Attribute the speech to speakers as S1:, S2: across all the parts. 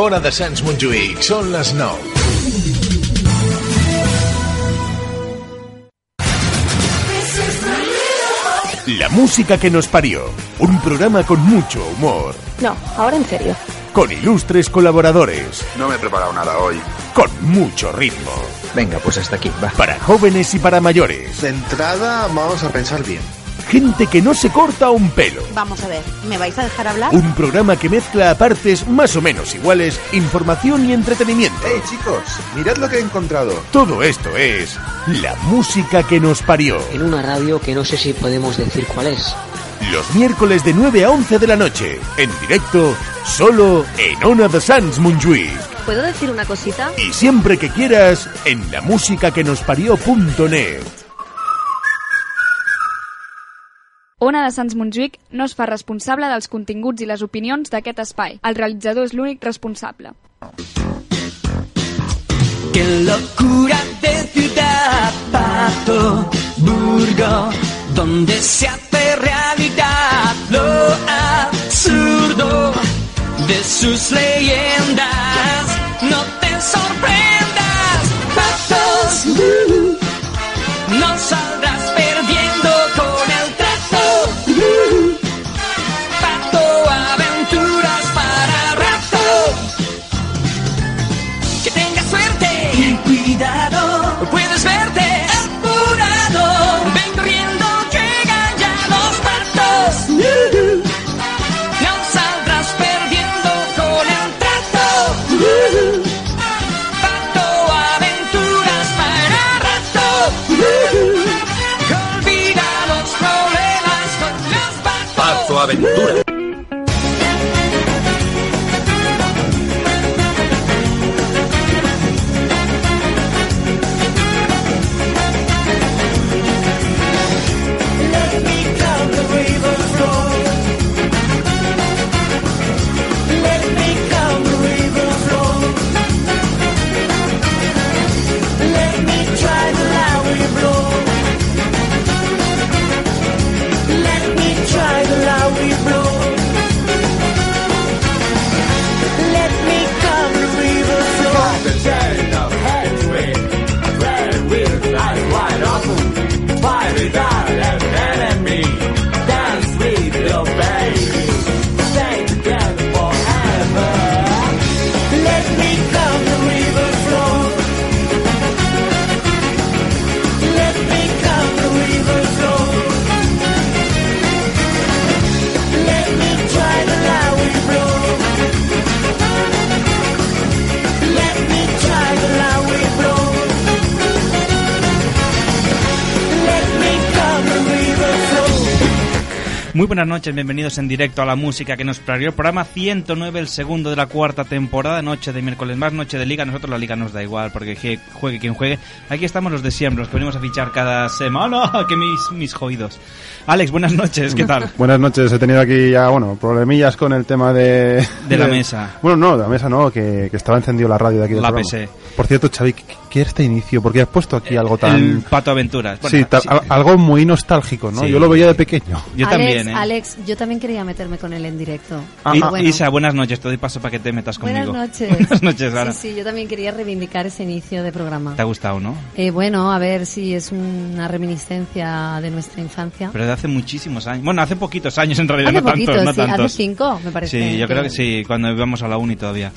S1: Hora de Sants Montjuïc. Són les 9.
S2: La música que nos parió. Un programa con mucho humor.
S3: No, ahora en serio.
S2: Con ilustres colaboradores.
S4: No me he preparado nada hoy.
S2: Con mucho ritmo.
S5: Venga, pues hasta aquí, va.
S2: Para jóvenes y para mayores.
S6: De entrada, vamos a pensar bien.
S2: Gente que no se corta un pelo.
S7: Vamos a ver, ¿me vais a dejar hablar?
S2: Un programa que mezcla a partes más o menos iguales información y entretenimiento.
S6: ¡Hey, chicos! Mirad lo que he encontrado.
S2: Todo esto es la música que nos parió.
S5: En una radio que no sé si podemos decir cuál es.
S2: Los miércoles de 9 a 11 de la noche, en directo, solo en Ona de Sans Montjuïc.
S3: ¿Puedo decir una cosita?
S2: Y siempre que quieras, en la música que nos parió.net.
S8: Ona de Sants Montjuïc no es fa responsable dels continguts i les opinions d'aquest espai. El realitzador és l'únic responsable.
S9: Qué locura de ciudad, Pato, Burgo, donde se hace realidad lo absurdo de sus leyendas. No te sorprendas, Patos, Burgo, no saldrás perdiendo con el trato. Burgo. Pato, aventuras para rato. Que tengas suerte y cuidado. Puedes verte apurado. Ven corriendo, llegan ya los patos. No saldrás perdiendo con el trato. Pato, aventuras para rato. Olvida los problemas con los patos.
S4: Pato Aventura.
S10: Muy buenas noches, bienvenidos en directo a la música que nos parió el programa 109, el segundo de la cuarta temporada, noche de miércoles más, noche de liga. Nosotros la liga nos da igual, porque je- juegue quien juegue. Aquí estamos los de siempre, los que venimos a fichar cada semana. ¡Que mis, mis jodidos! Alex, buenas noches, ¿qué tal?
S11: Buenas noches, he tenido aquí ya, bueno, problemillas con el tema de...
S10: De la mesa.
S11: Bueno, no, de la mesa no, que, que estaba encendido la radio de aquí del
S10: La
S11: programa.
S10: PC.
S11: Por cierto, Xavi, ¿qué, qué este inicio? Porque has puesto aquí
S10: Eh,
S11: algo
S10: El
S11: tan...
S10: Pato Aventuras. Bueno,
S11: sí, tal-
S10: sí,
S11: a- algo muy nostálgico, ¿no?
S10: Sí.
S11: Yo lo veía de pequeño.
S10: Yo
S3: Alex,
S10: también, ¿eh?
S3: Alex, yo también quería meterme con él en directo.
S11: Ah,
S10: I-
S3: Pero bueno.
S10: Isa, buenas noches, te doy paso para que te metas
S3: Buenas
S10: conmigo.
S3: noches.
S10: Buenas noches, Ana.
S3: Sí, sí, yo también quería reivindicar ese inicio de programa.
S10: Te ha gustado, ¿no?
S3: Eh, bueno, a ver si es una reminiscencia de nuestra infancia.
S10: Pero de hace muchísimos años. Bueno, hace poquitos años en realidad,
S3: hace
S10: no tantos,
S3: poquito,
S10: no
S3: sí, hace
S10: tantos.
S3: cinco, me parece.
S10: Sí, yo creo que sí, cuando íbamos a la uni todavía.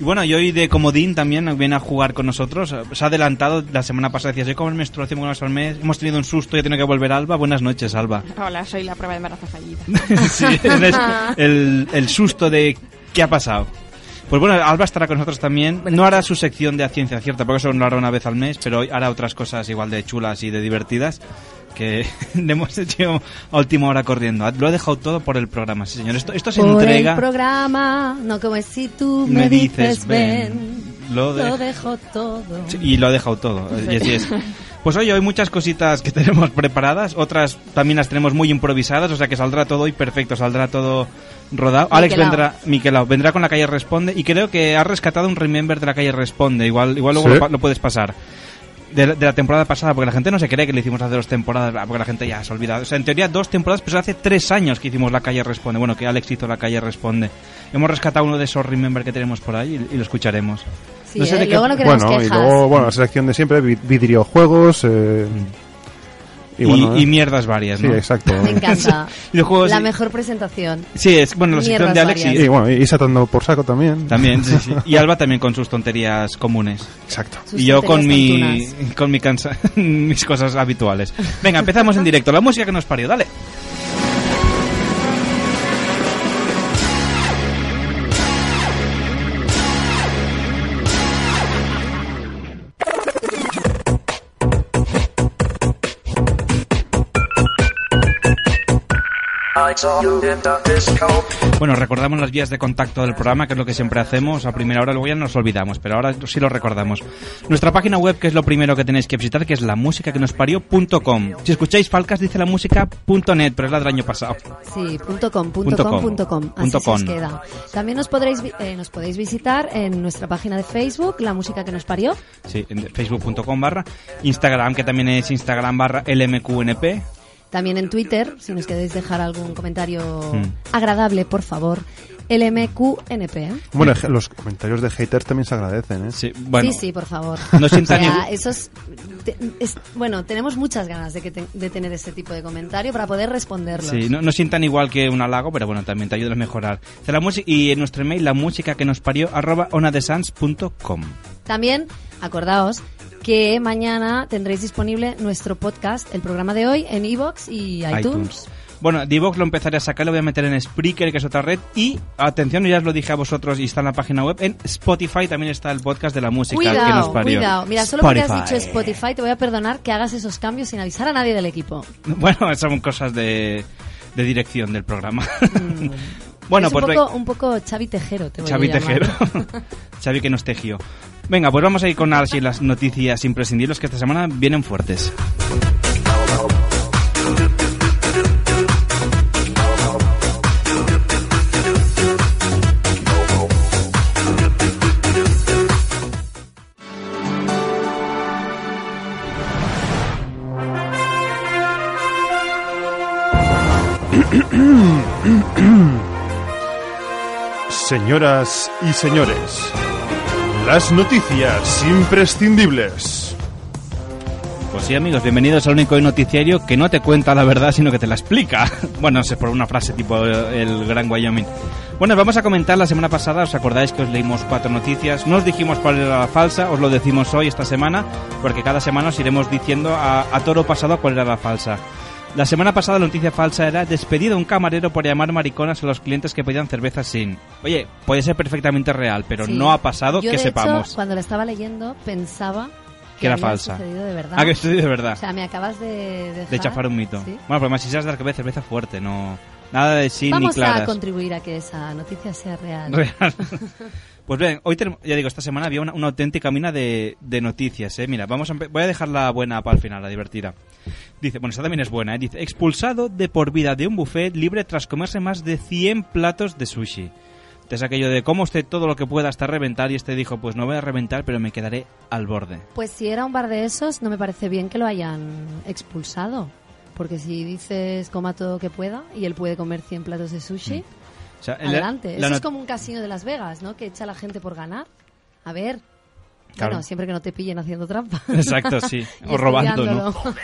S10: Y bueno, y hoy de Comodín también viene a jugar con nosotros. Se ha adelantado la semana pasada, decía, soy como menstruación con las al mes. Hemos tenido un susto y ha tenido que volver Alba. Buenas noches, Alba.
S7: Hola, soy la prueba de embarazo fallida.
S10: Sí, este- eres el, el susto de qué ha pasado. Pues bueno, Alba estará con nosotros también. No hará su sección de a ciencia cierta, porque eso lo hará una vez al mes, pero hoy hará otras cosas igual de chulas y de divertidas que le hemos hecho a última hora corriendo. Lo ha dejado todo por el programa, sí señor. Esto, esto se
S3: Por
S10: entrega.
S3: el programa, no como es si tú
S10: Me
S3: me,
S10: dices,
S3: dices
S10: ven,
S3: ven,
S10: lo de-
S3: dejo todo.
S10: Sí, Y lo ha dejado todo, y así es. Pues hoy hay muchas cositas que tenemos preparadas, otras también las tenemos muy improvisadas, o sea que saldrá todo hoy perfecto, saldrá todo rodado. Alex
S3: Miquelao.
S10: vendrá, Miquelao, vendrá con la calle Responde y creo que ha rescatado un Remember de la calle Responde, igual, igual luego
S11: ¿Sí?
S10: lo, pa- lo puedes pasar. de, la- de la temporada pasada, porque la gente no se cree que le hicimos hace dos temporadas, ah, porque la gente ya se ha olvidado. O sea, en teoría dos temporadas, pero hace tres años que hicimos La Calle Responde. Bueno, que Alex hizo La Calle Responde. Hemos rescatado uno de esos Remember que tenemos por ahí y, y lo escucharemos.
S3: Sí, eh, luego no queremos
S11: bueno, y
S3: quejas.
S11: luego, bueno, la selección de siempre, vi- videojuegos. eh,
S10: Y,
S11: bueno,
S10: y
S11: eh,
S10: mierdas varias,
S11: Sí,
S10: ¿no?
S11: exacto.
S3: Me encanta.
S10: Y los juegos-
S3: la mejor presentación.
S10: Sí, es bueno, la sección
S3: Mierdas
S10: de Alex
S11: Y
S10: y,
S11: bueno, y Satando por saco también.
S10: también, sí, sí. Y Alba también con sus tonterías comunes.
S11: Exacto.
S3: Sus
S10: Y yo con mi
S3: tonterías
S10: con mi cansa- mis cosas habituales. Venga, empezamos en directo. La música que nos parió, dale. Bueno, recordamos las vías de contacto del programa, que es lo que siempre hacemos a primera hora, luego ya nos olvidamos, pero ahora sí lo recordamos. Nuestra página web, que es lo primero que tenéis que visitar, que es la música que nos parió.com. Si escucháis Falcas, dice la música.net, pero es la del año pasado.
S3: Sí, punto com, punto
S10: Punto
S3: com,
S10: com.
S3: punto com. Así
S10: Punto
S3: se os
S10: com.
S3: queda. También nos podréis, vi- eh, nos podéis visitar en nuestra página de Facebook, La Música que nos parió.
S10: Sí, en facebook.com barra Instagram, que también es Instagram barra LMQNP.
S3: También en Twitter, si nos queréis dejar algún comentario
S10: Mm.
S3: agradable, por favor. LMQNP. ¿eh?
S11: Bueno, je- los comentarios de haters también se agradecen, ¿eh?
S10: Sí, bueno,
S3: Sí, sí, por favor.
S10: No sienta
S3: O sea,
S10: ningún-
S3: esos- te- es- bueno, tenemos muchas ganas de, que te- de tener ese tipo de comentario para poder responderlos.
S10: sí, no, no sientan igual que un halago, pero bueno, también te ayuda a mejorar. Dice la música- y en nuestro email, la música que nos parió arroba onadesans.com.
S3: También, acordaos que mañana tendréis disponible nuestro podcast, el programa de hoy, en iVoox y iTunes.
S10: Bueno, Divox lo empezaré a sacar, lo voy a meter en Spreaker, que es otra red. Y, atención, ya os lo dije a vosotros y está en la página web. En Spotify también está el podcast de la música que nos
S3: Cuidado,
S10: parió.
S3: cuidado. Mira, solo porque has dicho Spotify, te voy a perdonar que hagas esos cambios sin avisar a nadie del equipo.
S10: Bueno, son cosas de, de dirección del programa. bueno,
S3: Mm. es
S10: pues
S3: un
S10: venga.
S3: poco, un poco Xavi Tejero, te voy
S10: Xavi
S3: a llamar.
S10: Tejero. Xavi que nos tejió. Venga, pues vamos a ir con ahora sí las noticias imprescindibles que esta semana vienen fuertes.
S11: Señoras y señores, las noticias imprescindibles.
S10: Pues sí, amigos, bienvenidos al único noticiario que no te cuenta la verdad, sino que te la explica. Bueno, no sé, por una frase tipo eh, el Gran Wyoming. Bueno, vamos a comentar la semana pasada, ¿os acordáis que os leímos cuatro noticias? No os dijimos cuál era la falsa, os lo decimos hoy, esta semana, porque cada semana os iremos diciendo a, a toro pasado cuál era la falsa. La semana pasada la noticia falsa era despedido un camarero por llamar mariconas a los clientes que pedían cerveza sin. Oye, puede ser perfectamente real, pero
S3: Sí.
S10: no ha pasado
S3: Yo,
S10: que
S3: de
S10: sepamos
S3: Hecho, cuando la estaba leyendo, pensaba que,
S10: que era
S3: había
S10: falsa.
S3: sucedido de verdad.
S10: Ah, que sucedió de verdad.
S3: O sea, me acabas de dejar-
S10: De chafar un mito.
S3: Sí.
S10: Bueno, pero más si se has dado cerveza, cerveza fuerte, no. Nada de sí ni
S3: Vamos a
S10: claras.
S3: contribuir a que esa noticia sea real.
S10: Real. Pues bien, hoy tenemos, ya digo, esta semana había una, una auténtica mina de, de noticias, ¿eh? Mira, vamos a, empe- voy a dejar la buena para el final, la divertida. Dice, bueno, esta también es buena, ¿eh? Dice, expulsado de por vida de un buffet libre tras comerse más de 100 platos de sushi. Es aquello de cómo usted todo lo que pueda hasta reventar y este dijo, pues no voy a reventar, pero me quedaré al borde.
S3: Pues si era un bar de esos, no me parece bien que lo hayan expulsado. Porque si dices coma todo lo que pueda y él puede comer 100 platos de sushi,
S10: O sea, la-
S3: adelante.
S10: la
S3: Eso es
S10: not-
S3: como un casino de Las Vegas, ¿no? Que echa a la gente por ganar. A ver.
S10: Claro.
S3: Bueno, siempre que no te pillen haciendo trampa.
S10: Exacto, sí.
S3: Y
S10: O robando, ¿no?
S3: estudiándolo.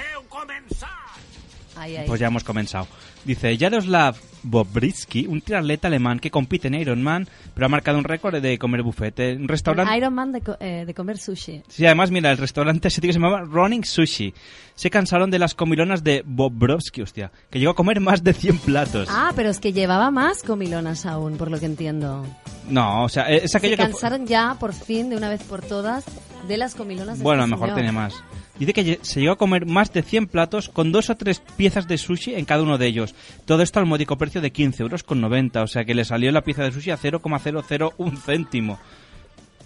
S3: Ahí, ahí.
S10: Pues ya hemos comenzado. Dice Jaroslav Bobritsky, un triatleta alemán que compite en Ironman, pero ha marcado un récord de comer buffet. Eh, Un restaurante.
S3: Iron Man de, co- eh, de comer sushi.
S10: Sí, además, mira, el restaurante ese tío que se llamaba Running Sushi. Se cansaron de las comilonas de Bobrovsky, hostia, que llegó a comer más de 100 platos.
S3: Ah, pero es que llevaba más comilonas aún, por lo que entiendo.
S10: No, o sea, eh, es
S3: Se
S10: aquello que. fu-
S3: cansaron ya, por fin, de una vez por todas, de las comilonas de
S10: Bueno, a
S3: este
S10: lo mejor
S3: señor.
S10: tiene más. Dice que lle- se llegó a comer más de 100 platos con dos o tres piezas de sushi en cada uno de ellos. Todo esto al módico precio de 15 euros con 90, o sea que le salió la pieza de sushi a 0,001 céntimo.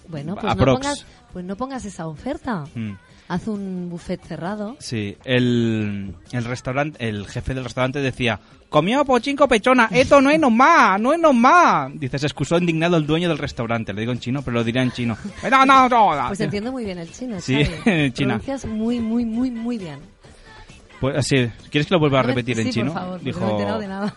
S3: Bueno, pues no,
S10: Aprox.
S3: pongas, pues no pongas esa oferta.
S10: Mm.
S3: Haz un buffet cerrado.
S10: Sí, el, el restaurante, el jefe del restaurante decía, comió por cinco pechona, esto no es nomás, no es nomás. Dice, se excusó indignado el dueño del restaurante, le digo en chino, pero lo dirá en chino. No, no, no, no.
S3: Pues entiendo muy bien el chino,
S10: Sí,
S3: Xavi.
S10: China.
S3: Pronuncias muy, muy, muy, muy bien.
S10: Pues así, ¿quieres que lo vuelva a repetir
S3: Sí,
S10: en chino?
S3: por favor, porque
S10: Dijo,
S3: no me he enterado de nada.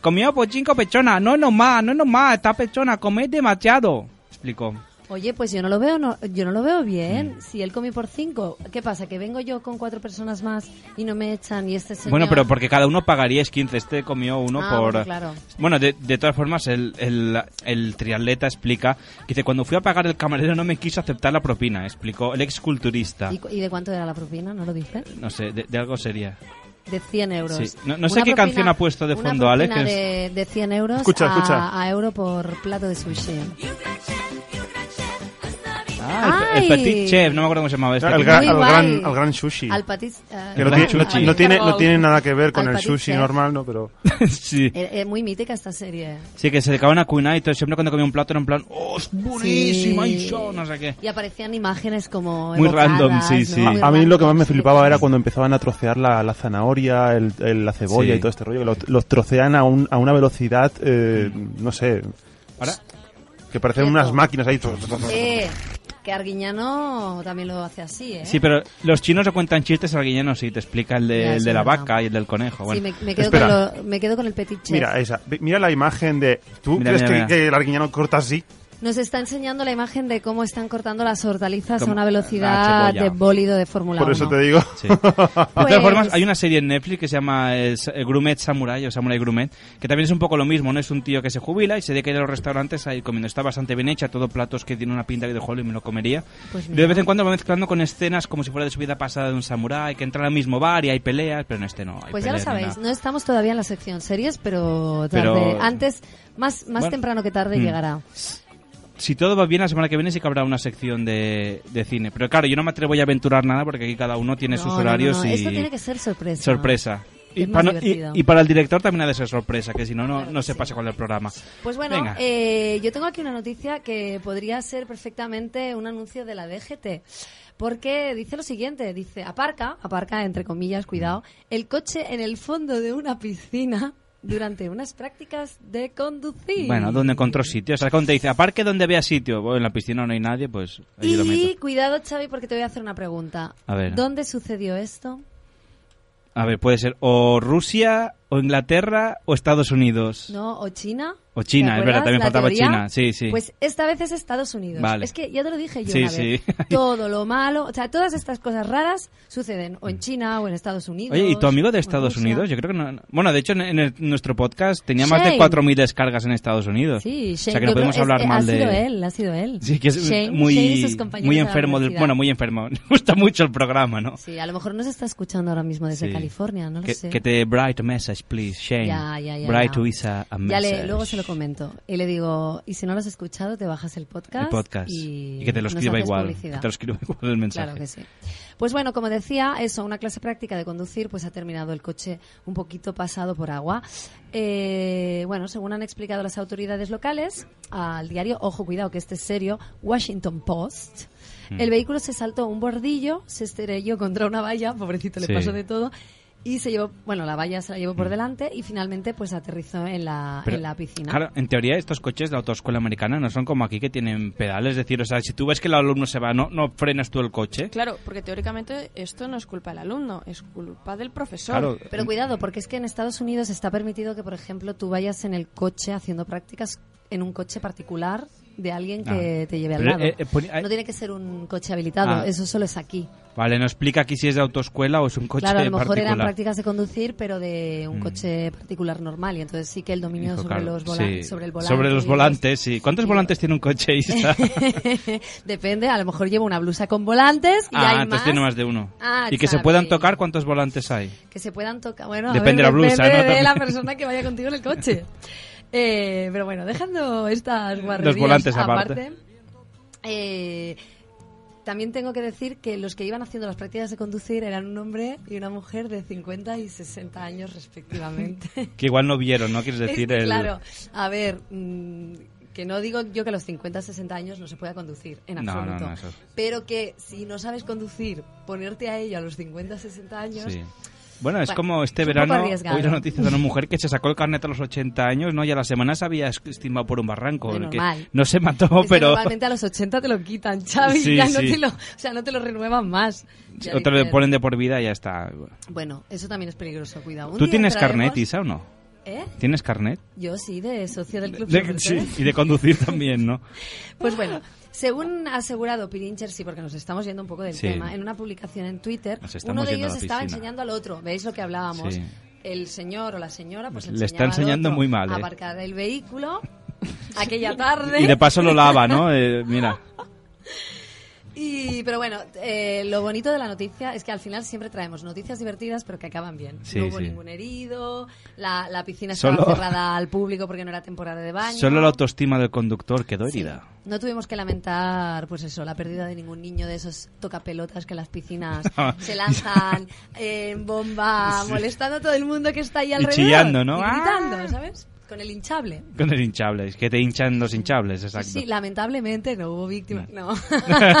S10: comió por cinco pechona, no es nomás, no es nomás, está pechona, comed demasiado. Explicó.
S3: Oye, pues yo no lo veo, no, yo no lo veo bien.
S10: Mm.
S3: Si él comió por cinco, ¿qué pasa? ¿Que vengo yo con cuatro personas más y no me echan y este señor...
S10: Bueno, pero porque cada uno pagaría es 15, este comió uno
S3: Ah,
S10: por...
S3: bueno, claro.
S10: Bueno, de, de todas formas, el, el, el triatleta explica, que dice, cuando fui a pagar el camarero no me quiso aceptar la propina, explicó el exculturista.
S3: ¿Y, cu- y de cuánto era la propina? ¿No lo dices?
S10: No sé, de, de algo sería.
S3: De 100 euros.
S10: Sí. No- no sé qué
S3: propina-
S10: canción ha puesto de
S3: una
S10: fondo, Alex,
S3: propina
S10: que
S3: De, de 100 euros
S10: Escucha,
S3: a,
S10: escucha.
S3: a euro por plato de sushi.
S10: Ah, el, el
S3: Ay.
S10: petit chef, no me acuerdo cómo se llamaba este.
S11: Claro, el, gran,
S10: gran
S11: el, gran, el gran sushi.
S3: Al patis- ah,
S11: Que no,
S10: gran
S11: tiene, no-
S10: sushi.
S11: no tiene, no
S3: Al
S11: tiene nada que ver con el
S3: patis
S11: sushi
S3: chef.
S11: normal, ¿no? Pero...
S10: sí.
S3: Es eh, muy mítica esta serie.
S10: Sí, que se dedicaban a cuinar y todo, siempre cuando comía un plato era en plan, ¡oh, es buenísima!
S3: Sí.
S10: y yo", no sé qué.
S3: Y aparecían imágenes como...
S10: Muy
S3: evocadas,
S10: random, sí,
S3: ¿no?
S10: sí.
S3: Muy
S11: A, a mí lo que más me
S3: random,
S11: flipaba era cuando empezaban a trocear la, la zanahoria, el- el- la cebolla
S10: Sí.
S11: y todo este rollo. que lo- Los, trocean a, un- a una velocidad, eh, no sé.
S10: Ahora.
S11: Que parecen unas máquinas ahí.
S3: Eh, que Arguiñano también lo hace así, ¿eh?
S10: Sí, pero los chinos no cuentan chistes algunos sí, te explica el de,
S3: Ya,
S10: el
S3: eso
S10: de
S3: es
S10: la
S3: verdad.
S10: vaca y el del conejo. Bueno.
S3: Sí, me, me quedo con
S11: Espera.
S3: lo- me quedo con el petit chef.
S11: Mira, esa. Ve- Mira la imagen de. ¿Tú
S10: Mira,
S11: crees
S10: mira,
S11: que,
S10: mira.
S11: que el arguiñano corta así?
S3: Nos está enseñando la imagen de cómo están cortando las hortalizas
S10: Como-
S3: a una
S10: Ah,
S3: velocidad
S10: cebolla.
S3: de bólido de Fórmula 1.
S11: Por eso te digo.
S10: Sí. De todas
S3: Pues-
S10: formas, hay una serie en Netflix que se llama eh, Sa- eh, Grumet Samurai o Samurai Grumet, que también es un poco lo mismo, ¿no? Es un tío que se jubila y se dedica a ir a los restaurantes a ir comiendo. Está bastante bien hecha, todo platos que tiene una pinta que de y me lo comería.
S3: Pues
S10: de
S3: mira.
S10: vez en cuando va mezclando con escenas como si fuera de su vida pasada de un samurái, que entra al mismo bar y hay peleas, pero en este no. hay
S3: Pues ya lo
S10: peleas ni
S3: sabéis,
S10: nada.
S3: no estamos todavía en la sección series, pero tarde.
S10: Pero-
S3: Antes, más, más
S10: Bueno.
S3: temprano que tarde
S10: Mm.
S3: llegará.
S10: Si todo va bien, la semana que viene sí que habrá una sección de, de cine. Pero claro, yo no me atrevo a aventurar nada porque aquí cada uno tiene
S3: No,
S10: sus
S3: no, no,
S10: horarios
S3: no,
S10: y...
S3: esto tiene que ser sorpresa.
S10: Sorpresa. Y,
S3: Es más
S10: para, y-
S3: divertido.
S10: y para el director también ha de ser sorpresa, que si no, no, no se pasa con el programa.
S3: Pues bueno,
S10: Venga.
S3: eh, yo tengo aquí una noticia que podría ser perfectamente un anuncio de la DGT. Porque dice lo siguiente, dice, aparca, aparca entre comillas, cuidado, el coche en el fondo de una piscina durante unas prácticas de conducir.
S10: Bueno, donde encontró sitio. O sea, cuando te dice, aparque donde vea sitio. Bueno, en la piscina no hay nadie, pues ahí lo
S3: Y
S10: meto.
S3: cuidado, Xavi, porque te voy a hacer una pregunta.
S10: A ver.
S3: ¿Dónde sucedió esto?
S10: A ver, puede ser o Rusia, o Inglaterra, o Estados Unidos.
S3: ¿No? ¿O China?
S10: O China,
S3: ¿Te
S10: es verdad,
S3: acuerdas
S10: también
S3: la
S10: faltaba
S3: teoría?
S10: China. Sí, sí.
S3: Pues esta vez es Estados Unidos.
S10: Vale.
S3: Es que ya te lo dije yo
S10: Sí,
S3: una
S10: sí.
S3: vez. Todo lo malo, o sea, todas estas cosas raras suceden o en China o en Estados Unidos.
S10: Oye, ¿y tu amigo de
S3: o en
S10: Estados
S3: Rusia?
S10: Unidos? Yo creo que no. no- Bueno, de hecho, en, en el- nuestro podcast tenía más de
S3: Shane.
S10: 4.000 descargas en Estados Unidos.
S3: Sí, Shane.
S10: O sea, que no
S3: yo creo-
S10: podemos
S3: es-
S10: hablar
S3: eh,
S10: mal
S3: ha
S10: de.
S3: sido él, ha sido él.
S10: Sí, que es
S3: Shane-
S10: muy,
S3: Shane y sus compañeros
S10: muy
S3: de la
S10: enfermo. del-
S3: universidad.
S10: bueno, muy enfermo. Le gusta mucho el programa, ¿no?
S3: Sí, a lo mejor nos está escuchando ahora mismo desde
S10: Sí.
S3: California, no lo
S10: que,
S3: sé.
S10: que te bright message, please, Shane.
S3: Ya, ya, ya,
S10: Bright
S3: ya.
S10: to us a, a
S3: Ya le,
S10: message.
S3: luego se lo comento. Y le digo, y si no lo has escuchado, te bajas el podcast.
S10: el podcast.
S3: Y,
S10: que te lo
S3: nos
S10: escriba
S3: haces
S10: igual.
S3: publicidad.
S10: Que te lo escriba igual el mensaje.
S3: Claro que sí. Pues bueno, como decía, eso, una clase práctica de conducir, pues ha terminado el coche un poquito pasado por agua. Eh, bueno, según han explicado las autoridades locales, al diario, ojo, cuidado, que este es serio, Washington Post,
S12: Mm.
S3: el vehículo se saltó un bordillo, se estrelló contra una valla, pobrecito, le
S12: Sí. Mm.
S3: pasó de todo. Y se llevó, bueno, la valla se la llevó por delante y finalmente pues aterrizó en la,
S10: Pero,
S3: Ah, en la piscina.
S10: Claro, en teoría estos coches de autoescuela americana no son como aquí que tienen pedales. Es decir, o sea, si tú ves que el alumno se va, no, no frenas tú el coche.
S7: Claro, porque teóricamente esto no es culpa del alumno, es culpa del profesor.
S10: Claro.
S3: Pero cuidado, porque es que en Estados Unidos está permitido que, por ejemplo, tú vayas en el coche haciendo prácticas en un coche particular de alguien que
S10: Ah.
S3: te lleve al
S10: Pero,
S3: lado.
S10: eh, eh, poni-
S3: no tiene que ser un coche habilitado,
S10: Ah.
S3: eso solo es aquí.
S10: Vale, no explica aquí si es de autoescuela o es un coche
S3: claro, a lo mejor
S10: particular.
S3: eran prácticas de conducir, pero de un coche particular normal, y entonces sí que el dominio
S10: Dijo,
S3: sobre,
S10: claro,
S3: los volan-
S10: sí.
S3: sobre el volante.
S10: Sobre los
S3: y-
S10: volantes, sí. ¿Cuántos volantes tiene un coche, Isa?
S3: Depende, a lo mejor llevo una blusa con volantes y
S10: ah,
S3: hay
S10: entonces
S3: más
S10: tiene más de uno.
S3: Ah,
S10: y que se
S3: Xavi.
S10: puedan tocar, ¿cuántos volantes hay?
S3: que se puedan tocar. Bueno, a
S10: Depende
S3: ver,
S10: de la blusa,
S3: depende
S10: ¿no?
S3: de la
S10: También.
S3: persona que vaya contigo en el coche. Eh, pero bueno, dejando estas guarrerías
S10: volantes aparte.
S3: eh, también tengo que decir que los que iban haciendo las prácticas de conducir eran un hombre y una mujer de 50 y 60 años respectivamente.
S10: Que igual no vieron, ¿no? Quieres
S3: Es
S10: decir
S3: que,
S10: el...
S3: Claro, a ver, mm, Que no digo yo que a los 50, 60 años no se pueda conducir, en
S10: No, no,
S3: absoluto.
S10: no, eso es-
S3: Pero que si no sabes conducir, ponerte a ello a los 50, 60 años...
S10: Sí. Bueno, es
S3: Bueno,
S10: como este
S3: es un poco
S10: verano
S3: arriesgado.
S10: hoy la noticia de una mujer que se sacó el carnet a los 80 años, ¿no? Y a la semana se había estimado por un barranco.
S3: Muy
S10: el que
S3: normal.
S10: no se mató,
S3: Es que
S10: pero...
S3: Normalmente a los 80 te lo quitan, Xavi.
S10: Sí,
S3: ya no
S10: sí.
S3: te lo, o sea, no te lo renuevan más. Ya
S10: O te lo
S3: dices-
S10: ponen de por vida y ya está.
S3: Bueno, eso también es peligroso, cuidado. Un
S10: ¿Tú
S3: día
S10: tienes
S3: traemos-
S10: carnet, Isa, o no?
S3: ¿Eh?
S10: ¿Tienes carnet?
S3: Yo sí, de socio del club.
S10: De-
S3: Socorro,
S10: sí,
S3: ¿eh?
S10: y de conducir también, ¿no?
S3: Pues bueno, según ha asegurado Pirincher, sí, porque nos estamos yendo un poco del
S10: Sí.
S3: tema, en una publicación en Twitter,
S10: Nos estamos
S3: uno de
S10: yendo a
S3: ellos
S10: la
S3: estaba
S10: piscina.
S3: enseñando al otro. ¿Veis lo que hablábamos?
S10: Sí.
S3: El señor o la señora pues
S10: Le está
S3: enseñaba al
S10: enseñando
S3: otro
S10: muy mal,
S3: a
S10: ¿eh?
S3: aparcar el vehículo aquella tarde.
S10: Y de paso lo lava, ¿no? Eh, mira,
S3: Y- pero bueno, eh, lo bonito de la noticia es que al final siempre traemos noticias divertidas, pero que acaban bien.
S10: Sí,
S3: no hubo
S10: sí.
S3: ningún herido, la, la piscina estaba
S10: Solo-
S3: cerrada al público porque no era temporada de baño.
S10: solo la autoestima del conductor quedó herida.
S3: No tuvimos que lamentar, pues eso, la pérdida de ningún niño de esos tocapelotas que en las piscinas se lanzan en
S10: Ah.
S3: bomba,
S10: Sí.
S3: molestando a todo el mundo que está ahí
S10: Y
S3: alrededor.
S10: chillando, ¿no?
S3: Y
S10: ¡Ah!
S3: gritando, ¿sabes? Con el hinchable.
S10: Con el hinchable, es que te hinchan los hinchables, exacto. Mm.
S3: Sí, lamentablemente no hubo víctimas. No.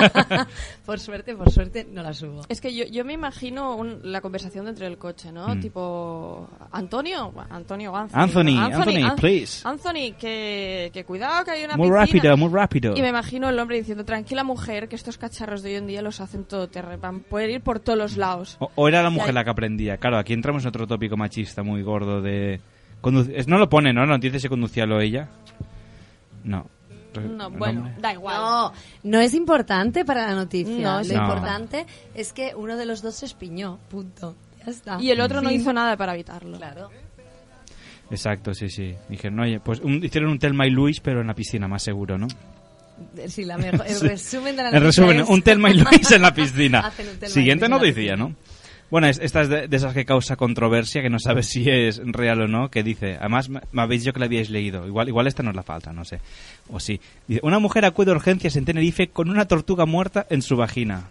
S3: por suerte, por suerte no las hubo.
S7: Es que yo, yo me imagino un- la conversación dentro del coche, ¿no?
S10: Mm.
S7: Tipo, Antonio, Antonio, o Anthony.
S10: Anthony, Anthony,
S7: An-
S10: please.
S7: Anthony, que, que cuidado, que hay una
S10: Muy
S7: piscina.
S10: rápido, muy rápido.
S7: Y me imagino el hombre diciendo, tranquila mujer, que estos cacharros de hoy en día los hacen todo terreno, van a poder ir por todos los lados.
S10: O, o era la
S7: Ya-
S10: mujer la que aprendía. Claro, aquí entramos en otro tópico machista muy gordo de... condu- es- No lo pone, ¿no? La noticia se conducía lo ella. Eh, No. Re-
S7: No, bueno, da igual.
S3: No, no es importante para la noticia.
S7: No, es
S3: Lo
S10: No.
S3: importante es que uno de los dos se espiñó. Punto. Ya está.
S7: Y el otro no
S3: Fin.
S7: hizo nada para evitarlo.
S3: Claro.
S10: Exacto, sí, sí. Dijeron, oye, pues un- hicieron un Telma y Luis, pero en la piscina, más seguro, ¿no?
S7: Eh,
S3: Sí, la mejor- el
S10: Sí.
S3: resumen de la
S10: En
S3: noticia
S10: resumen,
S3: es-
S10: un Telma y Luis en la piscina.
S3: Hacen un Thelma y
S10: Siguiente
S3: Luis en la
S10: noticia, ¿no? Bueno, es- esta es de, de esas que causa controversia, que no sabes si es real o no, que dice, además me, me habéis dicho que la habíais leído, igual, igual esta no es la falta, no sé, o sí. Dice, una mujer acude a urgencias en Tenerife con una tortuga muerta en su vagina.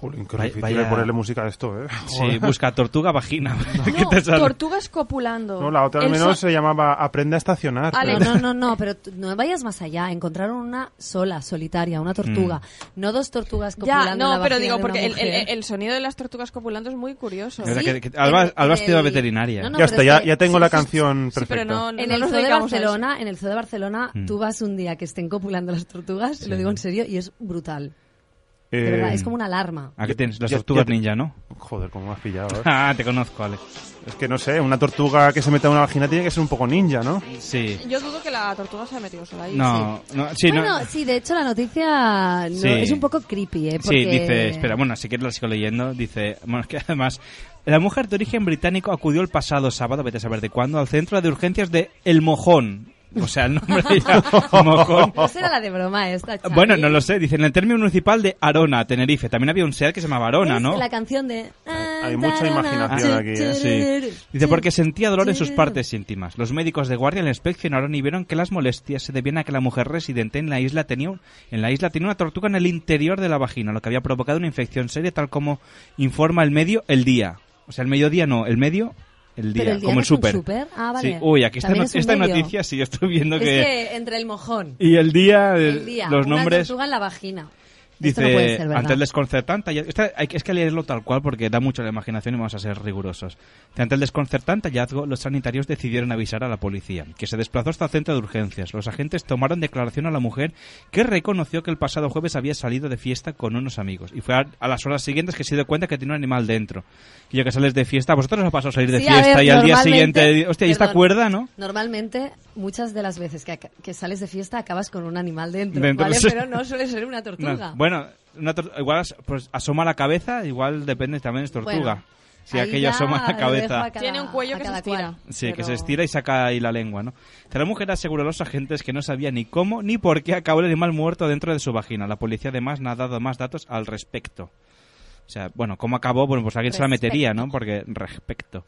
S11: Jolín, qué
S10: Vaya-
S11: difícil
S10: vaya-
S11: es ponerle música a esto, ¿eh?
S10: Sí,
S11: Joder.
S10: busca tortuga vagina. ¿Qué
S7: No,
S10: te sale?
S7: tortugas copulando.
S11: No, la otra al
S7: El
S11: menos
S7: so-
S11: se llamaba Aprende a estacionar.
S3: No, no, no, no, pero tú- no vayas más allá. Encontraron una sola, solitaria, una tortuga.
S10: Mm.
S3: No dos tortugas copulando
S7: Ya,
S3: en la
S7: no, pero
S3: vagina
S7: digo,
S3: de una
S7: porque el, el-
S3: mujer.
S7: el sonido de las tortugas copulando es muy curioso.
S10: Era que- que- Alba,
S3: en-
S10: Alba ha
S3: en
S10: sido
S3: el-
S10: veterinaria.
S3: No, no,
S11: ya
S3: pero
S11: está,
S3: es
S11: ya,
S3: que-
S11: ya tengo
S3: sí,
S11: la
S3: sí, sí,
S11: canción
S7: sí,
S11: perfecta.
S7: pero no, no
S3: en
S7: nos
S3: el zoo de
S7: dedicamos a eso.
S3: Barcelona, en el zoo de Barcelona,
S10: Mm.
S3: tú vas un día que estén copulando las tortugas, lo digo en serio, y es brutal. De
S11: Eh,
S3: verdad, es como una alarma.
S10: Aquí tienes las
S11: Ya-
S10: tortugas
S11: ya Ah. te-
S10: ninja, ¿no?
S11: Joder, cómo me has pillado. ¿eh?
S10: Ah, te conozco, Alex.
S11: es que no sé, una tortuga que se meta en una vagina tiene que ser un poco ninja, ¿no?
S10: Sí.
S7: Yo dudo que la tortuga se haya metido sola ahí.
S10: No, no, Ah, sí, no-
S3: bueno, sí, de hecho la noticia no-
S10: Sí.
S3: es un poco creepy, ¿eh? Porque...
S10: Sí, dice, espera, bueno, si quieres la sigo leyendo, dice, bueno, es que además, la mujer de origen británico acudió el pasado sábado, vete a saber de cuándo, al centro de urgencias de El Mojón. O sea, el nombre de ella, Mojón.
S3: No será la de broma esta, Xavi.
S10: Bueno, no lo sé, dice, en el término municipal de Arona, Tenerife. También había un SEAT que se llamaba Arona,
S3: Es
S10: ¿no?
S3: La canción de...
S11: Hay mucha
S3: Ah,
S11: imaginación aquí, ¿eh?
S10: Sí. Dice, porque sentía dolor en sus partes íntimas. Los médicos de guardia la inspeccionaron y vieron que las molestias se debían a que la mujer residente en la isla tenía, un- en la isla tenía una tortuga en el interior de la vagina, lo que había provocado una infección seria, tal como informa el medio el día. O sea, el mediodía no, el medio el día,
S3: Pero el día
S10: como
S3: no
S10: el
S3: es un
S10: súper.
S3: súper. Ah, vale.
S10: Sí. Uy, aquí esta,
S3: También
S10: no-
S3: es un
S10: esta
S3: medio.
S10: noticia, sí, yo estoy viendo
S3: Es que entre el mojón,
S10: Y el día,
S3: el día,
S10: los
S3: una
S10: nombres...
S3: tortuga en la vagina.
S10: Dice,
S3: Esto no puede ser, ¿verdad?
S10: antes desconcertante, hallazgo- esta hay que- es que leerlo tal cual porque da mucho a la imaginación y vamos a ser rigurosos. Dice, Ante el desconcertante hallazgo, los sanitarios decidieron avisar a la policía, que se desplazó hasta el centro de urgencias. Los agentes tomaron declaración a la mujer que reconoció que el pasado jueves había salido de fiesta con unos amigos. Y fue a, a las horas siguientes que se dio cuenta que tenía un animal dentro. Y yo que sales de fiesta, ¿a vosotros os ha pasado salir de
S3: Sí, a
S10: fiesta
S3: ver,
S10: y al día
S3: normalmente-
S10: siguiente, hostia, y esta
S3: perdón.
S10: cuerda, ¿no?
S3: Normalmente, muchas de las veces que, que sales de fiesta acabas con un animal dentro,
S10: Dentro,
S3: ¿vale?
S10: sí.
S3: Pero no suele ser una tortuga.
S10: No, bueno, una tor- igual as- pues, asoma la cabeza, igual depende también es tortuga.
S3: Bueno,
S10: si
S3: ahí
S10: aquella
S3: ya
S10: asoma la
S3: lo dejo
S10: cabeza.
S3: a cada-
S7: Tiene un cuello
S3: a
S7: que se
S3: cada
S7: estira.
S3: cual.
S10: Sí, que este.
S7: pero-
S10: se estira y saca ahí la lengua, ¿no? La mujer aseguró a los agentes que no sabía ni cómo ni por qué acabó el animal muerto dentro de su vagina. La policía además no ha dado más datos al respecto. O sea, bueno, ¿cómo acabó? Bueno, pues alguien se la metería, ¿no? Porque respecto.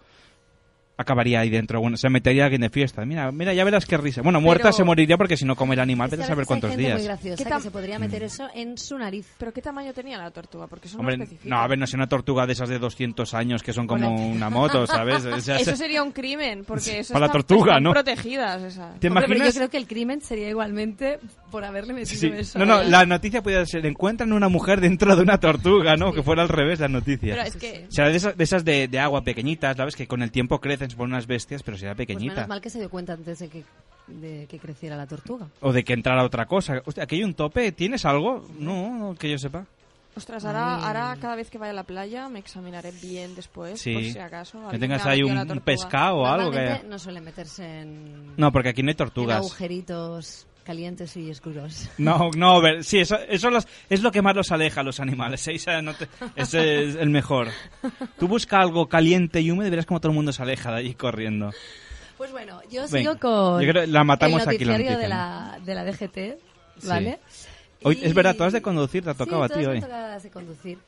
S10: acabaría ahí dentro. Bueno, se metería alguien de fiesta. Mira, mira, ya verás qué risa. Bueno, muerta
S3: Pero-
S10: se moriría porque si no come el animal, vete a
S3: Esta
S10: saber
S3: vez hay
S10: cuántos
S3: gente
S10: días. Mm.
S3: muy graciosa
S7: ¿Qué
S3: que
S7: tam-
S3: se podría meter eso en su nariz.
S7: ¿Pero qué tamaño tenía la tortuga? Porque eso no
S10: Hombre,
S7: lo especifica.
S10: no, a ver, no es una tortuga de esas de 200 años que son como una moto, ¿sabes? O sea,
S7: eso
S10: se-
S7: sería un crimen, porque eso
S10: Para la
S7: está-
S10: tortuga,
S7: están
S10: ¿no?
S7: protegidas esas.
S10: ¿Te
S3: Hombre, pero yo
S10: imaginas?
S3: creo que el crimen sería igualmente por haberle metido
S10: Sí.
S3: eso.
S10: No, no, la noticia podía ser, encuentran una mujer dentro de una tortuga, ¿no? Que fuera al revés la noticia.
S7: Pero es que-
S10: O sea, de esas de, esas de- de agua pequeñitas, ¿sabes? Que con el tiempo crecen, se ponen unas bestias, pero será
S3: Pues
S10: pequeñita.
S3: menos mal que se dio cuenta antes de que, de que creciera la tortuga.
S10: O de que entrara otra cosa. Hostia, aquí hay un tope, ¿tienes algo? No, no, que yo sepa.
S7: Ostras, ahora, ahora cada vez que vaya a la playa me examinaré bien después,
S10: Sí.
S7: por si acaso.
S10: Que
S7: alguien
S10: tengas
S7: me ha
S10: ahí
S7: metido
S10: un-
S7: la
S10: un
S7: tortuga.
S10: pescado o algo que-
S3: Normalmente no suele meterse en,
S10: No, porque aquí no hay
S3: en
S10: tortugas.
S3: agujeritos calientes y oscuros.
S10: No, no, ver, sí, eso, eso los- es lo que más los aleja a los animales. ¿eh? O sea, no te- ese es el mejor. Tú busca algo caliente y húmedo y verás como todo el mundo se aleja de allí corriendo.
S3: Pues bueno, yo
S10: Venga,
S3: sigo con
S10: yo creo que la matamos
S3: el
S10: aquí, la
S3: noticiario
S10: noticia,
S3: de, la, de la DGT,
S10: Sí.
S3: ¿vale?
S10: Hoy,
S3: Y-
S10: Es verdad, tú has de conducir, te ha tocado
S3: sí,
S10: a ti
S3: todas me
S10: hoy.
S3: tocaba las de conducir.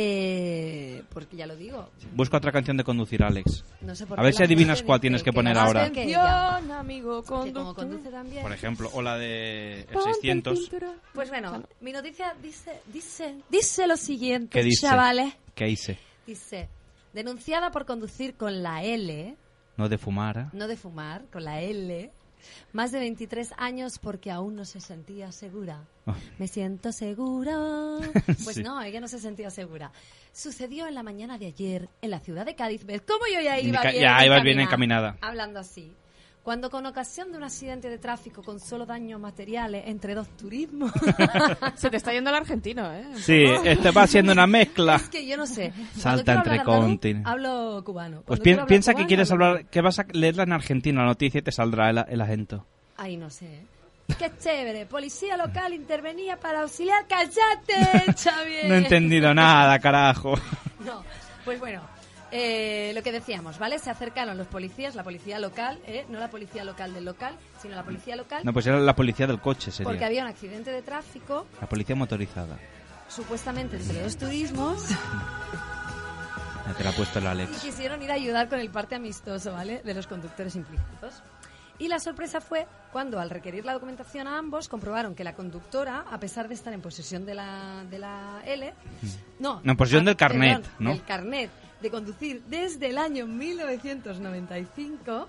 S3: Eh, porque ya lo digo,
S10: Busca otra canción de conducir, Alex.
S3: No sé por
S10: a
S3: qué
S10: ver si
S3: la
S10: adivinas
S3: gente
S10: cuál
S3: dice
S10: tienes que
S3: que
S10: poner
S3: la
S10: ahora.
S3: hacen-
S7: Atención, amigo
S3: que como
S7: conductor.
S3: conduce también.
S10: Por ejemplo, o la de el
S3: Ponte
S10: 600.
S7: pintura.
S3: Pues bueno, mi noticia dice, dice, dice lo siguiente,
S10: ¿Qué dice?
S3: chavales.
S10: ¿Qué hice?
S3: Dice, denunciada por conducir con la L,
S10: No de fumar. ¿eh?
S3: no de fumar, con la L, más de 23 años porque aún no se sentía segura.
S10: Ah.
S3: Me siento segura. Pues
S10: Sí.
S3: no, ella no se sentía segura. Sucedió en la mañana de ayer en la ciudad de Cádiz. ¿Ves cómo yo ya iba
S10: Indica-
S3: bien?
S10: ya ibas
S3: iba
S10: bien encaminada.
S3: Hablando así. Cuando con ocasión de un accidente de tráfico con solo daños materiales entre dos turismos...
S7: Se te está yendo el argentino, ¿eh?
S10: Sí, este va haciendo una mezcla.
S3: Es que yo no sé. Cuando
S10: Salta
S3: quiero
S10: entre
S3: hablar andaluz,
S10: continentes.
S3: Hablo cubano.
S10: Pues pi-
S3: Cuando quiero hablar
S10: piensa que
S3: cubano,
S10: quieres
S3: hablo-
S10: hablar, que vas a leerla en argentino la noticia y te saldrá el, el acento.
S3: Ay, no sé. ¿eh? Qué chévere. Policía local intervenía para auxiliar. ¡Cállate, Xavier!
S10: No he entendido nada, carajo.
S3: No, pues bueno, eh, lo que decíamos, ¿vale? Se acercaron los policías, la policía local, ¿eh? no la policía local del local, sino la policía local,
S10: No, pues era la policía del coche, sería.
S3: porque había un accidente de tráfico,
S10: La policía motorizada.
S3: supuestamente entre dos turismos,
S10: La que la ha puesto el
S3: y
S10: Alex.
S3: quisieron ir a ayudar con el parte amistoso, ¿vale? De los conductores implicados. Y la sorpresa fue cuando, al requerir la documentación a ambos, comprobaron que la conductora, a pesar de estar en posesión de la, de la L, no,
S10: No, en posesión
S3: ah,
S10: del carnet,
S3: perdón,
S10: ¿no?
S3: del carnet de conducir desde el año 1995,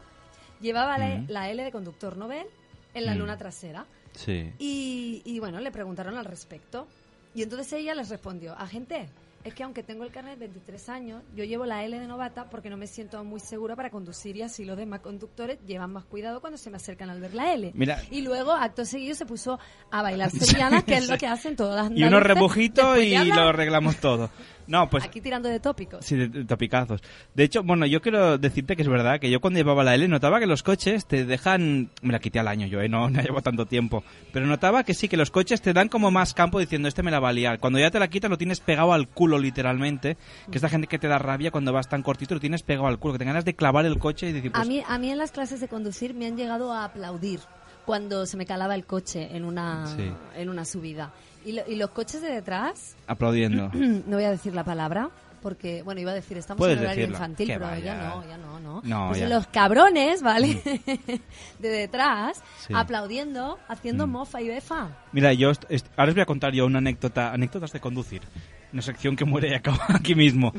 S3: llevaba la,
S10: Mm.
S3: la L de conductor Nobel en la
S10: Mm.
S3: luna trasera.
S10: Sí.
S3: Y, y, bueno, le preguntaron al respecto. Y entonces ella les respondió, agente, es que aunque tengo el carnet de 23 años, yo llevo la L de novata porque no me siento aún muy segura para conducir y así los demás conductores llevan más cuidado cuando se me acercan al ver la L.
S10: Mira.
S3: Y luego, acto seguido, se puso a bailar sevillanas, que es lo que hacen todas las
S10: Y
S3: andaluces
S10: unos rebujitos
S3: después de
S10: y
S3: hablar.
S10: lo arreglamos todo. No, pues
S3: Aquí tirando de tópicos.
S10: Sí, de, de topicazos. De hecho, bueno, yo quiero decirte que es verdad que yo cuando llevaba la L notaba que los coches te dejan... Me la quité al año yo, ¿eh? No, no llevo tanto tiempo. Pero notaba que sí, que los coches te dan como más campo diciendo, este me la va a liar. Cuando ya te la quitas lo tienes pegado al culo, literalmente. Que es la gente que te da rabia cuando vas tan cortito, lo tienes pegado al culo. Que te ganas de clavar el coche y decir,
S3: A
S10: pues...
S3: mí, a mí en las clases de conducir me han llegado a aplaudir cuando se me calaba el coche en una,
S10: Sí.
S3: en una subida. Y, lo- y los coches de detrás,
S10: Aplaudiendo.
S3: no voy a decir la palabra, porque, bueno, iba a decir, estamos
S10: Puedes
S3: en horario
S10: decirla,
S3: infantil,
S10: que
S3: pero
S10: vaya. eh.
S3: ya no, ya no, ¿no?
S10: No,
S3: Pues
S10: ya. Mm.
S3: los cabrones, ¿vale? de detrás,
S10: Sí. Mm.
S3: aplaudiendo, haciendo mofa y befa.
S10: Mira, yo est- est- ahora os voy a contar yo una anécdota, anécdotas de conducir. Una sección que muere y acaba aquí mismo.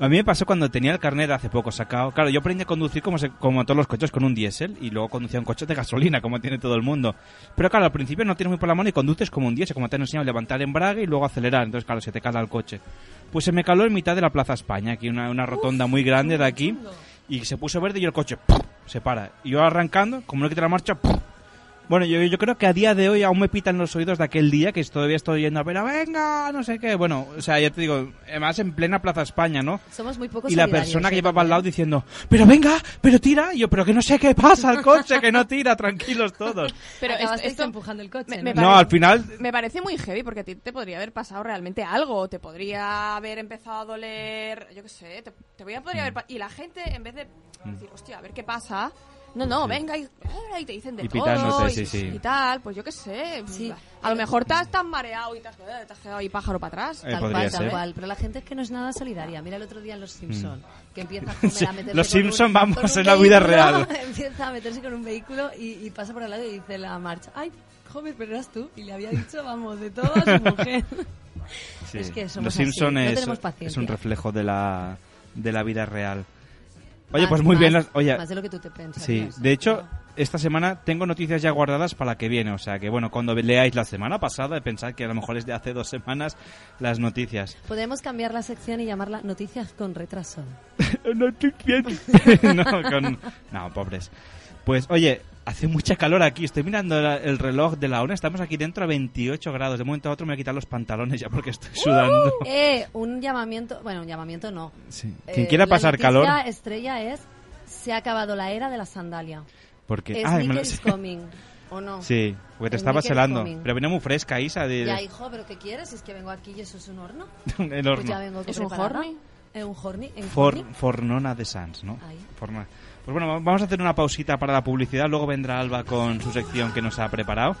S10: A mí me pasó cuando tenía el carnet hace poco sacado. Claro, yo aprendí a conducir como, se- como todos los coches con un diésel y luego conducía un coche de gasolina, como tiene todo el mundo. Pero claro, al principio no tienes muy por la mano y conduces como un diésel, como te han enseñado, levantar embrague y luego acelerar. Entonces, claro, se te cala el coche. Pues se me caló en mitad de la Plaza España, aquí una, una rotonda muy grande de aquí. Y se puso verde y el coche ¡pum! se para. Y yo arrancando, como no quité la marcha, ¡pum! Bueno, yo, yo creo que a día de hoy aún me pitan los oídos de aquel día que todavía estoy yendo a ver, venga, no sé qué. Bueno, o sea, ya te digo, además en plena Plaza España, ¿no?
S3: Somos muy pocos
S10: Y la
S3: solidarios,
S10: persona que
S3: ¿eh?
S10: llevaba al lado diciendo, pero venga, pero tira. Y yo, pero que no sé qué pasa al coche, que no tira, tranquilos todos.
S7: Pero esto,
S3: Acabasteis
S7: esto
S3: empujando el coche.
S7: me-
S3: ¿no?
S7: me
S10: No, al final
S7: me parece muy heavy porque a ti te podría haber pasado realmente algo. Te podría haber empezado a
S10: Mm.
S7: doler, yo qué sé, te, te voy a- podría haber... pa- Y la gente, en vez de decir, hostia, a ver qué pasa, No, no, venga y, eh, y te dicen de
S10: Y
S7: todo
S10: pitándote,
S7: y,
S10: sí, sí.
S7: y tal, pues yo qué sé. A lo mejor estás tan mareado y te has, te has quedado ahí pájaro para atrás.
S10: Eh, Tal podría cual, tal ser. cual.
S3: Pero la gente es que no es nada solidaria. Mira el otro día en Los Simpson, que empieza a
S10: Sí,
S3: comer, a meterse
S10: Los
S3: con un-
S10: Simpson, vamos,
S3: con un
S10: en la vida
S3: vehículo,
S10: real.
S3: empieza a meterse con un vehículo y, y pasa por al lado y dice la marcha, ay, joven, pero eras tú. Y le había dicho, vamos, de todo a su mujer.
S10: Sí.
S3: Es que somos
S10: Los Simpson
S3: así, no
S10: es,
S3: tenemos
S10: es
S3: paciencia.
S10: un reflejo de la, de la vida real. Oye,
S3: Más-
S10: pues muy bien.
S3: más-
S10: las- oye,
S3: más de lo que tú te pensarías,
S10: Sí,
S3: ¿no?
S10: de hecho, esta semana tengo noticias ya guardadas para la que viene. O sea que, bueno, cuando leáis la semana pasada, pensad que a lo mejor es de hace dos semanas las noticias.
S3: Podemos cambiar la sección y llamarla Noticias con retraso.
S10: no, con- no, pobres. Pues oye, hace mucha calor aquí. Estoy mirando la- el reloj de la ONU. Estamos aquí dentro a 28 grados. De momento a otro me voy a quitar los pantalones ya porque estoy
S3: ¡Uh!
S10: sudando.
S3: Eh, un llamamiento, bueno, un llamamiento no.
S10: Sí.
S3: Eh,
S10: Quien quiera pasar
S3: La noticia
S10: calor.
S3: estrella es se ha acabado la era de la sandalia.
S10: Porque-
S3: es
S10: ay, ah, me lo-
S3: is coming, ¿o no?
S10: Sí, porque te
S3: El
S10: estabas
S3: Snickers
S10: helando.
S3: coming.
S10: Pero venía muy fresca, Isa. De,
S3: Ya, hijo, pero ¿qué quieres? Si es que vengo aquí y eso es un horno.
S10: El
S3: Pues
S10: horno.
S3: ya vengo
S7: ¿Es un
S3: preparada.
S7: horny?
S3: ¿Es un horny? ¿En
S10: For-
S3: horny?
S10: Fornona de Sans, ¿no?
S3: Ahí.
S10: Fornona. Pues bueno, vamos a hacer una pausita para la publicidad. Luego vendrá Alba con su sección que nos ha preparado.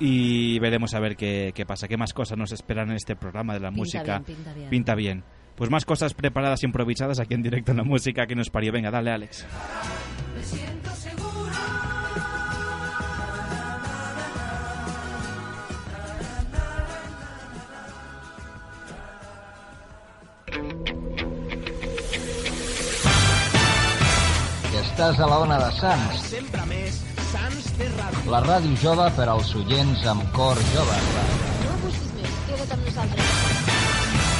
S10: Y veremos a ver qué, qué pasa, qué más cosas nos esperan en este programa de la
S12: Pinta
S10: música.
S12: bien, pinta bien.
S10: Pinta bien. Pues más cosas preparadas, improvisadas aquí en directo en la música que nos parió. Venga, dale, Alex.
S9: Me siento seguro.
S13: Estàs a la ona de Sants,
S9: Sempre més Sants té ràdio.
S13: la ràdio jove per als oients amb cor jove.
S9: No busquis més, queda't amb nosaltres.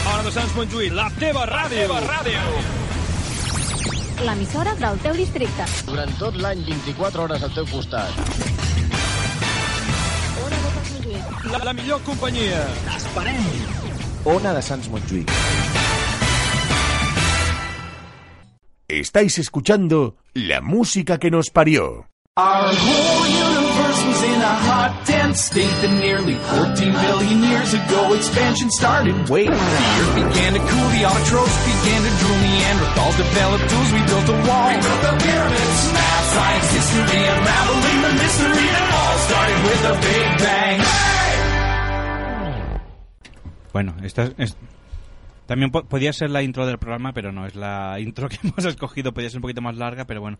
S14: Hora de Sants Montjuïc, la teva ràdio. La teva ràdio.
S15: L'emissora del teu districte.
S13: Durant tot l'any, 24 hores al teu costat.
S14: La, la millor companyia. T'esperem.
S2: Ona de Sans Montjuic. Estáis escuchando la música que nos parió.
S9: Our whole universe was in a hot, dense state that nearly 14 billion years ago expansion started. Wait. The earth began to cool, the autotrophs began to drool, Neanderthals developed tools, we built a wall. We built the pyramids. Math, science, history, unraveling the mystery that all started with a big bang.
S10: Bueno, esta es- es- también po- podía ser la intro del programa, pero no, es la intro que hemos escogido. Podía ser un poquito más larga, pero bueno,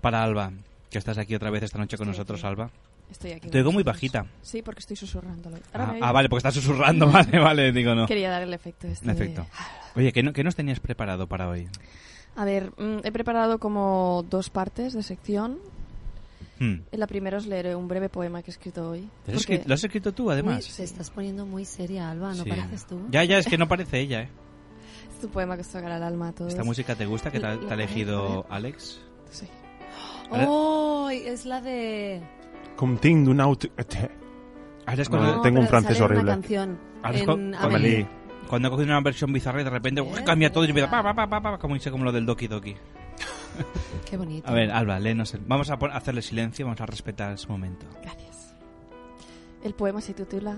S10: para Alba, que estás aquí otra vez esta noche con nosotros, Alba.
S7: Estoy aquí.
S10: Te oigo
S7: con
S10: muy
S7: vosotros.
S10: bajita.
S7: Sí, porque estoy susurrándolo. Ahora
S10: Ah,
S7: me
S10: ah,
S7: oigo.
S10: vale, porque estás susurrando, vale, vale, digo no.
S7: Quería dar el efecto este de-
S10: Efecto. Oye, ¿qué, no- qué nos tenías preparado para hoy?
S7: A ver, mm, he preparado como dos partes de sección.
S10: Hmm.
S7: La primera os leeré un breve poema que he escrito hoy.
S10: ¿Te has
S7: porque-
S10: escrito- ¿Lo has escrito tú, además?
S3: Uy, te estás poniendo muy seria,
S7: Ah,
S3: Alba, ¿no
S10: Sí.
S3: pareces tú?
S10: Ya, ya, es que no parece ella, ¿eh?
S7: Es tu poema que os tocará el alma a todos.
S10: ¿Esta música te gusta que te ha,
S7: L-
S10: te ha
S7: Pues la-
S10: elegido Alex?
S7: Sí.
S10: Ahora,
S3: ¡Oh! Es la de...
S11: Compting d'un aut...
S10: ahora es
S11: No,
S10: cuando-
S11: tengo un
S3: pero
S11: francés
S3: sale una
S11: horrible.
S3: canción
S10: ahora es
S3: en
S10: cu-
S3: Amelie.
S10: cuando, cuando ha cogido una versión bizarra y de repente
S7: Eh.
S10: uy, cambia todo y empieza pa, pa, pa, pa, pa, como dice como lo del Doki Doki.
S3: Qué bonito.
S10: A ver, ah. Alba, léenos. el- Vamos a pon- hacerle silencio, vamos a respetar ese momento.
S7: Gracias. El poema se titula...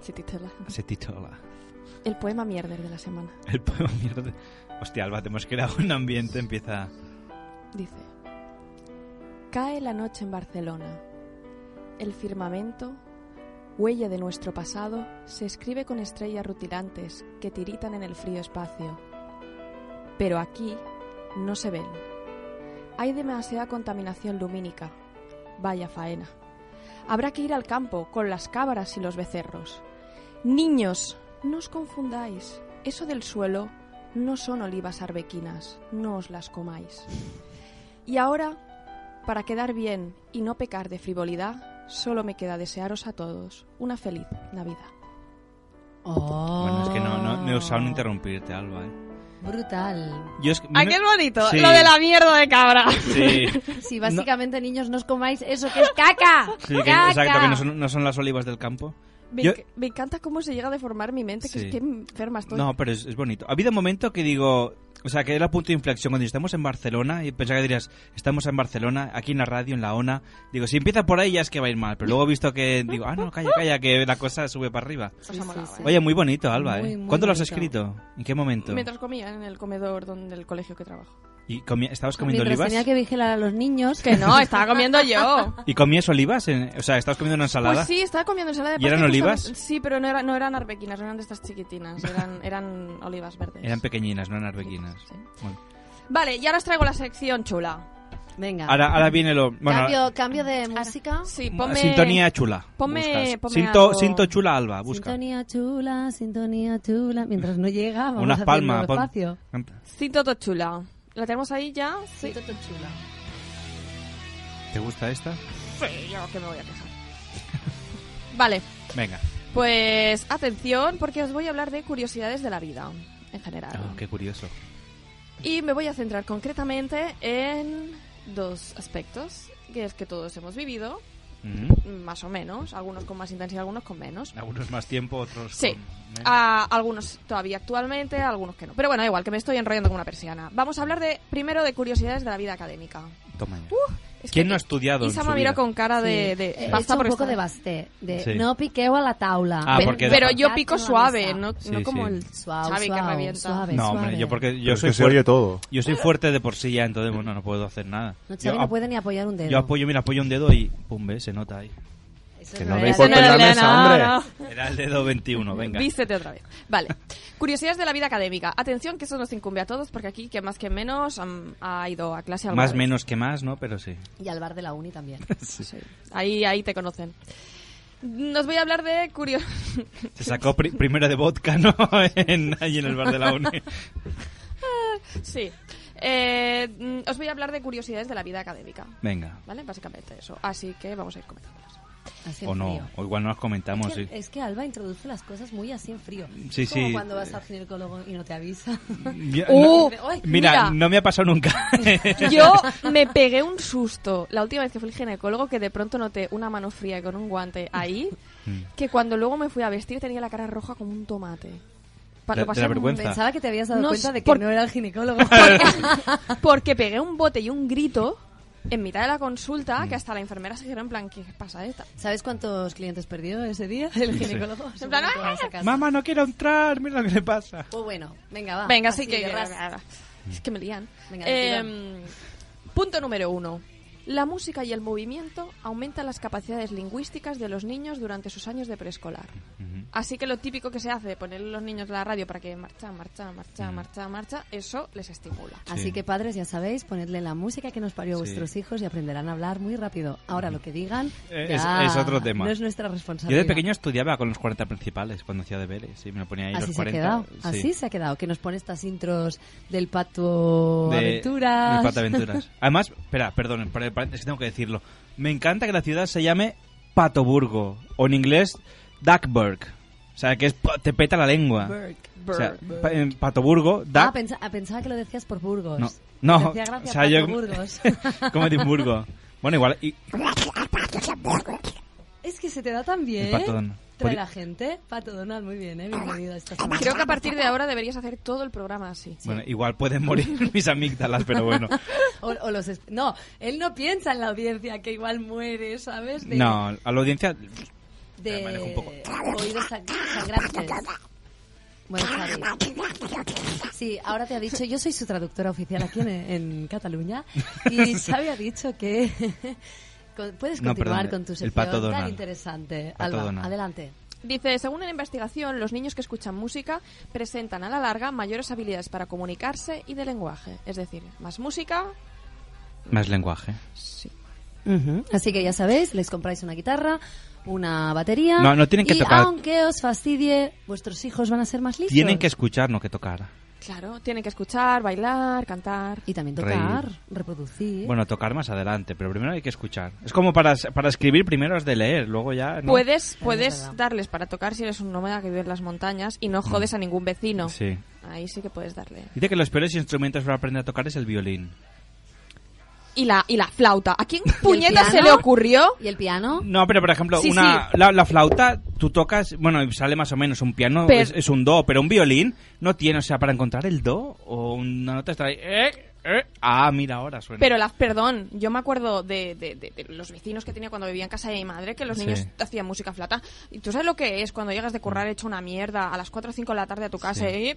S7: Se titula...
S10: Se titula
S7: El poema mierder de la semana.
S10: El poema mierda. Hostia, Alba, te hemos creado un ambiente, empieza...
S7: Dice, cae la noche en Barcelona. El firmamento, huella de nuestro pasado, se escribe con estrellas rutilantes que tiritan en el frío espacio. Pero aquí no se ven. Hay demasiada contaminación lumínica. Vaya faena. Habrá que ir al campo con las cámaras y los becerros. Niños, no os confundáis. Eso del suelo no son olivas arbequinas. No os las comáis. Y ahora, para quedar bien y no pecar de frivolidad, solo me queda desearos a todos una feliz Navidad.
S10: Bueno, es que no, no, no he usado ni interrumpirte, Alba, ¿eh?
S3: Brutal.
S10: Yo es que-
S7: ¡Ay,
S10: no-
S7: Ah, qué bonito!
S10: Sí.
S7: Lo de la mierda de cabra.
S10: Sí.
S3: Sí, básicamente, niños, no os comáis eso que es caca.
S10: Sí, que,
S3: caca.
S10: exacto, que no son, no son las olivas del campo.
S7: Me,
S10: Yo-
S7: enc- me encanta cómo se llega a deformar mi mente, que
S10: Sí.
S7: es que enferma estoy.
S10: no, pero es, es bonito. Ha habido un momento que digo, o sea, que era punto de inflexión cuando estamos en Barcelona y pensaba que dirías, estamos en Barcelona, aquí en la radio, en la ONA. Digo, si empieza por ahí ya es que va a ir mal, pero luego he visto que digo, ah, no, calla, calla, que la cosa sube para arriba.
S7: Os ha molado, ¿eh?
S10: Oye, muy bonito, Alba, ¿eh?
S7: Muy, muy
S10: ¿Cuándo lo has
S7: bonito.
S10: escrito? ¿En qué momento?
S7: Mientras comía en el comedor donde, del colegio que trabajo.
S10: ¿Y comi-
S7: Ah,
S10: estabas comiendo
S3: Mientras
S10: olivas?
S3: tenía que vigilar a los niños.
S7: Que no, estaba comiendo yo.
S10: ¿Y comías olivas? en- o sea, estabas comiendo una ensalada.
S7: Pues sí, estaba comiendo ensalada de
S10: ¿Y eran
S7: pasas
S10: olivas?
S7: justamente- Sí, pero no, era- no eran arbequinas, no eran de estas chiquitinas, eran, eran olivas verdes.
S10: Eran pequeñinas, no eran arbequinas. Bueno.
S7: Vale, y ahora os traigo la sección chula.
S3: Venga.
S10: Ahora, ahora viene lo... Bueno,
S3: cambio, cambio de música.
S7: Sí,
S10: Mm, sintonía chula.
S7: Ponme,
S10: Buscas.
S7: ponme
S10: Sinto,
S7: algo.
S10: sinto chula, Alba, busca.
S3: Sintonía chula, sintonía chula. Mientras no llega, vamos
S10: Unas
S3: haciendo
S10: palmas, pon- em,
S3: despacio.
S7: Cinto Tochula. ¿La tenemos ahí ya? Sí. Cinto
S3: Tochula.
S10: ¿Te gusta esta?
S7: Sí, yo que me voy a quejar. vale,
S10: Venga.
S7: pues atención, porque os voy a hablar de curiosidades de la vida, en general.
S10: Oh, qué curioso.
S7: Y me voy a centrar concretamente en dos aspectos, que es que todos hemos vivido, más o menos, algunos con más intensidad, algunos con menos.
S10: Algunos más tiempo, otros...
S7: Sí,
S10: con-
S3: Ah.
S7: a algunos todavía actualmente, a algunos que no. Pero bueno, da igual, que me estoy enrollando como una persiana. Vamos a hablar de primero de curiosidades de la vida académica.
S10: Toma ya.
S3: Uh,
S7: es
S10: ¿Quién
S7: que
S10: no ha estudiado en
S7: Isa
S10: su
S7: me miró
S10: vida?
S7: con cara de...
S3: Sí.
S7: de-
S3: He
S7: basta
S3: hecho Eh, un
S7: por
S3: poco
S7: estar-
S3: de basté. De
S10: Sí.
S3: no piqueo a la taula.
S10: Ah,
S7: Pero-
S10: porque-
S7: pero yo
S3: Cacho
S7: pico
S3: a la
S7: suave,
S3: mesa.
S7: no, no
S10: Sí,
S7: como
S10: sí.
S7: el
S3: Suave,
S7: Xavi que
S3: suave,
S7: revienta.
S3: suave.
S10: No, hombre, yo porque yo
S11: Pero es
S10: soy
S11: que se
S10: fuerte-
S11: oye todo.
S10: Yo soy fuerte de por sí ya, entonces bueno, no puedo hacer nada.
S3: No,
S10: yo,
S3: Xavi
S10: ap-
S3: no puede ni apoyar un dedo.
S10: yo apoyo, mira, apoyo un dedo y pum, ve, se nota ahí.
S3: Eso
S11: Que
S3: es
S11: no
S3: real.
S11: deis golpe en la
S3: Eso es
S11: mesa,
S3: real, no,
S11: hombre.
S3: no.
S10: Era el dedo 21, venga.
S7: Vístete otra vez. Vale. Curiosidades de la vida académica. Atención, que eso nos incumbe a todos, porque aquí, que más que menos, mm, ha ido a clase alguna
S10: Más
S7: vez.
S10: menos que más, ¿no? Pero sí.
S3: Y al bar de la uni también.
S7: Sí. Ahí, ahí te conocen. Nos voy a hablar de curio...
S10: Se sacó pri- primero de vodka, ¿no? en, ahí en el bar de la uni.
S7: sí. Eh, mm, os voy a hablar de curiosidades de la vida académica.
S10: Venga.
S7: ¿Vale? Básicamente eso. Así que vamos a ir comentándolas.
S3: Así
S10: O
S3: en
S10: no,
S3: frío.
S10: o igual no las comentamos.
S3: Es que,
S10: sí.
S3: es que Alba introduce las cosas muy así en frío.
S10: Sí,
S3: Es como
S10: sí.
S3: cuando vas al ginecólogo y no te avisa.
S10: Ya,
S7: ¡Uh!
S10: no-
S7: ¡Ay,
S10: mira,
S7: mira!
S10: no me ha pasado nunca.
S7: Yo me pegué un susto la última vez que fui al ginecólogo que de pronto noté una mano fría con un guante ahí
S10: Mm.
S7: que cuando luego me fui a vestir tenía la cara roja como un tomate. Pa-
S10: De-
S7: lo
S10: de
S7: pasé
S10: la vergüenza.
S3: Pensaba que te habías dado
S7: No
S3: cuenta
S7: sé,
S3: de que
S7: por-
S3: no era el ginecólogo.
S7: Porque pegué un bote y un grito en mitad de la
S10: Mm.
S7: consulta que hasta la enfermera se quedó en plan, ¿qué pasa esta?
S3: ¿Sabes cuántos clientes perdió ese día el
S10: Sí.
S3: ginecólogo?
S7: En plan, "Ah,
S3: Seguro que vas a casa.
S10: Mamá, no quiero entrar, mira lo que le pasa.
S3: Pues bueno, venga, va.
S7: Venga, sí
S3: Así
S7: que...
S3: de ras.
S7: Es que me lían.
S3: Venga,
S7: Eh,
S3: de
S7: punto número uno. La música y el movimiento aumentan las capacidades lingüísticas de los niños durante sus años de preescolar. Así que lo típico que se hace de poner a los niños la radio para que marcha, marcha, marcha, marcha, marcha, eso les estimula.
S3: Así que padres, ya sabéis, ponedle la música que nos parió a
S10: Sí.
S3: vuestros hijos y aprenderán a hablar muy rápido. Ahora lo que digan
S10: Eh,
S3: ya
S10: es, es otro tema.
S3: No es nuestra
S10: Yo
S3: responsabilidad.
S10: de pequeño estudiaba con los 40 principales cuando hacía deberes. Sí, me lo ponía ahí
S3: Así
S10: eh, los
S3: se ha
S10: 40.
S3: quedado,
S10: sí.
S3: así se ha quedado, que nos pone estas intros del Pato
S10: de-
S3: Aventuras.
S10: del Pataventuras. Además, espera, perdón, por el paréntesis tengo que decirlo. Me encanta que la ciudad se llame Patoburgo, o en inglés Duckburg. O sea, que es, pa- te peta la lengua.
S3: Burg,
S10: Ah. O sea,
S3: burg.
S10: pa- en Patoburgo,
S3: Ah,
S10: Duck-
S3: pensa- ah, pensaba que lo decías por Burgos.
S10: No, no,
S3: Me hacía gracia
S10: o sea, yo-
S3: Pato Burgos.
S10: como Edimburgo. Bueno, igual, y,
S3: es que se te da tan bien.
S10: El Pato Donald.
S3: Trae
S10: Podi-
S3: la gente. Pato Donald, muy bien, ¿eh? Bienvenido a esta semana.
S7: Creo que a partir de ahora deberías hacer todo el programa así.
S10: bueno, igual pueden morir mis amígdalas, pero bueno.
S3: O, o los... es- No, él no piensa en la audiencia, que igual muere, ¿sabes? De-
S10: No, a la audiencia
S3: de
S10: manejo un poco.
S3: oídos sang- sangrantes. Bueno, Xavi. Sí, ahora te ha dicho, yo soy su traductora oficial aquí en, en Cataluña, y Xavi ha dicho que con- puedes
S10: No,
S3: continuar
S10: perdón,
S3: con tu
S10: el
S3: sección
S10: pato
S3: tan
S10: Donald.
S3: interesante.
S10: Pato
S3: Alba,
S10: Donald.
S3: adelante.
S7: Dice, según una investigación, los niños que escuchan música presentan a la larga mayores habilidades para comunicarse y de lenguaje. Es decir, más música,
S10: más lenguaje.
S3: Así que ya sabéis, les compráis una guitarra, una batería,
S10: No, no tienen que
S3: y
S10: tocar.
S3: aunque os fastidie, vuestros hijos van a ser más listos.
S10: Tienen que escuchar, no que tocar.
S7: claro, tienen que escuchar, bailar, cantar.
S3: Y también tocar,
S10: Reír.
S3: reproducir.
S10: Bueno, tocar más adelante, pero primero hay que escuchar. Es como para, para escribir primero has de leer, luego ya... ¿no?
S7: Puedes,
S3: es
S7: puedes
S3: verdad.
S7: darles para tocar si eres un nómada que vive en las montañas y no jodes a ningún vecino.
S10: Mm. Sí.
S7: Ahí sí que puedes darle.
S10: Dice que los peores instrumentos para aprender a tocar es el violín.
S7: Y la, y la flauta. ¿A quién puñeta
S3: piano?
S7: se le ocurrió?
S3: ¿Y el piano?
S10: No, pero por ejemplo,
S7: Sí,
S10: una, La, la flauta, tú tocas, bueno, y sale más o menos un piano,
S7: Pero-
S10: es, es un do, pero un violín no tiene, o sea, para encontrar el do o una nota está ahí, eh, eh, ah, mira, ahora suena.
S7: Pero las, perdón, yo me acuerdo de, de- de- de los vecinos que tenía cuando vivía en casa de mi madre, que los
S10: Sí.
S7: niños hacían música flauta. Y tú sabes lo que es cuando llegas de currar hecho una mierda a las 4 o 5 de la tarde a tu casa
S10: Sí.
S7: y...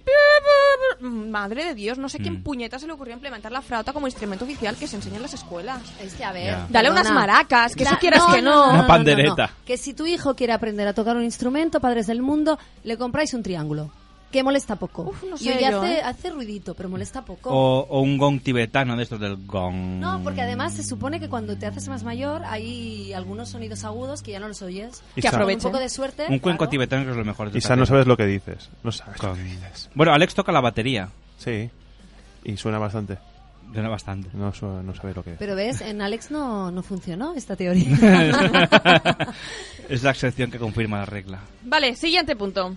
S7: madre de Dios, no sé
S10: Mm.
S7: quién puñeta se le ocurrió implementar la flauta como instrumento oficial que se enseña en las escuelas.
S3: Es que a ver.
S10: Ya.
S7: Dale
S3: perdona.
S7: unas maracas, que
S3: Da-
S7: si quieras que no.
S10: Una pandereta.
S3: Que si tu hijo quiere aprender a tocar un instrumento, padres del mundo, le compráis un triángulo. Que molesta poco.
S7: no
S3: y
S7: sé
S3: oye,
S7: yo,
S3: hace,
S7: ¿eh?
S3: hace ruidito, pero molesta poco.
S10: O, o un gong tibetano de estos del gong.
S3: No, porque además se supone que cuando te haces más mayor hay algunos sonidos agudos que ya no los oyes.
S10: Y Que sa- aprovechen.
S3: Un poco de suerte.
S10: Un cuenco tibetano que es lo mejor. de
S11: Isa, no
S10: Tatiana.
S11: sabes lo que dices. No sabes lo que dices.
S10: Bueno, Alex toca la batería.
S11: Sí. Y suena bastante.
S10: Suena bastante.
S11: No, su- no sabes lo que es.
S3: Pero ves, en Alex no, no funcionó esta teoría.
S10: es la excepción que confirma la regla.
S7: Vale, siguiente punto.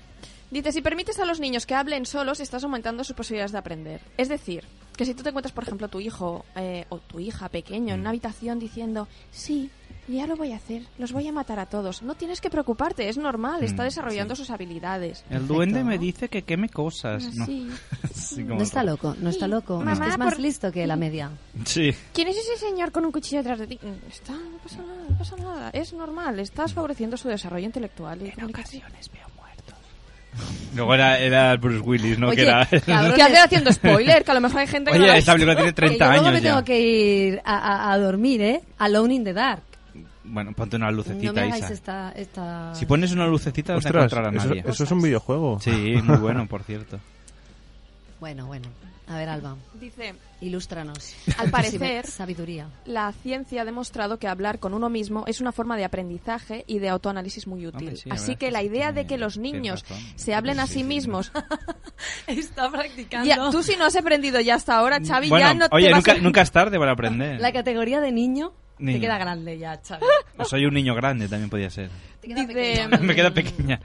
S7: Dice, si permites a los niños que hablen solos, estás aumentando sus posibilidades de aprender. Es decir, que si tú te encuentras, por ejemplo, tu hijo eh, o tu hija pequeño en
S3: Mm.
S7: una habitación diciendo, sí, ya lo voy a hacer, los voy a matar a todos, no tienes que preocuparte, es normal, está
S10: Mm,
S7: desarrollando sus habilidades. Ah,
S10: El duende me dice que queme cosas. No,
S7: Sí.
S10: Sí, como
S3: No está
S10: el-
S3: loco, no está loco.
S7: Mamá,
S3: es que es más
S7: por-
S3: listo que la media.
S10: Sí.
S7: ¿Quién es ese señor con un cuchillo detrás de ti? Mm, Está, no pasa nada, no pasa nada. Es normal, estás favoreciendo su desarrollo intelectual y comunicación.
S10: Luego era, era Bruce Willis, ¿no? que era...
S7: cabrones. Que hacer haciendo spoiler, que a lo mejor hay gente que
S10: Oye,
S7: no la ha
S10: esta
S7: visto.
S10: película tiene 30
S3: Que yo luego
S10: años
S3: me
S10: ya.
S3: tengo que ir a, a- a dormir, ¿eh? Alone in the dark.
S10: Bueno, ponte una
S3: No
S10: lucecita,
S3: me hagáis
S10: Isa.
S3: esta... esta...
S10: Si pones una lucecita, no te
S11: Ostras,
S10: encontrará
S11: eso-
S10: nadie.
S11: eso es un videojuego.
S10: Sí, muy bueno, por cierto.
S3: Bueno, bueno. A ver, Alba.
S7: Dice,
S3: Ilústranos.
S7: Al parecer-
S3: Sabiduría.
S7: La ciencia ha demostrado que hablar con uno mismo es una forma de aprendizaje y de autoanálisis muy útil.
S3: Hombre, sí, la
S7: Así
S3: verdad
S7: que la idea de que los niños se hablen a sí, mismos.
S3: Está practicando.
S7: Ya, tú si no has aprendido ya hasta ahora, Xavi, ya
S10: bueno,
S7: no te
S10: oye,
S7: vas
S10: nunca,
S7: a-
S10: nunca es tarde para aprender.
S3: La categoría de niño,
S10: Niño.
S3: te queda grande ya, Xavi.
S10: Soy un niño grande, también podía ser.
S3: Em,
S7: Dice,
S10: Me queda pequeña.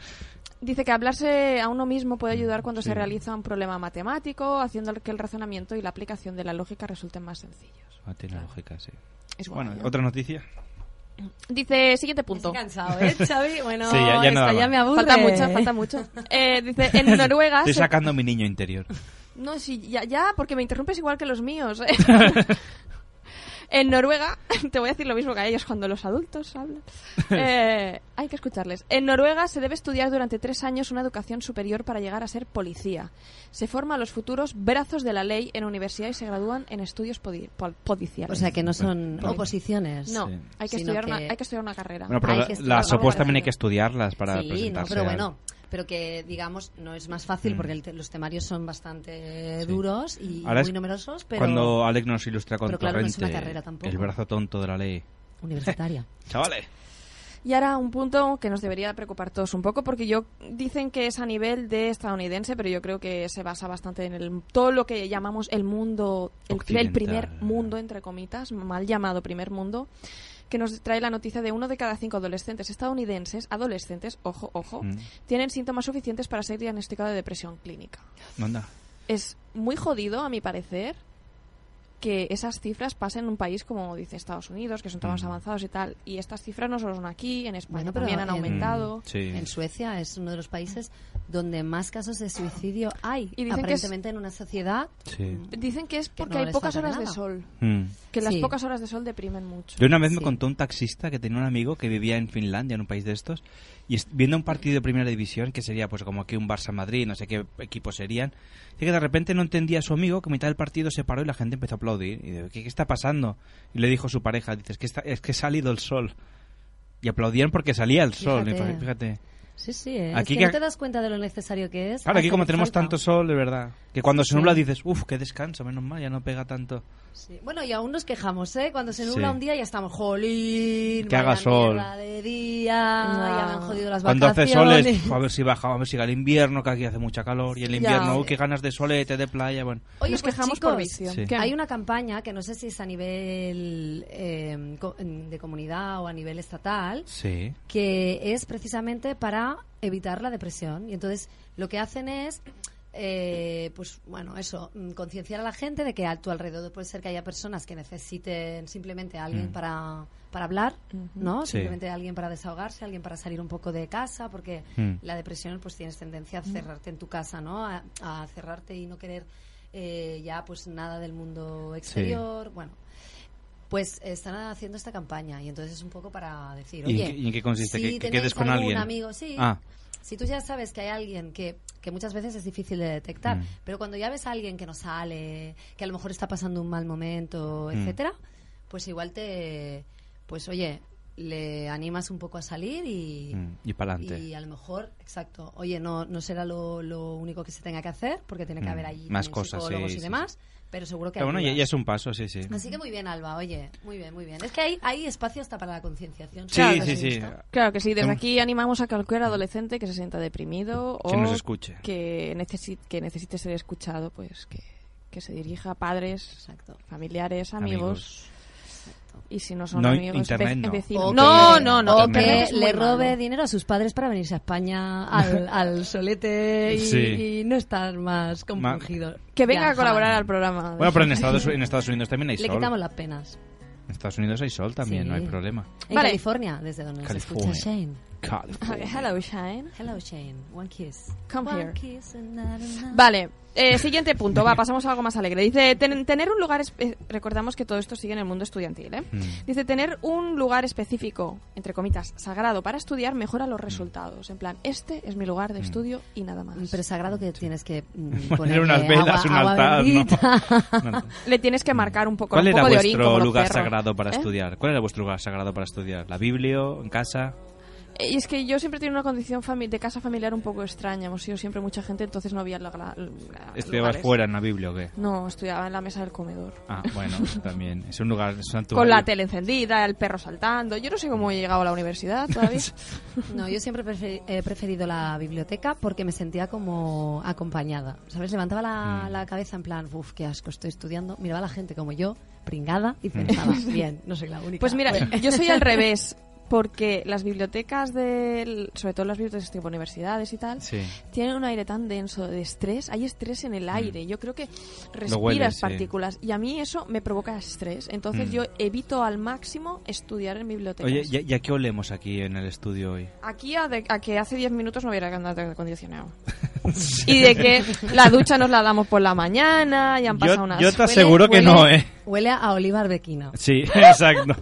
S7: dice que hablarse a uno mismo puede ayudar cuando se realiza un problema matemático, haciendo que el razonamiento y la aplicación de la lógica resulten más sencillos.
S10: Ah, tiene lógica, sí.
S7: Es
S10: bueno,
S3: ¿eh?
S7: guay, ¿no?
S10: otra noticia.
S7: Dice, siguiente punto.
S3: cansado, ¿eh, Xavi? Bueno,
S10: Sí, ya- ya no da
S3: esta
S10: más.
S3: me aburre.
S7: Falta mucho, falta mucho. Eh, dice, en Noruega...
S10: Estoy
S7: se-
S10: sacando a mi niño interior.
S7: No, sí, ya, ya, porque me interrumpes igual que los míos. ¿eh? en Noruega, te voy a decir lo mismo que a ellos cuando los adultos hablan. Eh, hay que escucharles. En Noruega se debe estudiar durante tres años una educación superior para llegar a ser policía. Se forman los futuros brazos de la ley en universidad y se gradúan en estudios podi- pol-
S3: O
S7: policiales.
S3: sea, que no
S10: Pues,
S3: son
S7: Bueno.
S3: oposiciones.
S7: No, hay, que
S3: Sino
S7: estudiar una, hay que estudiar una carrera.
S10: Bueno, pero
S3: Hay
S10: la-
S3: que estudiar
S10: las
S3: algo
S10: OPOs
S3: para
S10: también hay
S3: hacer.
S10: que estudiarlas para
S3: Sí, no,
S10: presentarse.
S3: pero
S10: al-
S3: bueno, pero que digamos no es más fácil
S10: Mm.
S3: porque el te- los temarios son bastante duros y
S10: Ahora
S3: muy
S10: es
S3: numerosos, pero
S10: Cuando Alex nos ilustra con
S3: pero claro, no es
S10: Torrente,
S3: una carrera tampoco.
S10: el brazo tonto de la ley.
S3: universitaria.
S10: Chavales,
S7: Y ahora un punto que nos debería preocupar todos un poco, porque yo dicen que es a nivel de estadounidense, pero yo creo que se basa bastante en el, todo lo que llamamos el mundo, el, el primer
S16: Occidental.
S7: mundo, entre comitas, mal llamado primer mundo, que nos trae la noticia de uno de cada cinco adolescentes estadounidenses, adolescentes, ojo, ojo,
S10: Mm.
S7: tienen síntomas suficientes para ser diagnosticado de depresión clínica.
S10: manda.
S7: Es muy jodido, a mi parecer, que esas cifras pasen en un país como dice Estados Unidos, que son tan avanzados y tal. Y estas cifras no solo son aquí, en España
S3: Bueno, pero
S7: también han
S3: en-
S10: Mm,
S7: aumentado.
S3: En Suecia es uno de los países donde más casos de suicidio hay.
S7: Y dicen que es-
S3: aparentemente en una sociedad
S10: Sí.
S7: Dicen que es porque
S3: no
S7: hay
S3: les
S7: pocas
S3: falta
S7: horas de
S3: nada.
S7: sol.
S10: Mm.
S7: Que las
S3: Sí.
S7: pocas horas de sol deprimen mucho.
S10: Yo una vez me contó un taxista que tenía un amigo que vivía en Finlandia, en un país de estos, y est- viendo un partido de primera división, que sería pues como que un Barça-Madrid, no sé qué equipos serían, y que de repente no entendía a su amigo que a mitad del partido se paró y la gente empezó a aplaudir. Y digo, ¿qué, qué está pasando? Y le dijo su pareja, dices, que está- es que ha salido el sol. Y aplaudían porque salía el sol. Y
S3: Fíjate.
S10: fue, fíjate.
S3: Sí, sí, ¿eh?
S10: Aquí
S3: es que,
S10: que-
S3: no te das cuenta de lo necesario que es.
S10: Claro, aquí
S3: hasta
S10: como
S3: que
S10: tenemos
S3: falta.
S10: tanto sol, de verdad, que cuando se
S3: Sí.
S10: nubla dices, uff, qué descanso, menos mal, ya no pega tanto.
S3: Sí. Bueno, y aún nos quejamos, ¿eh? Cuando se nubla
S10: Sí.
S3: un día ya estamos, jolín,
S10: Que
S3: vaya
S10: haga sol.
S3: mierda de día, ya me han jodido las
S10: Cuando hace
S3: vacaciones.
S10: soles, a ver si baja, a ver si llega el invierno, que aquí hace mucha calor, y el
S3: Ya.
S10: invierno, uy, qué ganas de solete, de playa, bueno.
S3: Oye,
S7: Nos
S3: pues,
S7: quejamos
S3: chicos,
S7: por vicio.
S10: Sí.
S3: que hay una campaña que no sé si es a nivel eh, co- de comunidad o a nivel estatal,
S10: Sí.
S3: que es precisamente para evitar la depresión. Y entonces lo que hacen es, eh, pues bueno, eso, mm, concienciar a la gente de que a tu alrededor puede ser que haya personas que necesiten simplemente a alguien
S10: Mm.
S3: para, para hablar, ¿no?
S10: Sí.
S3: Simplemente alguien para desahogarse, alguien para salir un poco de casa, porque
S10: Mm.
S3: la depresión pues tienes tendencia a
S7: Mm.
S3: cerrarte en tu casa, ¿no? A, a cerrarte y no querer eh, ya pues nada del mundo exterior, bueno. Pues están haciendo esta campaña y entonces es un poco para decir,
S10: ¿Y en
S3: oye,
S10: qué- y en qué consiste?
S3: si
S10: ¿Que- que
S3: tenéis
S10: quedes con
S3: algún
S10: alguien?
S3: amigo, sí.
S10: Ah.
S3: si tú ya sabes que hay alguien que, que muchas veces es difícil de detectar,
S15: Mm.
S3: pero cuando ya ves a alguien que no sale, que a lo mejor está pasando un mal momento,
S15: Mm.
S3: etcétera, pues igual te, pues oye, le animas un poco a salir y,
S10: Mm, y pa'lante.
S3: y a lo mejor, exacto, oye, no, no será lo, lo único que se tenga que hacer, porque tiene que
S10: Mm,
S3: haber allí
S10: más
S3: también
S10: cosas,
S3: psicólogos
S10: sí,
S3: y
S10: sí,
S3: demás, pero seguro que
S10: Pero bueno, ya,
S3: ayuda.
S10: ya es un paso, sí, sí.
S3: Así que muy bien, Alba, oye, muy bien, muy bien. Es que hay, hay espacio hasta para la concienciación.
S10: Sí, Claro que sí, sí. sí.
S7: Claro que sí, desde
S10: Hacemos-
S7: aquí animamos a cualquier adolescente que se sienta deprimido o
S10: Que nos escuche.
S7: que, necesi- que necesite ser escuchado, pues que, que se dirija a padres, familiares, amigos. Y si no son
S10: No,
S7: amigos,
S10: internet
S7: ve-
S10: no.
S7: vecinos.
S10: O
S7: No,
S10: que-
S7: no, no.
S3: O
S7: internet
S3: que
S7: es muy
S3: le
S7: malo.
S3: robe dinero a sus padres para venirse a España al, al solete y,
S10: Sí.
S3: y no estar más compungido.
S7: Que venga
S3: Ya,
S7: a colaborar
S3: jamás.
S7: al programa.
S10: Bueno, pero en Estados, en Estados Unidos también hay
S3: Le
S10: sol.
S3: quitamos las penas.
S10: En Estados Unidos hay sol también,
S3: Sí.
S10: no hay problema.
S3: En California, desde donde nos escucha
S10: California.
S3: Shane.
S10: California.
S7: Hello, Shane.
S3: Hello, Shane. One kiss.
S7: Come
S3: One
S7: here.
S3: kiss and not enough.
S7: Vale, eh, siguiente punto. Va, pasamos a algo más alegre. Dice, "Ten- tener un lugar... es- eh, Recordamos que todo esto sigue en el mundo estudiantil, ¿eh?
S10: Mm.
S7: Dice, tener un lugar específico, entre comitas, sagrado para estudiar mejora los resultados. En plan, este es mi lugar
S10: Mm.
S7: de estudio y nada más.
S3: Pero sagrado que tienes que mm,
S10: Poner
S3: ponerle
S10: unas velas,
S3: agua-
S10: un
S3: agua
S10: altar, ¿no?
S3: bendita.
S7: Le tienes que marcar un poco,
S10: ¿Cuál
S7: un
S10: era
S7: poco de orín
S10: vuestro
S7: como los
S10: lugar
S7: perros,
S10: sagrado para
S7: ¿eh?
S10: estudiar? ¿Cuál era vuestro lugar sagrado para estudiar? ¿La biblio? ¿En casa?
S7: Eh, Y es que yo siempre tenía una condición fami- de casa familiar un poco extraña. Hemos sido siempre mucha gente, entonces no había... la- la- la-
S10: ¿Estudiabas
S7: lugares.
S10: fuera en la biblio o qué?
S7: No, estudiaba en la mesa del comedor.
S10: Ah, bueno, también. Es un lugar, es un
S7: Con
S10: santuario.
S7: la tele encendida, el perro saltando. Yo no sé cómo he llegado a la universidad todavía.
S3: No, yo siempre prefe- he preferido la biblioteca porque me sentía como acompañada. ¿Sabes? Levantaba la,
S10: Mm.
S3: la cabeza en plan, uff, qué asco, estoy estudiando. Miraba a la gente como yo, pringada,
S10: Mm.
S3: y pensaba, bien, no soy la única.
S7: Pues mira,
S3: Bueno.
S7: yo soy al revés. Porque las bibliotecas del... Sobre todo las bibliotecas tipo universidades y tal,
S10: Sí. Mm.
S7: tienen un aire tan denso de estrés. Hay estrés en el aire. Yo creo que respiras
S10: hueles, sí.
S7: partículas. Y a mí eso me provoca estrés. Entonces
S10: Mm.
S7: yo evito al máximo estudiar en bibliotecas.
S10: Oye, ¿ya, ya qué olemos aquí en el estudio hoy?
S7: Aquí a, de- a que hace 10 minutos no hubiera andado aire acondicionado. y de que la ducha nos la damos por la mañana y han
S10: Yo-
S7: pasado unas...
S10: yo te aseguro que no, ¿eh?
S3: Huele a oliva arbequina.
S10: Sí, exacto.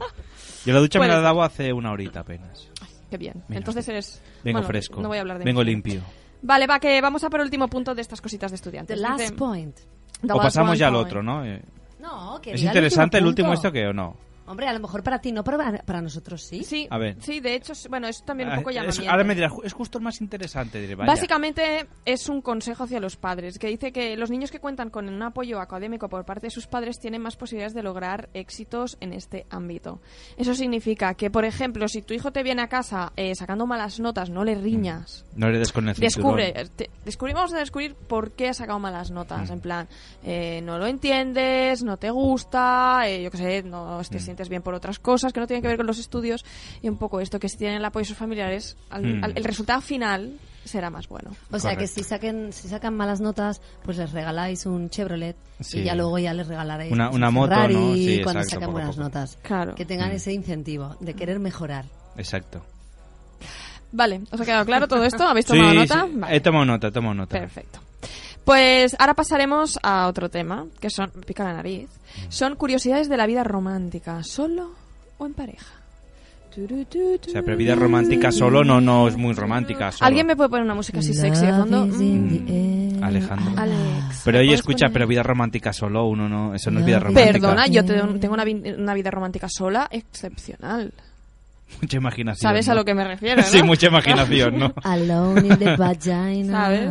S10: Yo la ducha me la he
S7: Bueno.
S10: dado hace una horita apenas.
S7: Qué bien.
S10: Mira,
S7: Entonces eres...
S10: Vengo
S7: bueno,
S10: fresco.
S7: No voy a hablar de
S10: Vengo
S7: mí.
S10: limpio.
S7: Vale, va, que vamos a por el último punto de estas cositas de estudiantes.
S3: The last point.
S7: The
S10: o
S7: last
S10: pasamos
S7: one
S10: ya al
S7: point.
S10: otro, ¿no? Eh,
S3: No, que
S10: ¿Es
S3: diga
S10: interesante el último,
S3: punto.
S10: esto que o no?
S3: Hombre, a lo mejor para ti, no para, para nosotros sí.
S7: Sí,
S10: A ver.
S7: sí, de hecho, es- bueno, es también un poco
S10: Ah, es-
S7: llamamiento.
S10: ahora me dirás, "Ju- es justo el más interesante. Diré, vaya.
S7: Básicamente es un consejo hacia los padres, que dice que los niños que cuentan con un apoyo académico por parte de sus padres tienen más posibilidades de lograr éxitos en este ámbito. Eso significa que, por ejemplo, si tu hijo te viene a casa eh, sacando malas notas, no le riñas.
S10: No le des con el cinturón.
S7: Descubre, te- descubrí- vamos a descubrir por qué has sacado malas notas. En plan, eh, no lo entiendes, no te gusta, eh, yo qué sé, no te sientes bien por otras cosas que no tienen que ver con los estudios. Y un poco esto, que si tienen el apoyo de sus familiares, al-
S3: Mm.
S7: al- el resultado final será más bueno.
S3: O sea que
S10: Correcto.
S3: si, saquen, si sacan malas notas, pues les regaláis un Chevrolet
S10: Sí.
S3: y ya luego ya les regalaréis
S10: Una-
S3: pues,
S10: una
S3: un
S10: moto,
S3: Ferrari
S10: ¿no? Sí,
S3: cuando
S10: exacto,
S3: sacan
S10: poco a
S3: buenas
S10: poco.
S3: notas.
S7: Claro.
S3: Que tengan
S10: Mm.
S3: ese incentivo de querer mejorar.
S10: Exacto.
S7: Vale, ¿os ha quedado claro todo esto? ¿Habéis tomado
S10: Sí,
S7: nota?
S10: sí,
S7: Vale.
S10: He tomado nota, he tomado nota.
S7: Perfecto. Pues ahora pasaremos a otro tema, que son, me pica la nariz, son curiosidades de la vida romántica, solo o en pareja.
S10: O sea, pero vida romántica solo no, no es muy romántica. solo.
S7: ¿Alguien me puede poner una música así sexy de fondo?
S10: Alejandro.
S7: Alex,
S10: pero
S7: ¿me
S10: oye,
S7: puedes
S10: escucha,
S7: poner-
S10: pero vida romántica solo, uno no, eso no es vida romántica.
S7: Perdona, yo
S10: Mm.
S7: te- tengo una, vi- una vida romántica sola excepcional.
S10: Mucha imaginación.
S7: ¿Sabes a
S10: ¿no?
S7: lo que me refiero?
S10: Sí,
S7: no?
S10: mucha imaginación, ¿no?
S3: Alone in the vagina.
S7: ¿Sabes?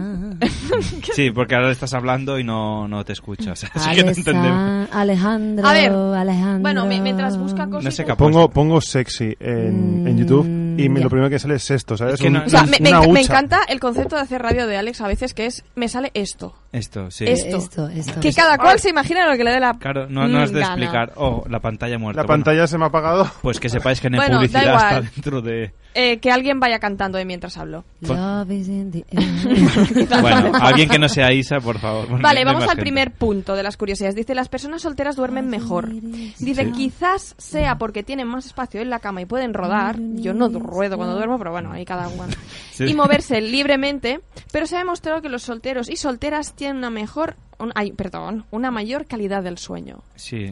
S10: Sí, porque ahora estás hablando y no, no te escuchas. Así que no entendemos.
S3: Alesa- Alejandro,
S7: A ver,
S3: Alejandro.
S7: Bueno, mi- mientras busca cosas... pues
S10: No sé qué ha puesto.
S11: Pongo, pongo sexy en, en YouTube y me- lo primero que sale es esto, ¿sabes?
S10: Es que
S11: Un-
S10: no-
S7: Mm, O sea, me, me
S11: una
S7: enca- me
S11: hucha.
S7: encanta el concepto de hacer radio de Alex a veces, que es, me sale esto.
S10: Esto, sí.
S7: Esto.
S3: Esto, esto.
S7: Que cada cual se imagina lo que le dé la
S10: Claro, no, no has de
S7: gana.
S10: explicar. Oh, la pantalla muerta.
S11: La pantalla se me ha apagado.
S10: Pues que sepáis que en
S7: Bueno, da
S10: publicidad está
S7: igual.
S10: dentro de.
S7: Eh, que alguien vaya cantando de mientras hablo.
S3: Love is in the eh, air.
S10: Bueno, alguien que no sea Isa, por favor. porque no
S7: Vale,
S10: hay
S7: vamos
S10: más
S7: al
S10: gente.
S7: primer punto de las curiosidades. Dice, las personas solteras duermen mejor. Dice,
S10: Sí.
S7: quizás sea porque tienen más espacio en la cama y pueden rodar. Yo no ruedo cuando duermo, pero bueno, ahí cada uno.
S10: Sí.
S7: Y moverse libremente. Pero se ha demostrado que los solteros y solteras tienen una mejor... un- ay, perdón, una mayor calidad del sueño.
S10: Sí.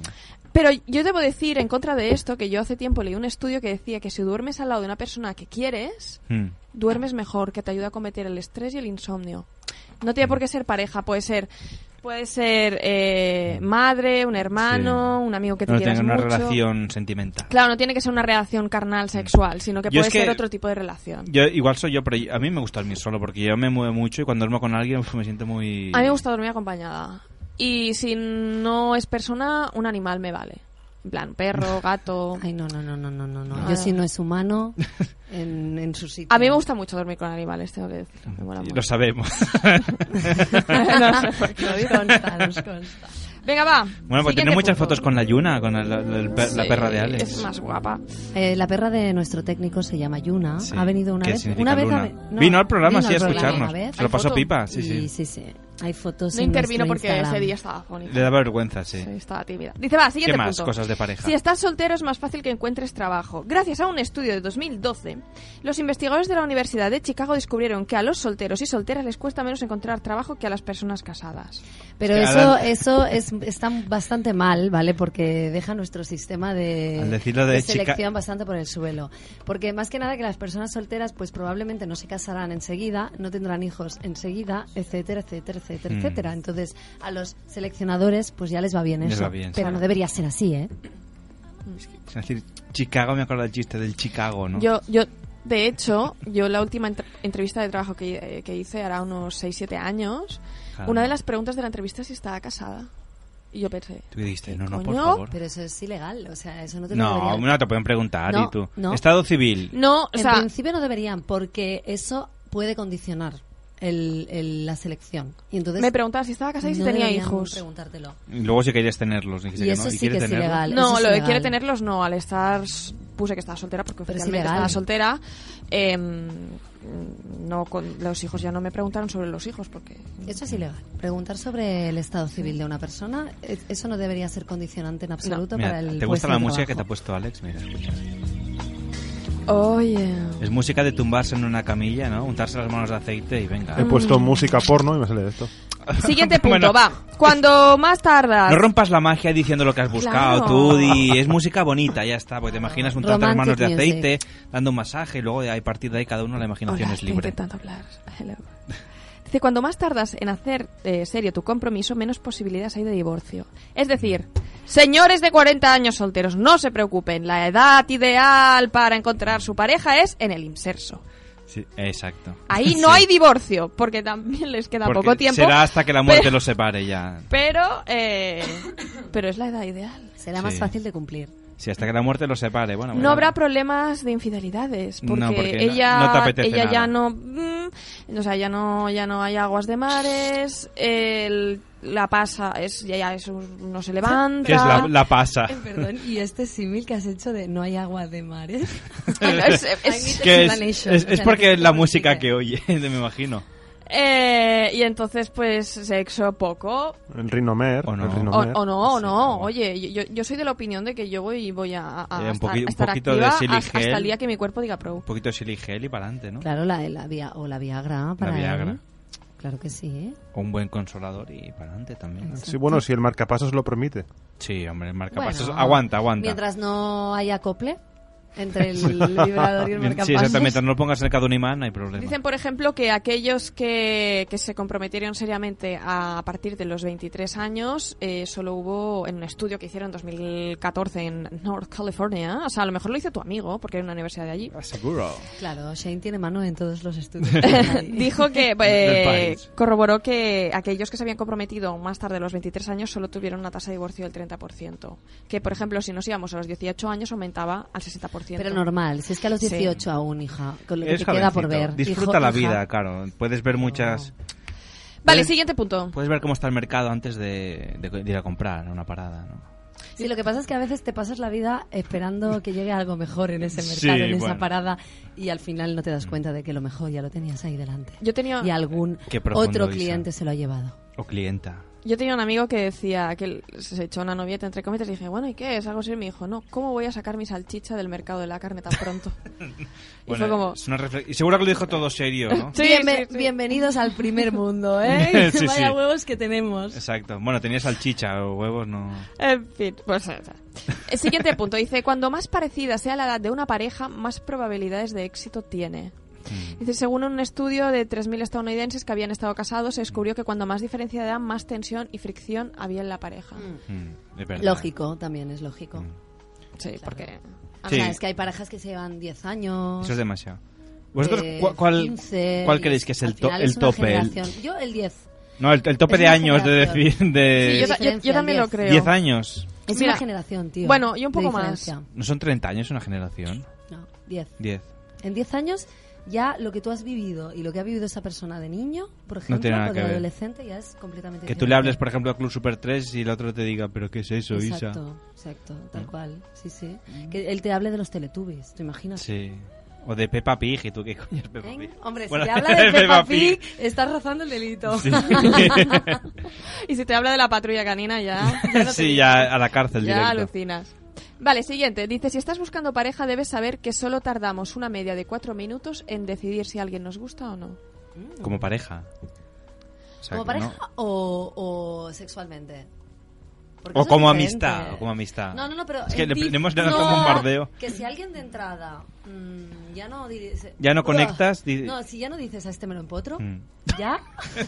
S7: Pero yo debo decir, en contra de esto, que yo hace tiempo leí un estudio que decía que si duermes al lado de una persona que quieres,
S10: Hmm.
S7: duermes mejor, que te ayuda a combatir el estrés y el insomnio. No tiene por qué ser pareja, puede ser puede ser eh, madre, un hermano, un amigo que te
S10: no
S7: quieras
S10: tenga una
S7: mucho.
S10: relación sentimental. Mm.
S7: Claro, no tiene que ser una relación carnal sexual, sino que
S10: Yo
S7: puede
S10: es que-
S7: ser otro tipo de relación.
S10: Yo, igual soy yo, pero yo- a mí me gusta dormir solo porque yo me muevo mucho y cuando duermo con alguien uf, me siento muy...
S7: A mí me gusta dormir acompañada. Y si no es persona, un animal me vale. En plan, perro, gato.
S3: Ay, no, no, no, no, no, no.
S7: Ah.
S3: Yo si no es humano, en, en su sitio.
S7: A mí me gusta mucho dormir con animales, tengo que decir. Me mola mucho.
S10: Lo sabemos.
S7: no sé por qué lo digo.
S3: Nos consta, nos consta.
S7: Venga, va.
S10: Bueno, pues
S7: Siguiente
S10: tiene muchas
S7: punto.
S10: fotos con la Yuna, con el- el- el per- la
S7: Sí,
S10: perra de Alex.
S7: Es más guapa.
S3: Eh, la perra de nuestro técnico se llama Yuna. Ha venido una
S10: ¿Qué
S3: vez.
S10: significa
S3: Una vez
S10: Luna?
S3: ha ve- no,
S10: Vino al programa,
S3: vino
S10: sí, a
S3: al programa
S10: escucharnos.
S3: una vez.
S10: Se lo
S3: Hay
S10: pasó
S3: foto.
S10: pipa, sí,
S3: Y
S10: sí.
S3: sí, sí. Hay fotos.
S7: No
S3: en
S7: intervino
S3: nuestro
S7: porque ese
S3: Instagram.
S7: día estaba bonita.
S10: Le daba vergüenza, sí.
S7: Estaba tímida. Dice, va, siguiente
S10: ¿Qué más
S7: punto.
S10: cosas de pareja?
S7: Si estás soltero es más fácil que encuentres trabajo. Gracias a un estudio de 2012, los investigadores de la Universidad de Chicago descubrieron que a los solteros y solteras les cuesta menos encontrar trabajo que a las personas casadas.
S3: Pero
S10: Es que
S3: eso,
S10: ahora-
S3: eso es, está bastante mal, ¿vale? Porque deja nuestro sistema de,
S10: Al decirlo de chica-
S3: selección bastante por el suelo. Porque más que nada que las personas solteras, pues probablemente no se casarán enseguida, no tendrán hijos enseguida, etcétera, etcétera, etcétera,
S10: Mm.
S3: etcétera. Entonces, a los seleccionadores, pues ya les va bien
S10: Les
S3: eso.
S10: va bien,
S3: Pero
S10: sí.
S3: no debería ser así, ¿eh?
S10: Es decir, Chicago, me acuerdo del chiste del Chicago, ¿no?
S7: Yo, yo, de hecho, yo la última entre- entrevista de trabajo que, eh, que hice, hará unos 6-7 años,
S10: Claro.
S7: una de las preguntas de la entrevista es si estaba casada. Y yo pensé,
S10: Tú qué dijiste, no, no, por
S7: coño?
S10: favor.
S3: Pero eso es ilegal, o sea, eso no te lo
S10: No,
S3: deberían-
S10: no te pueden preguntar,
S3: No,
S10: ¿y tú?
S3: no.
S10: Estado civil.
S7: No, o
S3: en
S7: sea-
S3: principio no deberían, porque eso puede condicionar el- el- la selección. Y entonces
S7: me preguntaba si estaba casada y si
S3: no
S7: tenía
S3: deberían
S7: hijos.
S3: preguntártelo.
S10: Y Luego si querías tenerlos. dijiste
S3: Y eso
S10: no.
S3: sí
S10: quieres
S3: que es
S10: tenerlos?
S3: ilegal.
S7: No,
S3: eso es
S7: lo que
S3: ilegal.
S7: quiere tenerlos no. Al estar. Puse que estaba soltera porque
S3: Pero es
S7: oficialmente
S3: ilegal.
S7: estaba soltera. Eh, no, con los hijos ya no me preguntaron sobre los hijos porque.
S3: Eso es ilegal. Preguntar sobre el estado civil de una persona, e- eso no debería ser condicionante en absoluto
S10: Mira,
S3: para el
S10: ¿Te
S3: puesto
S10: gusta la
S3: de
S10: música que te ha
S3: trabajo.
S10: puesto Alex? Mira, escucha.
S7: Oye.
S10: Es música de tumbarse en una camilla, ¿no? Untarse las manos de aceite y venga.
S11: He puesto
S3: Mm.
S11: música porno y me sale esto.
S7: Siguiente punto,
S10: Bueno.
S7: va. Cuando más tardas.
S10: No rompas la magia diciendo lo que has buscado,
S7: Claro.
S10: tú di, es música bonita, ya está, porque te imaginas un tantas
S7: Romantic
S10: manos de
S7: music.
S10: aceite, dando un masaje, y luego a partir de ahí cada uno la imaginación
S7: Hola,
S10: es
S7: estoy
S10: libre.
S7: intentando hablar. Hello. Dice, cuando más tardas en hacer eh, serio tu compromiso, menos posibilidades hay de divorcio. Es decir, señores de 40 años solteros, no se preocupen. La edad ideal para encontrar su pareja es en el inserso.
S10: Sí, exacto.
S7: Ahí no hay divorcio, porque también les queda
S10: Porque
S7: poco tiempo.
S10: Será hasta que la muerte
S7: pero,
S10: los separe ya.
S7: Pero, eh, pero es la edad ideal.
S3: Será
S10: más Sí. fácil
S3: de cumplir.
S10: Sí, hasta que la muerte los separe. Bueno,
S7: No
S10: bueno.
S7: habrá problemas de infidelidades, porque,
S10: No, porque no-
S7: ella,
S10: no te apetece
S7: ella
S10: nada.
S7: ya no, mm, o sea, ya no, ya no hay aguas de mares, el- la pasa, es, ya, ya es un- no se levanta.
S10: Es la, la pasa.
S3: Eh, Perdón, y este símil que has hecho de no hay agua de eh? mares.
S7: es- es-
S3: I need
S10: Que es,
S3: explanation.
S10: es-
S3: O
S10: es
S3: sea,
S10: porque es la
S3: necesito-
S10: música que oye, me imagino.
S7: Eh, y entonces, pues, sexo poco,
S11: El Rinomer.
S10: ¿O no?
S11: El
S7: o,
S11: Rinomer.
S7: o no, o no, oye, yo, yo- yo soy de la opinión de que yo voy, voy a, a- a
S10: Eh, un
S7: estar,
S10: poqui- un
S7: estar
S10: poquito de
S7: activa
S10: Silly
S7: hasta hasta el
S10: Gel.
S7: día que mi cuerpo diga pro.
S10: Un poquito de silly gel y para adelante, ¿no?
S3: Claro, la, la via- o la Viagra para él.
S10: Viagra.
S3: Claro que sí, ¿eh?
S10: O un buen consolador y para adelante también. ¿no?
S11: Sí, bueno, si el marcapasos lo permite.
S10: Sí, hombre, el marcapasos.
S3: Bueno,
S10: aguanta, aguanta.
S3: Mientras no haya acople entre el vibrador y el
S10: Sí,
S3: marcapasos.
S10: exactamente. Mientras no lo pongas en el cada un imán, no hay problema.
S7: Dicen, por ejemplo, que aquellos que, que se comprometieron seriamente a, partir de los 23 años, eh, solo hubo en un estudio que hicieron en 2014 en North California. O sea, a lo mejor lo hizo tu amigo, porque era una universidad de allí.
S10: Ah, Seguro.
S3: Claro, Shane tiene mano en todos los estudios.
S7: Dijo que
S3: Del
S7: eh,
S3: país.
S7: corroboró que aquellos que se habían comprometido más tarde de los 23 años solo tuvieron una tasa de divorcio del 30%. Que, por ejemplo, si nos íbamos a los 18 años aumentaba al 60%.
S3: Pero normal, si es que a los
S7: Sí.
S3: 18 aún, hija, con lo que
S10: Es
S3: te queda por
S10: jovencito.
S3: ver.
S10: Disfruta
S3: hijo,
S10: la
S3: hija.
S10: vida, claro. Puedes ver muchas.
S7: Vale, siguiente punto.
S10: Puedes ver cómo está el mercado antes de, de- de ir a comprar en una parada, ¿no?
S3: Sí, lo que pasa es que a veces te pasas la vida esperando que llegue algo mejor en ese mercado,
S10: Sí,
S3: en esa
S10: bueno.
S3: parada, y al final no te das cuenta de que lo mejor ya lo tenías ahí delante.
S7: Yo tenía...
S3: Y algún
S10: Qué profundo,
S3: otro
S10: Isa.
S3: cliente se lo ha llevado.
S10: O clienta.
S7: Yo tenía un amigo que decía que él se echó una novieta entre cometas y dije, bueno, ¿y qué es? Algo así. Y me dijo, no, ¿cómo voy a sacar mi salchicha del mercado de la carne tan pronto? y
S10: Bueno,
S7: fue
S3: eh,
S7: como...
S10: es una reflex- y seguro que lo dijo todo serio, ¿no?
S3: Bienve- Bienvenidos al primer mundo, ¿eh?
S10: Sí,
S3: Vaya
S10: sí.
S3: huevos que tenemos.
S10: Exacto. Bueno, tenía salchicha o huevos, no.
S7: En fin, pues... eh, eh. El siguiente punto dice, cuando más parecida sea la edad de una pareja, más probabilidades de éxito tiene.
S10: Mm.
S7: Dice, según un estudio de 3.000 estadounidenses que habían estado casados, se
S10: Mm.
S7: descubrió que cuando más diferencia de edad, más tensión y fricción había en la pareja.
S10: Mm, es verdad.
S3: Lógico, también es lógico.
S10: Mm.
S7: Sí, porque...
S3: O
S10: Sí.
S3: sea, es que hay parejas que se llevan 10 años.
S10: Eso es demasiado. ¿Vosotros
S3: Pues, eh,
S10: cua- cuál,
S3: 15,
S10: cuál
S3: y
S10: creéis que es el,
S3: al
S10: to-
S3: final
S10: el
S3: es una
S10: tope? El-
S3: generación. Yo el 10.
S10: no, el, el tope
S3: Es
S10: de
S3: una
S10: años de decir.
S3: generación.
S7: Sí,
S10: De
S7: yo, ta- yo- yo
S3: diferencia,
S7: también lo
S3: diez.
S7: creo.
S10: 10 años.
S3: Es
S7: Mira,
S3: una generación, tío.
S7: Bueno, y un
S3: de
S7: poco más.
S3: diferencia.
S10: ¿No son 30 años una generación?
S3: No, 10.
S10: 10.
S3: En 10 años ya lo que tú has vivido y lo que ha vivido esa persona de niño, por ejemplo,
S10: tiene nada
S3: o
S10: que
S3: de
S10: ver.
S3: adolescente ya es completamente
S10: Que tú le hables, por ejemplo, a Club Super 3 y el otro te diga, ¿pero qué es eso,
S3: Exacto, exacto,
S10: Mm.
S3: tal cual. Sí, sí. Que él te hable de los Teletubbies, ¿te
S10: Isa?
S3: imaginas?
S10: Mm. Sí. O de Peppa Pig, ¿y tú qué coño es Peppa Pig?
S3: Hombre,
S10: Bueno,
S3: si te habla de Peppa Pig, estás rozando el delito.
S10: Sí.
S7: y si te habla de la patrulla canina ya... ya no te
S10: sí, ya a la cárcel
S7: Ya
S10: directo.
S7: alucinas. Vale, siguiente. Dice, si estás buscando pareja debes saber que solo tardamos una media de cuatro minutos en decidir si alguien nos gusta o no.
S3: Mm.
S10: Como pareja. O sea,
S3: ¿Como
S10: que no-
S3: pareja o, o sexualmente? Porque
S10: O
S3: eso es
S10: como
S3: diferente.
S10: amistad, o como amistad.
S3: No, no, no, pero.
S10: Es que
S3: en
S10: le-
S3: ti-
S10: le hemos dado como
S3: no,
S10: bombardeo.
S3: Que si alguien de entrada mm, ya no di- se-
S10: Ya no
S3: Buah.
S10: conectas, di-
S3: No, si ya no dices a este me lo empotro,
S10: Mm.
S3: ya.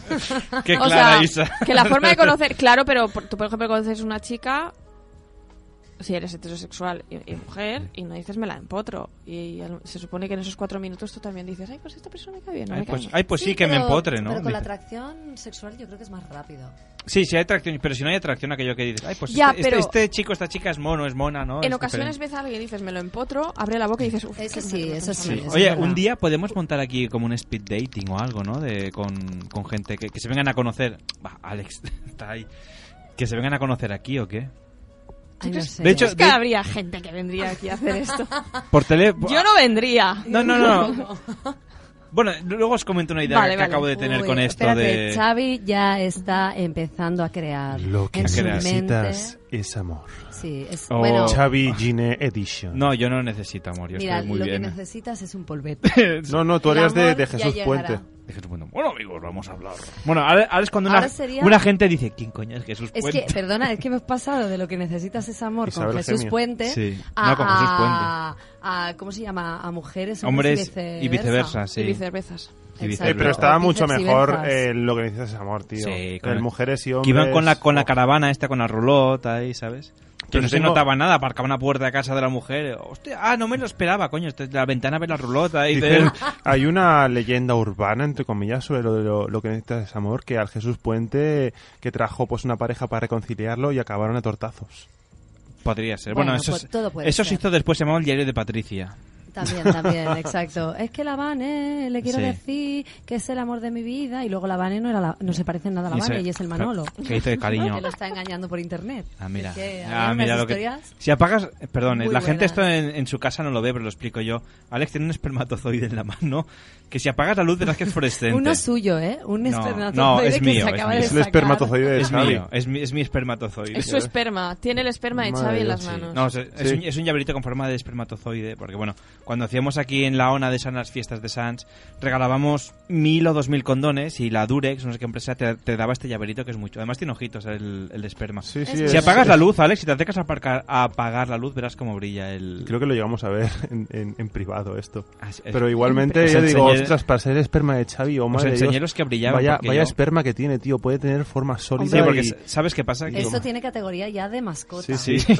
S10: Qué
S7: O
S10: clara,
S7: sea,
S10: Isa.
S7: Que la forma de conocer, claro, pero por- tú por ejemplo conoces una chica, si eres heterosexual y, y mujer, y no dices me la empotro. Y, al- se supone que en esos cuatro minutos tú también dices, ay, pues esta persona que bien. No
S10: Ay,
S7: me
S10: pues-
S7: cae mal".
S10: ay, pues sí, que me
S3: pero-
S10: empotre, ¿no?
S3: Pero con la
S10: Dice.
S3: atracción sexual yo creo que es más rápido.
S10: Sí, sí hay atracción, pero si no hay atracción, aquello que dices, ay, pues
S7: Ya,
S10: este, este-
S7: pero-
S10: este chico, esta chica es mono, es mona, ¿no?
S7: en
S10: Es
S7: ocasiones
S10: diferente.
S7: ves a alguien y dices me lo empotro, abre la boca y dices, uff,
S3: Eso sí, eso sí.
S10: Sí.
S3: eso es
S10: Oye,
S3: verdad.
S10: un día podemos montar aquí como un speed dating o algo, ¿no? De, con, con gente que, que se vengan a conocer. Bah, Alex está ahí. Que se vengan a conocer aquí o qué.
S3: Ay, no sé.
S10: De hecho,
S7: que
S10: de-
S7: habría gente que vendría aquí a hacer esto.
S10: por teléfono.
S7: Yo no vendría.
S10: No, no, no. ah, Bueno, luego os comento una idea
S7: Vale,
S10: que
S7: vale.
S10: acabo de tener
S3: Uy,
S10: con esto
S3: espérate,
S10: de.
S3: Xavi ya está empezando a crear.
S11: Lo que
S3: en su
S11: necesitas
S3: mente.
S11: es amor.
S3: Sí, es,
S10: Oh.
S3: bueno,
S11: Xavi Gine Edition.
S10: No, yo no necesito amor, yo
S3: mira,
S10: estoy muy
S3: lo que
S10: bien.
S3: necesitas es un polvete.
S10: Eh,
S11: No, no, tú
S3: El
S11: eres de,
S3: amor
S11: de
S3: ya
S11: Jesús
S3: llegará.
S11: Puente.
S10: De Jesús Puente. Bueno, amigos, vamos a hablar. Bueno, ahora, ahora es cuando una,
S3: Ahora sería-
S10: una gente dice: ¿Quién coño es Jesús
S3: Es
S10: Puente?
S3: que, perdona, es que hemos pasado de lo que necesitas es amor con
S10: Isabel
S3: Jesús
S10: Gemio.
S3: Puente
S10: Sí.
S3: a,
S10: No, con Jesús
S3: a- a- ¿cómo se llama? A mujeres,
S10: Hombres
S3: hombres,
S10: y viceversa, sí.
S7: Y
S10: Y
S7: viceversas.
S11: Eh, pero
S10: viceversa.
S11: estaba mucho
S3: Bíceps y
S11: mejor
S3: benzas.
S11: eh, lo que necesitas es amor, tío.
S10: Sí,
S11: con
S10: el-
S11: mujeres y hombres.
S10: Que iban con la, con la caravana esta, con la rulota ahí, ¿sabes? Que
S11: Pero
S10: no se
S11: tengo-
S10: notaba nada, aparcaban a puerta de casa de la mujer. Hostia, ah, no me lo esperaba, coño, estoy en la ventana ve la rulota y
S11: Dicen-
S10: te...
S11: hay una leyenda urbana, entre comillas, sobre lo, de lo, lo que necesitas es amor, que al Jesús Puente que trajo pues una pareja para reconciliarlo y acabaron a tortazos.
S10: Podría ser. Bueno,
S11: Bueno,
S10: eso,
S11: pues
S10: es-
S3: todo puede
S10: eso se
S3: ser.
S10: hizo después, se llamaba el diario de Patricia.
S3: También, también, exacto. Es que la Vane, le quiero
S10: Sí.
S3: decir que es el amor de mi vida y luego la Vane no, era la- no se parece en nada a la
S10: Y se-
S3: Vane y es el Manolo.
S10: que hizo de cariño.
S3: Que lo está engañando por internet.
S10: Ah, mira.
S3: Es que había
S10: Ah,
S3: unas
S10: mira lo que...
S3: historias-
S10: Si apagas... eh, Perdón,
S3: muy
S10: la gente
S3: buenas.
S10: esto en, en su casa no lo ve, pero lo explico yo. Alex tiene un espermatozoide en la mano que si apagas la luz verás que es fluorescente.
S3: Uno suyo, ¿eh? Un
S10: No,
S3: espermatozoide
S10: no, es
S3: que
S10: mío,
S3: se
S10: es
S3: acaba
S10: mío.
S3: de
S10: Es el
S3: sacar.
S11: espermatozoide de
S10: es
S11: Xavi.
S10: mío, es mi, es mi espermatozoide.
S7: Es su esperma. Tiene el esperma de Xavi en las manos.
S10: No, es, es
S11: Sí.
S10: un, es un llaverito con forma de espermatozoide, porque bueno, cuando hacíamos aquí en la ONA de San las fiestas de Sans, regalábamos mil o dos mil condones y la Durex, no sé qué empresa, te, te daba este llaverito que es mucho. Además tiene ojitos el, el esperma.
S11: sí,
S10: si
S11: es-
S10: apagas
S11: es-
S10: la luz, Alex, si te acercas a, aparcar- a apagar la luz, verás cómo brilla el...
S11: Creo que lo llegamos a ver en, en- en privado esto.
S10: sí, es-
S11: Pero igualmente
S10: Os
S11: yo digo,
S10: enseñé-
S11: ostras, para ser esperma de Xavi, o
S10: Os
S11: madre de
S10: enseñé
S11: Dios,
S10: los que brillaban,
S11: Vaya,
S10: porque
S11: vaya
S10: yo-
S11: esperma que tiene, tío. Puede tener forma sólida.
S10: Sí, porque
S11: y-
S10: s- ¿sabes qué pasa? Que-
S3: Esto tiene categoría ya de mascota.
S11: Sí, sí.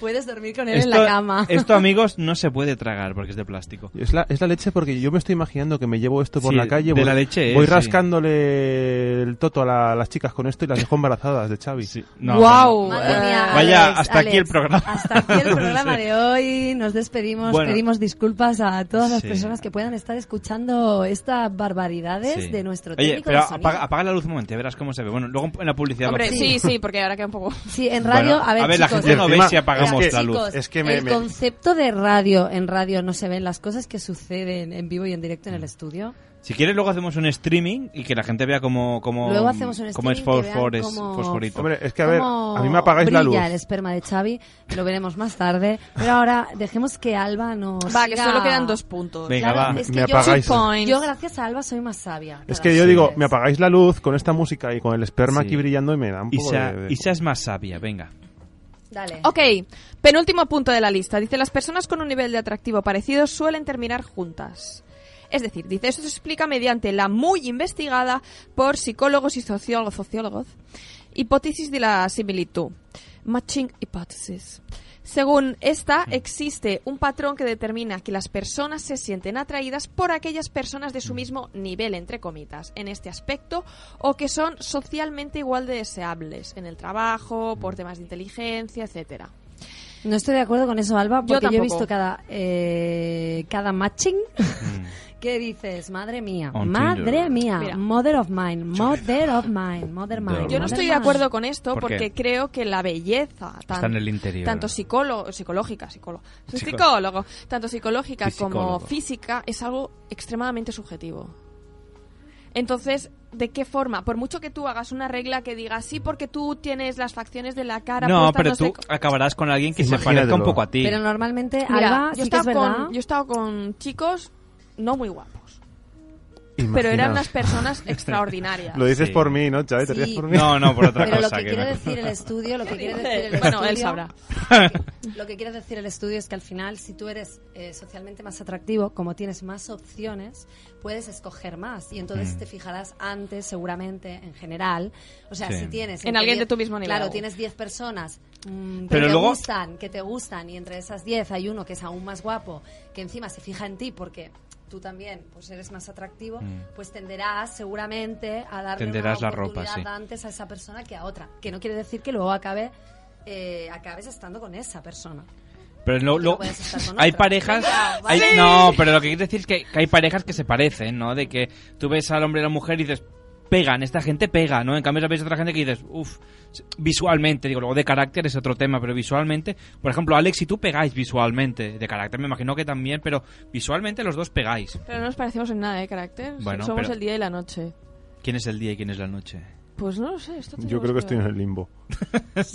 S3: Puedes dormir con él en la cama.
S10: esto, amigos, no se puede tragar porque es de plástico.
S11: Es la, es la leche porque yo me estoy imaginando que me llevo esto por
S10: Sí,
S11: la calle.
S10: de
S11: voy,
S10: la leche es,
S11: voy
S10: sí.
S11: rascándole el toto a, la- a las chicas con esto y las dejo embarazadas de Xavi.
S10: No,
S3: Guau,
S10: bueno.
S3: madre mía,
S10: Vaya,
S3: Alex,
S10: hasta aquí
S3: Alex,
S10: el programa.
S3: Hasta aquí el programa
S10: Sí.
S3: de hoy. Nos despedimos.
S10: Bueno.
S3: Pedimos disculpas a todas las
S10: Sí.
S3: personas que puedan estar escuchando estas barbaridades
S10: Sí.
S3: de nuestro técnico.
S10: Oye, pero
S3: de sonido.
S10: apaga, apaga la luz un momento, ya verás cómo se ve. Bueno, luego en la publicidad. lo
S7: Hombre,
S10: pongo.
S7: sí, sí, porque ahora queda un poco...
S3: Sí, en radio,
S10: Bueno,
S3: a ver,
S10: la
S3: chicos,
S10: gente no ve
S11: Encima-
S10: si apagamos
S11: es que-
S10: la luz.
S3: chicos,
S11: Es que me-
S3: el
S11: me- Mm.
S3: concepto de radio en radio no se ven las cosas que suceden en vivo y en directo en el estudio.
S10: Si quieres, luego hacemos un streaming y que la gente vea cómo, cómo,
S3: Luego hacemos un
S10: cómo es
S3: streaming que
S10: fosfor-
S3: vean
S10: es
S3: cómo-
S10: fosforito.
S11: Hombre, es que a ver,
S3: cómo
S11: a mí me apagáis la luz.
S3: brilla el esperma de Xavi, lo veremos más tarde. Pero ahora dejemos que Alba nos
S7: Va, que
S3: siga-
S7: solo quedan dos puntos.
S11: Venga,
S3: Claro,
S11: va.
S3: es que
S11: Me
S3: yo-
S11: apagáis.
S3: Two points. Yo gracias a Alba soy más sabia.
S11: Es que yo digo, me apagáis la luz con esta música y con el esperma
S10: Sí.
S11: aquí brillando y me da un poco
S10: Isa-
S11: de- de-
S10: Isa es más sabia, venga.
S3: Dale.
S7: Ok, penúltimo punto de la lista. Dice, las personas con un nivel de atractivo parecido suelen terminar juntas. Es decir, dice, esto se explica mediante la muy investigada por psicólogos y sociólogos, sociólogos hipótesis de la similitud. Matching hypothesis. Según esta, existe un patrón que determina que las personas se sienten atraídas por aquellas personas de su mismo nivel, entre comitas, en este aspecto, o que son socialmente igual de deseables, en el trabajo, por temas de inteligencia, etcétera.
S3: No estoy de acuerdo con eso, Alba, porque yo, he
S7: tampoco.
S3: visto cada, eh, cada matching. ¿Qué dices? Madre mía,
S7: Mm. On
S3: madre
S7: Tinder.
S3: mía,
S7: Mira.
S3: mother of mine, mother of mine, mother mine.
S7: Yo no
S3: mother
S7: estoy de
S3: mine.
S7: acuerdo con esto
S10: ¿Por qué?
S7: porque creo que la belleza, tan-
S10: en el interior.
S7: tanto psicólogo, psicológica, psicólogo,
S10: Psico-
S7: psicólogo, tanto psicológica como
S10: Psicólogo.
S7: física, es algo extremadamente subjetivo. Entonces, ¿de qué forma? Por mucho que tú hagas una regla que diga sí porque tú tienes las facciones de la cara
S10: No,
S7: puestas,
S10: pero
S7: no
S10: tú
S7: sé
S10: acabarás con alguien que se
S11: Imagínatelo.
S10: parezca un poco a ti.
S3: Pero normalmente,
S7: Mira,
S3: Alba,
S7: yo, he
S3: sí que es
S7: estado
S3: verdad.
S7: con, yo he estado con chicos no muy guapos, pero
S11: Imaginaos. Este,
S7: eran unas personas extraordinarias.
S11: Lo dices
S10: Sí.
S11: por mí, ¿no, Chávez? ¿Te
S3: Sí.
S11: ríes por mí?
S10: No, no, por otra
S3: Pero lo
S10: cosa
S3: que
S10: que
S3: quiere
S10: me-
S3: decir el estudio, lo que quiere decir el
S7: Bueno, él
S3: estudio-
S7: sabrá.
S3: lo que- Lo que quiere decir el estudio es que al final, si tú eres eh, socialmente más atractivo, como tienes más opciones, puedes escoger más y entonces
S7: Mm.
S3: te fijarás antes, seguramente, en general. O sea,
S7: Sí.
S3: si tienes
S7: En
S3: entre
S7: alguien de
S3: 10
S7: tu mismo nivel.
S3: Claro, tienes 10 personas mm, que
S7: Pero
S3: te
S7: luego-
S3: gustan, que te gustan y entre esas 10 hay uno que es aún más guapo, que encima se fija en ti porque tú también pues eres más atractivo,
S10: Mm.
S3: pues tenderás seguramente a darle
S10: Tenderás
S3: una
S10: la ropa,
S3: oportunidad
S10: sí.
S3: antes a esa persona que a otra. Que no quiere decir que luego acabe, eh, acabes estando con esa persona.
S10: Pero no,
S3: no
S10: lo-
S3: puedes estar con
S10: hay
S3: otra.
S10: parejas.
S3: Venga,
S10: hay-
S3: vale.
S10: no, pero lo que quiero decir es que, que hay parejas que se parecen, ¿no? De que tú ves al hombre y a la mujer y dices, pegan, esta gente pega, ¿no? En cambio, ves a otra gente que dices, uff, visualmente, digo, luego de carácter es otro tema, pero visualmente, por ejemplo, Alex y tú pegáis visualmente, de carácter me imagino que también, pero visualmente los dos pegáis.
S7: Pero no nos parecemos en nada de carácter.
S10: Bueno,
S7: Somos
S10: pero-
S7: el día y la noche.
S10: ¿Quién es el día y quién es la noche?
S7: Pues no lo sé. Esto
S11: Yo
S7: tenemos
S11: creo que estoy en
S7: ver.
S11: el limbo.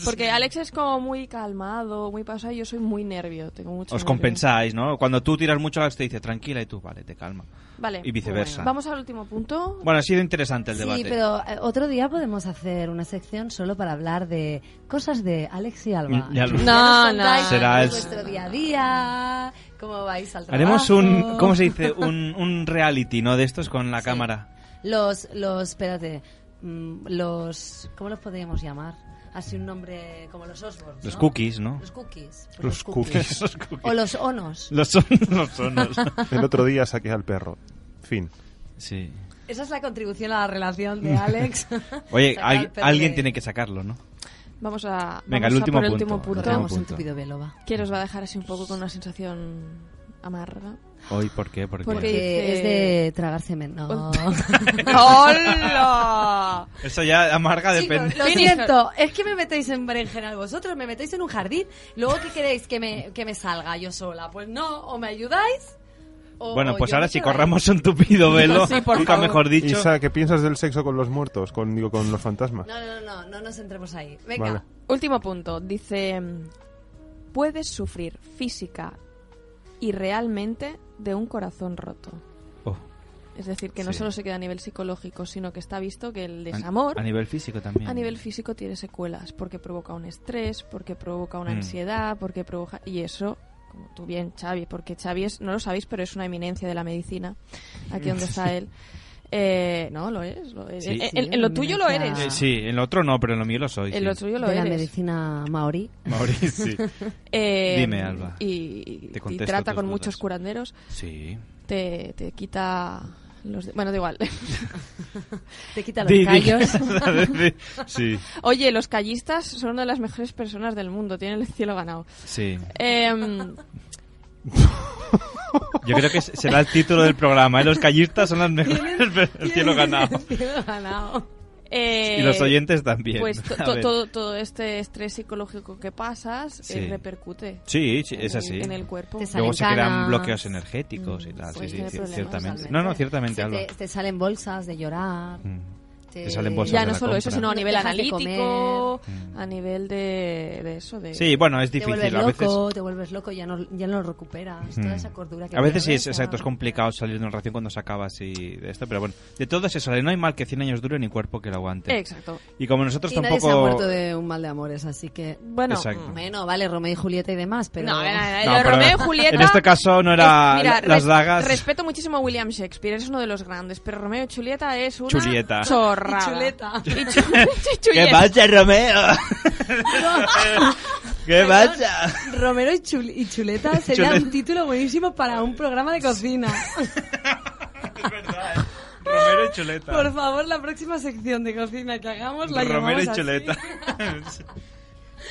S7: Porque Alex es como muy calmado, muy pasado, y yo soy muy nervio, tengo mucho
S10: Os
S7: nervio.
S10: compensáis, ¿no? Cuando tú tiras mucho, Alex te dice, tranquila, y tú, vale, te calma.
S7: Vale.
S10: Y viceversa.
S7: Bueno, Vamos al último punto.
S10: Bueno, ha sido interesante el debate.
S3: Sí, pero eh, otro día podemos hacer una sección solo para hablar de cosas de Alex y Alba.
S10: Ya lo-
S3: Ya nos
S10: No, no.
S3: contáis
S10: Será
S3: cómo es
S10: el-
S3: vuestro día a día, cómo vais al trabajo.
S10: Haremos un, ¿cómo se dice? Un, un reality, ¿no? De estos con la cámara.
S3: Los, los, espérate, mm, los, ¿cómo los podríamos llamar? Así un nombre como los Osborns,
S10: Los cookies, ¿no?
S3: Los cookies. pues
S11: Los cookies. Los
S3: O los onos.
S10: Los onos. Los onos.
S11: El otro día saqué al perro. Fin.
S10: Sí.
S3: Esa es la contribución a la relación de Alex.
S10: Oye,
S3: Sacar
S10: al-
S3: el perro
S10: alguien
S3: de-
S10: tiene que sacarlo, ¿no?
S7: Vamos a.
S10: Venga,
S7: vamos
S10: el
S7: a
S10: último
S7: por
S10: punto,
S7: último
S10: el
S7: punto.
S10: último Corremos un punto. tupido
S3: velo, va.
S7: Que os va a dejar así un poco con una sensación amarga.
S10: Hoy, ¿por qué? ¿Por qué?
S7: Porque
S3: Porque
S7: dice-
S3: es de tragar semen. No.
S7: ¡Hola!
S10: Eso ya amarga depende.
S3: Lo siento, es que me metéis en berenjenal vosotros, me metéis en un jardín. Luego, ¿qué queréis? ¿Que me, que me salga yo sola? Pues no, o me ayudáis. o-
S10: Bueno,
S3: o
S10: pues
S3: Oh, yo
S10: ahora
S3: me
S10: sí
S3: quedo ahí.
S10: corramos un tupido velo,
S3: Sí, por
S10: nunca
S3: favor.
S10: mejor dicho.
S11: Isa, ¿qué piensas del sexo con los muertos? Con, digo, con los fantasmas.
S3: No, no, no, no, no nos entremos ahí.
S7: Venga,
S11: Vale.
S7: último punto. Dice: Puedes sufrir física y realmente de un corazón roto.
S10: Oh.
S7: Es decir, que no
S10: Sí.
S7: solo se queda a nivel psicológico, sino que está visto que el
S10: A-
S7: desamor
S10: A nivel físico también.
S7: A nivel físico tiene secuelas, porque provoca un estrés, porque provoca una
S10: Mm.
S7: ansiedad, porque provoca... Y eso, como tú bien, Xavi, porque Xavi es, no lo sabéis, pero es una eminencia de la medicina, aquí donde está él. Eh, no, lo es. Lo es.
S10: Sí.
S7: En, en- en lo tuyo lo eres.
S10: Eh, sí, en lo otro no, pero en lo mío lo soy.
S7: En
S10: sí.
S7: lo tuyo lo
S3: de la
S7: eres.
S3: medicina maorí.
S10: Mauricio, sí.
S7: Eh,
S10: Dime, Alba.
S7: Y,
S10: Te
S7: y
S10: contesto
S7: trata
S10: tus
S7: con
S10: dudas.
S7: muchos curanderos.
S10: Sí.
S7: Te, te quita... Los de- Bueno, da igual.
S3: Te quita
S10: los Di- di- callos. di- sí.
S7: Oye, los callistas son una de las mejores personas del mundo. Tienen el cielo ganado.
S10: Sí.
S7: Em,
S10: Yo creo que se- será el título del programa. ¿eh? Los callistas son las mejores. pero El cielo ganado.
S12: Eh,
S10: Y los oyentes también.
S12: Pues to-
S10: A
S12: to-
S10: ver.
S12: todo, todo este estrés psicológico que pasas eh,
S10: Sí.
S12: repercute.
S10: Sí, sí, es
S12: en-
S10: así.
S12: En el cuerpo.
S10: Luego se crean bloqueos energéticos y tal.
S3: Pues
S10: sí,
S3: tiene
S10: sí,
S3: problemas,
S10: ciertamente.
S3: realmente.
S10: No, no, ciertamente,
S3: Se
S10: Alba. Mm.
S3: te, te salen bolsas de llorar.
S10: Te salen bolsas
S12: ya
S10: de
S12: no
S10: la
S12: solo eso,
S10: compra.
S12: sino a nivel
S3: Dejas de
S12: analítico, a nivel de, de eso. De...
S10: Sí, bueno, es difícil.
S3: Te
S10: a
S3: vuelves
S10: veces...
S3: loco, te vuelves loco, ya no, ya no lo recuperas. Toda
S10: Mm.
S3: esa cordura que
S10: A veces sí,
S3: pierdes,
S10: es, exacto, es complicado salir de una relación cuando se acaba así de esto, pero bueno, de todo se sale. No hay mal que 100 años dure ni cuerpo que lo aguante.
S3: Exacto.
S10: Y como nosotros
S3: y
S10: tampoco...
S3: nadie se ha muerto de un mal de amores, así que... Bueno,
S10: Exacto.
S3: bueno vale, Romeo y Julieta y demás, pero...
S12: No, no, no, lo
S10: No,
S12: de
S10: pero
S12: Romeo y Julieta.
S10: en este caso no era
S12: es- mira,
S10: la-
S12: res-
S10: las dagas.
S12: Respeto muchísimo a William Shakespeare, es uno de los grandes, pero Romeo y Julieta es una
S10: Julieta.
S12: chorrada.
S3: Y Chuleta.
S12: Y chu- y Julieta.
S10: ¿Qué pasa, Romeo? ¿Qué pasa?
S3: Romero y, Chul- y Chuleta sería
S10: Chuleta.
S3: un título buenísimo para un programa de cocina.
S10: Romero y Chuleta.
S3: Por favor, la próxima sección de cocina que hagamos la
S10: Romero y
S3: llamamos así.
S10: Chuleta.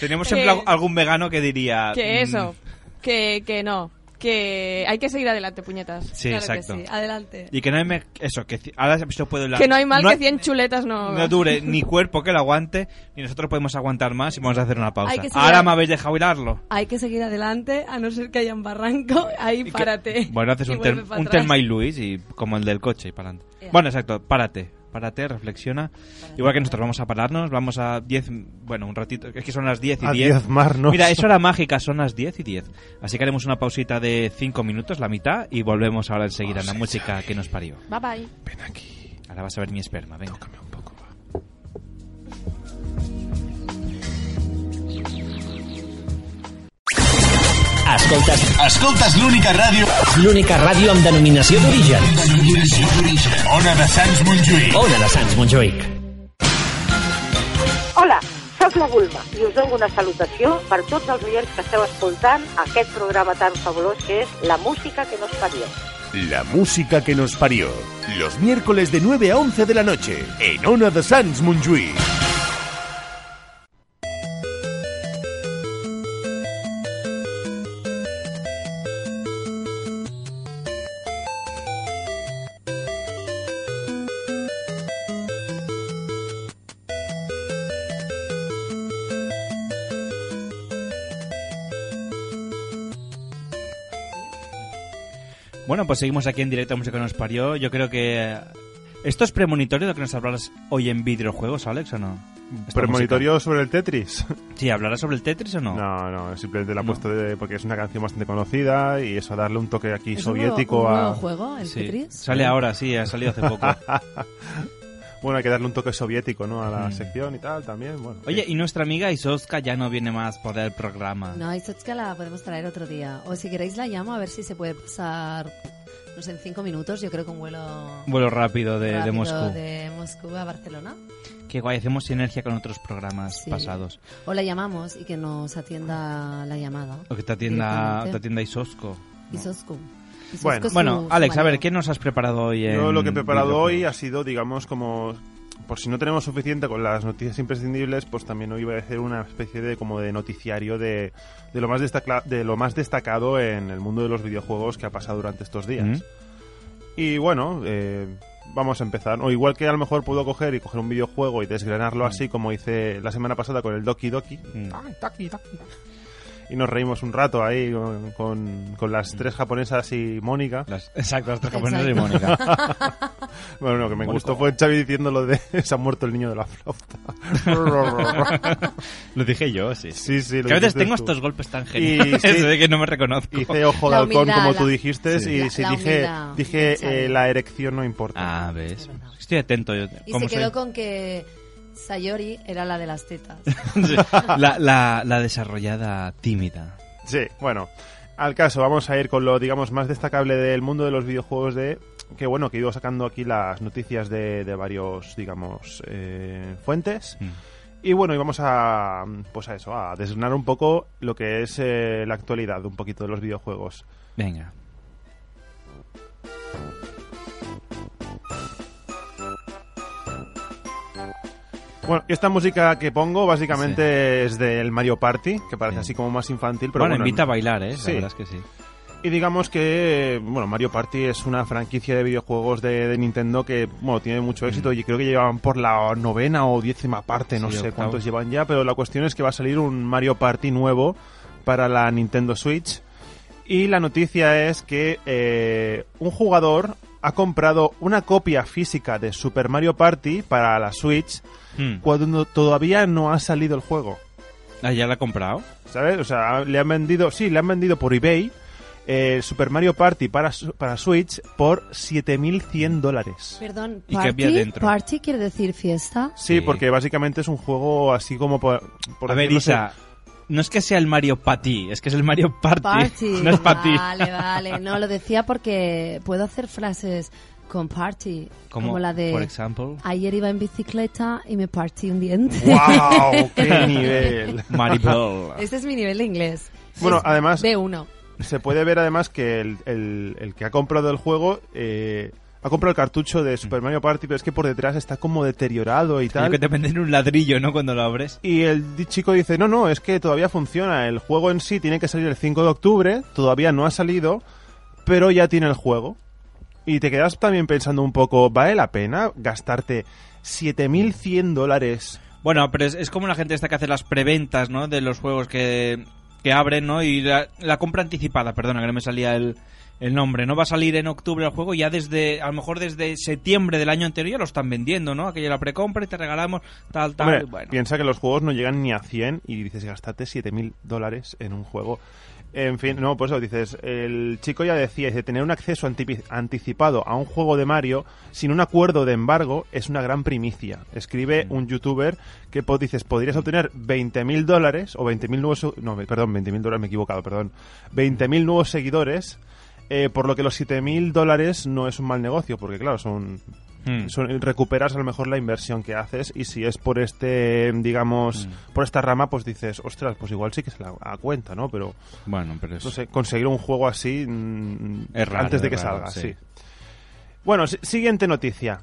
S10: Teníamos
S12: Eh,
S10: siempre al- algún vegano que diría...
S12: Que
S10: mm,
S12: eso, que, que no, que hay que seguir adelante, puñetas.
S10: Sí,
S12: Claro que
S10: exacto.
S12: sí, adelante.
S10: Y que no hay... me- Eso, que ci- ahora se puede... la-
S12: Que no hay mal que
S10: hay-
S12: 100 chuletas no...
S10: no dure ni cuerpo que lo aguante, ni nosotros podemos aguantar más y vamos a hacer una pausa.
S3: Hay que seguir
S10: Ahora
S3: a-
S10: me habéis dejado hilarlo.
S3: Hay que seguir adelante, a no ser que haya un barranco. Ahí párate.
S10: Bueno, haces
S3: Y
S10: un,
S3: vuelve
S10: tel-
S3: para
S10: un
S3: atrás.
S10: Telma y Luis, y como el del coche, y para adelante.
S3: Ea.
S10: Bueno, exacto, párate. Párate, reflexiona. Igual que nosotros vamos a pararnos, vamos a 10, bueno, un ratito, es que son las 10 y
S11: A
S10: 10.
S11: diezmarnos.
S10: Mira, es hora mágica, son las 10 y 10. Así que haremos una pausita de 5 minutos, la mitad, y volvemos ahora enseguida en la música que nos parió.
S12: Bye bye.
S10: Ahora vas a ver mi esperma, venga. un poco.
S15: Escoltes, escoltes l'única ràdio... L'única ràdio amb denominació d'origen. Denominació d'origen. Ona de Sants Montjuïc. Ona de Sants Montjuïc.
S17: Hola, sóc la Bulma i us dono una salutació per tots els oients que esteu escoltant aquest programa tan fabulós que és La música que nos parió.
S2: La música que nos parió. Los miércoles de 9 a 11 de la noche en Ona de Sans Montjuïc.
S10: Bueno, pues seguimos aquí en directo a Música que nos parió. Yo creo que... eh, ¿Esto es premonitorio de lo que nos hablarás hoy en videojuegos, Alex, o no? Esta
S11: ¿Premonitorio sobre el Tetris?
S10: Sí, ¿hablarás sobre el Tetris o no?
S11: No, no, simplemente la he puesto de- porque es una canción bastante conocida y eso, darle un toque aquí
S3: ¿Es un nuevo-
S11: soviético
S3: un
S11: a...
S3: nuevo juego, el Sí, Tetris?
S10: sale ahora, sí, ha salido hace poco.
S11: bueno, hay que darle un toque soviético, ¿no? A la sección y tal, también, bueno.
S10: Oye, y nuestra amiga Isoska ya no viene más por el programa.
S3: No, Isochka la podemos traer otro día. O si queréis la llamo a ver si se puede pasar, no sé, en cinco minutos. Yo creo que un vuelo...
S10: Vuelo rápido de- de
S3: rápido
S10: Moscú.
S3: de Moscú a Barcelona.
S10: Qué guay, hacemos sinergia con otros programas
S3: Sí.
S10: pasados.
S3: O la llamamos y que nos atienda la llamada.
S10: O que te atienda,
S3: Directamente.
S10: te atienda Isosco.
S3: Isoscu. Isoscu
S11: Bueno.
S3: es su-
S10: Bueno,
S11: su
S10: Alex, a
S11: marido.
S10: ver, ¿qué nos has preparado hoy?
S11: Yo
S10: en
S11: lo que he preparado
S10: videojuegos?
S11: hoy ha sido, digamos, como... Por si no tenemos suficiente con las noticias imprescindibles, pues también hoy voy a hacer una especie de como de noticiario de, de lo más destacla- de lo más destacado en el mundo de los videojuegos que ha pasado durante estos días.
S10: Mm.
S11: Y bueno, eh, vamos a empezar. O igual que a lo mejor puedo coger y coger un videojuego y
S10: Mm.
S11: desgranarlo así como hice la semana pasada con el Doki Doki. Y nos reímos un rato ahí con, con- con las tres japonesas y Mónica.
S10: exacto, las tres
S11: japonesas
S10: y Mónica.
S11: bueno, lo que me
S10: Mónico.
S11: gustó fue Xavi diciendo lo de se ha muerto el niño de la flauta.
S10: Lo dije yo, sí.
S11: Sí, sí. lo
S10: Que a veces
S11: dijiste
S10: tengo
S11: tú.
S10: estos golpes tan
S11: Y
S10: geniales
S11: sí,
S10: de que no me reconozco.
S11: Hice ojo de
S10: La
S11: halcón,
S10: humildad,
S11: como tú
S10: la-
S11: dijiste,
S10: Sí.
S11: y
S10: La-
S11: sí
S10: la
S11: dije,
S3: humildad,
S11: dije
S3: Xavi.
S11: eh, la erección no importa.
S10: Ah, ves. Estoy atento. Yo,
S3: Y se
S10: ¿cómo
S3: quedó
S10: soy?
S3: con que Sayori era la de las tetas.
S10: la, la- la desarrollada tímida.
S11: Sí, bueno. Al caso, vamos a ir con lo, digamos, más destacable del mundo de los videojuegos de... Que bueno, que he ido sacando aquí las noticias de, de varios, digamos, eh, fuentes.
S10: Mm.
S11: Y bueno, y vamos a, pues a eso, a desgranar un poco lo que es eh, la actualidad, un poquito de los videojuegos.
S10: Venga.
S11: Bueno, y esta música que pongo básicamente es del Mario Party, que parece así como más infantil, pero
S10: bueno,
S11: bueno,
S10: invita a bailar, ¿eh? La
S11: sí.
S10: verdad es que sí.
S11: Y digamos que, bueno, Mario Party es una franquicia de videojuegos de, de Nintendo que, bueno, tiene
S10: Mm.
S11: mucho éxito y creo que llevan por la novena o décima parte, no
S10: Sí,
S11: sé
S10: octavo.
S11: cuántos llevan ya, pero la cuestión es que va a salir un Mario Party nuevo para la Nintendo Switch. Y la noticia es que eh, un jugador ha comprado una copia física de Super Mario Party para la Switch
S10: Hmm.
S11: cuando todavía no ha salido el juego.
S10: Ah, ya la ha comprado.
S11: ¿Sabes? O sea, le han vendido, sí, le han vendido por eBay eh, Super Mario Party para, su- para Switch por 7.100 dólares.
S3: Perdón,
S11: ¿Y qué había
S3: party,
S11: dentro?
S3: party quiere decir fiesta.
S11: Sí, porque básicamente es un juego así como por... por
S10: A ver,
S11: decirlo
S10: Isa, no es que sea el Mario Party, es que es el Mario Party.
S3: Party.
S10: No es Party.
S3: Vale, vale. No, lo decía porque puedo hacer frases con party.
S10: Como,
S3: como la de.
S10: por ejemplo.
S3: Ayer iba en bicicleta y me partí un diente.
S11: ¡Wow! ¡Qué nivel!
S10: Maribel.
S3: Este es mi nivel de inglés.
S11: Bueno,
S3: Es
S11: además-
S3: B1.
S11: Se puede ver además que el, el- el que ha comprado el juego eh, ha comprado el cartucho de Super Mario Party, pero es que por detrás está como deteriorado y
S10: Creo
S11: tal.
S10: Mm. que te venden un ladrillo, ¿no? Cuando lo abres.
S11: Y el di- chico dice, no, no, es que todavía funciona. El juego en sí tiene que salir el 5 de octubre, todavía no ha salido, pero ya tiene el juego. Y te quedas también pensando un poco, ¿vale la pena gastarte 7.100 dólares?
S10: Bueno, pero es, es como la gente esta que hace las preventas, ¿no? De los juegos que, que abren, ¿no? Y la, la compra anticipada, perdona, que no me salía el, el nombre, ¿no? Va a salir en octubre el juego y ya desde, a lo mejor desde septiembre del año anterior ya lo están vendiendo, ¿no? Aquella la precompra y te regalamos tal, tal.
S11: Hombre,
S10: y bueno.
S11: piensa que los juegos no llegan ni a 100 y dices, gastarte 7.000 dólares en un juego. En fin, no, pues eso dices, el chico ya decía, dice, tener un acceso antipi- anticipado a un juego de Mario sin un acuerdo de embargo es una gran primicia.
S10: Mm.
S11: Escribe un youtuber que po- dices, podrías obtener 20.000 dólares o 20.000 nuevos... se- No, me- perdón, 20.000 dólares, me he equivocado, perdón. 20.000 nuevos seguidores, eh, por lo que los 7.000 dólares no es un mal negocio, porque claro, son
S10: Hmm.
S11: son- recuperas a lo mejor la inversión que haces y si es por este, digamos,
S10: Hmm.
S11: por esta rama, pues dices, ostras, pues igual sí que se la a cuenta, ¿no? Pero,
S10: Bueno, pero es-
S11: no sé, conseguir un juego así mm,
S10: Es raro,
S11: antes de
S10: es
S11: que
S10: raro,
S11: salga,
S10: sí.
S11: sí. Bueno, si- siguiente noticia.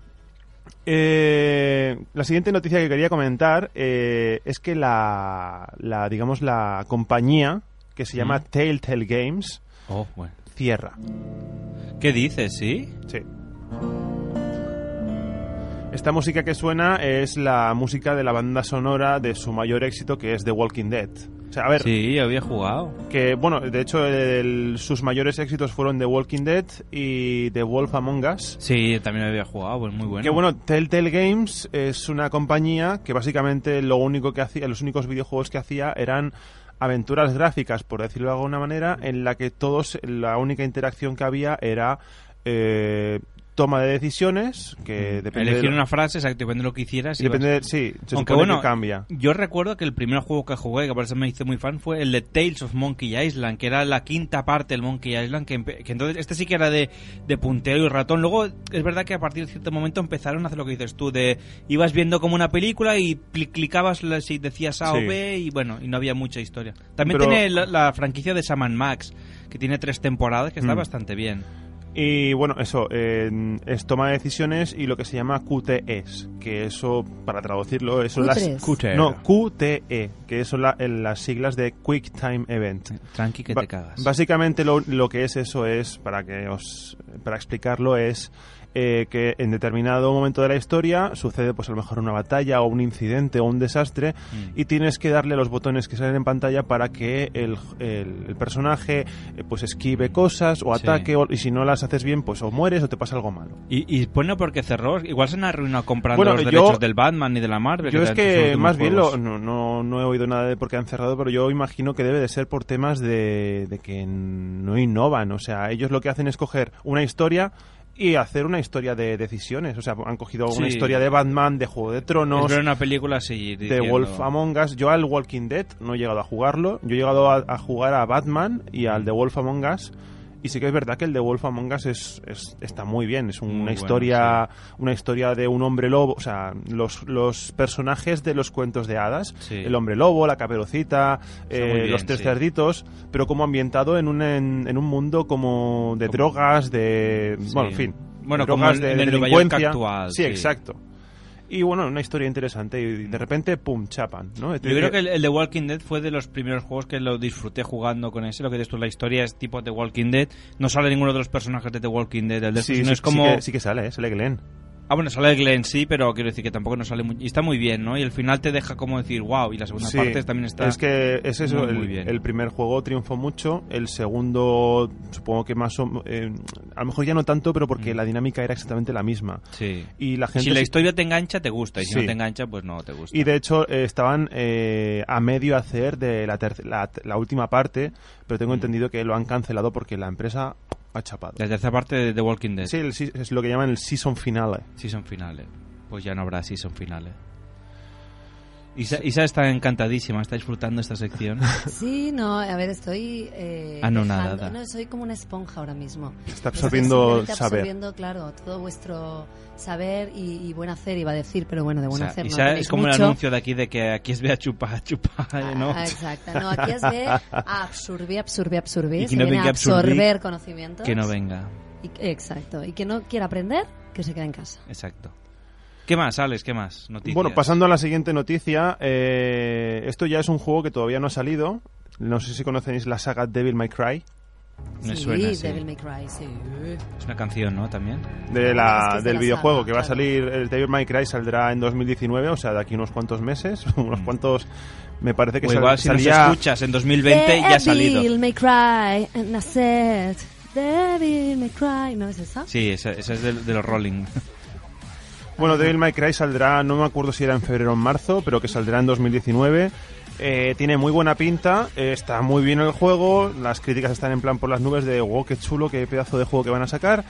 S11: Eh, la siguiente noticia que quería comentar eh, es que la, la, digamos, la compañía que se llama
S10: Mm.
S11: Telltale Games
S10: Oh, bueno.
S11: cierra.
S10: ¿Qué dices, sí?
S11: Sí. Esta música que suena es la música de la banda sonora de su mayor éxito, que es The Walking Dead. O sea, a ver,
S10: Sí, había jugado.
S11: que bueno, de hecho el- sus mayores éxitos fueron The Walking Dead y The Wolf Among Us.
S10: Sí, también había jugado, pues muy bueno.
S11: Que bueno, Telltale Games es una compañía que básicamente lo único que hacía, los únicos videojuegos que hacía eran aventuras gráficas, por decirlo de alguna manera, en la que todos, la única interacción que había era eh, toma de decisiones, que depende
S10: Mm. Elegir
S11: de lo-
S10: una frase, exacto, depende de lo que hicieras.
S11: Y depende
S10: ibas-
S11: de- sí,
S10: Aunque
S11: se supone que
S10: bueno,
S11: cambia.
S10: Yo recuerdo que el primer juego que jugué, que por eso me hice muy fan, fue el de Tales of Monkey Island, que era la quinta parte del Monkey Island, que, empe- que entonces este sí que era de, de puntero y ratón. Luego es verdad que a partir de cierto momento empezaron a hacer lo que dices tú, de ibas viendo como una película y pli- clicabas la- si decías A o
S11: Sí.
S10: B y bueno, y no había mucha historia. También
S11: Pero-
S10: tiene la, la franquicia de Saman Max, que tiene tres temporadas, que está
S11: Mm.
S10: bastante bien.
S11: Y bueno, eso, eh, es toma de decisiones y lo que se llama QTEs, que eso, para traducirlo, eso las...
S10: Cutres. Cutre.
S11: No,
S10: E,
S11: QTE, E, que son la- en las siglas de Quick Time Event.
S10: Eh, Tranqui que
S11: Ba-
S10: te cagas.
S11: Básicamente lo, lo que es eso es, para, que os, para explicarlo, es eh, que en determinado momento de la historia sucede pues a lo mejor una batalla o un incidente o un desastre
S10: Mm.
S11: y tienes que darle los botones que salen en pantalla para que el, el- el personaje eh, pues esquive cosas o
S10: Sí.
S11: ataque o- y si no las haces bien pues o mueres o te pasa algo malo.
S10: Y, y bueno, porque cerró. Igual se han arruinado comprando
S11: Bueno,
S10: los
S11: yo-
S10: derechos del Batman y de la Marvel.
S11: Yo es
S10: eran sus
S11: que
S10: últimos
S11: más bien lo-
S10: juegos.
S11: no, no, no he oído nada de por qué han cerrado, pero yo imagino que debe de ser por temas de, de que no innovan. O sea, ellos lo que hacen es coger una historia y hacer una historia de decisiones. O sea, han cogido una
S10: Sí.
S11: historia de Batman, de Juego de
S10: Es
S11: Tronos,
S10: ver una película así.
S11: de Wolf Among Us. Yo al Walking Dead no he llegado a jugarlo. Yo he llegado a, a jugar a Batman y
S10: Mm.
S11: al The Wolf Among Us. Y sí que es verdad que el The Wolf Among Us es, es- está muy bien. Es un-
S10: Muy
S11: una
S10: bueno,
S11: historia una historia de un hombre lobo. O sea, los, los personajes de los cuentos de hadas.
S10: Sí.
S11: El hombre lobo, la caperucita, eh,
S10: muy bien,
S11: los tres
S10: sí.
S11: cerditos. Pero como ambientado en un, en, en un mundo como de drogas, de... Bueno, en fin.
S10: Bueno, como
S11: drogas
S10: en-
S11: de,
S10: en
S11: de
S10: el Nueva York
S11: delincuencia.
S10: actual,
S11: sí,
S10: sí.
S11: exacto. Y bueno, una historia interesante. Y de repente, pum, chapan. ¿no?
S10: Mm. Yo creo que el, el de Walking Dead fue de los primeros juegos que lo disfruté jugando con ese. Lo que dices tú, la historia es tipo The Walking Dead. No sale ninguno de los personajes de The Walking Dead. El de
S11: Sí,
S10: estos, sino
S11: sí-
S10: es como...
S11: sí que- sí que sale, ¿eh? sale Glenn.
S10: Ah, bueno, sale Glenn, sí, pero quiero decir que tampoco no sale muy... Y está muy bien, ¿no? Y el final te deja como decir, wow, y la segunda
S11: Sí,
S10: parte también está...
S11: Es que es eso,
S10: muy,
S11: el,
S10: muy bien.
S11: el primer juego triunfó mucho, el segundo supongo que más... o- eh, a lo mejor ya no tanto, pero porque la dinámica era exactamente la misma.
S10: Mm. Sí.
S11: Y la gente
S10: Si la
S11: se-
S10: historia te engancha, te gusta. Y si no
S11: Sí.
S10: te engancha, pues no te gusta.
S11: Y de hecho eh, estaban eh, a medio hacer de la, ter- la, la última parte, pero
S10: Mm.
S11: tengo entendido que lo han cancelado porque la empresa ha chapado.
S10: La tercera parte de The Walking Dead.
S11: Sí, el se- es lo que llaman el season finale.
S10: Season finale. Pues ya no habrá season finale. Isa, Isa está encantadísima, está disfrutando esta sección.
S3: Sí, no, a ver, estoy... Eh,
S10: Anonadada.
S3: dejando- No, soy como una esponja ahora mismo.
S11: Está
S3: Estoy
S11: absorbiendo
S3: simplemente
S11: saber.
S3: absorbiendo, claro, todo vuestro saber y, y buen hacer, iba a decir, pero bueno, de
S10: O
S3: buen
S10: sea,
S3: hacer no
S10: Isa
S3: tenéis
S10: es como el
S3: mucho.
S10: anuncio de aquí de que aquí es ve a chupar, chupar, ¿no?
S3: Ah, exacto. No, aquí es de absorbir, absorbir, absorbir.
S10: Y
S3: Se
S10: que no
S3: viene a
S10: venga a absorbir,
S3: absorber conocimientos.
S10: Que no venga.
S3: Y- exacto. Y que no quiera aprender, que se quede en casa.
S10: Exacto. ¿Qué más, Alex? ¿Qué más? Noticias.
S11: Bueno, pasando a la siguiente noticia, eh, esto ya es un juego que todavía no ha salido. No sé si conocéis la saga Devil May Cry.
S10: Me
S3: sí,
S10: suena, sí.
S3: Devil May Cry, sí.
S10: Es una canción, ¿no? También.
S11: de
S10: Es
S11: la,
S10: que es de
S11: del
S10: la
S11: videojuego
S10: saga,
S11: que va a salir, el Devil May Cry saldrá en 2019, o sea, de aquí unos cuantos meses, unos cuantos, me parece que
S10: Mm. O
S11: sal-
S10: igual si nos
S11: salía-
S10: escuchas en 2020 ya ha salido.
S3: Devil May Cry, and I said, Devil May Cry. ¿No es esa?
S10: Sí, esa, esa es de, de los Rolling.
S11: Bueno, Devil May Cry saldrá, no me acuerdo si era en febrero o en marzo, pero que saldrá en 2019. Eh, tiene muy buena pinta, eh, está muy bien el juego, las críticas están en plan por las nubes de wow, qué chulo, qué pedazo de juego que van a sacar.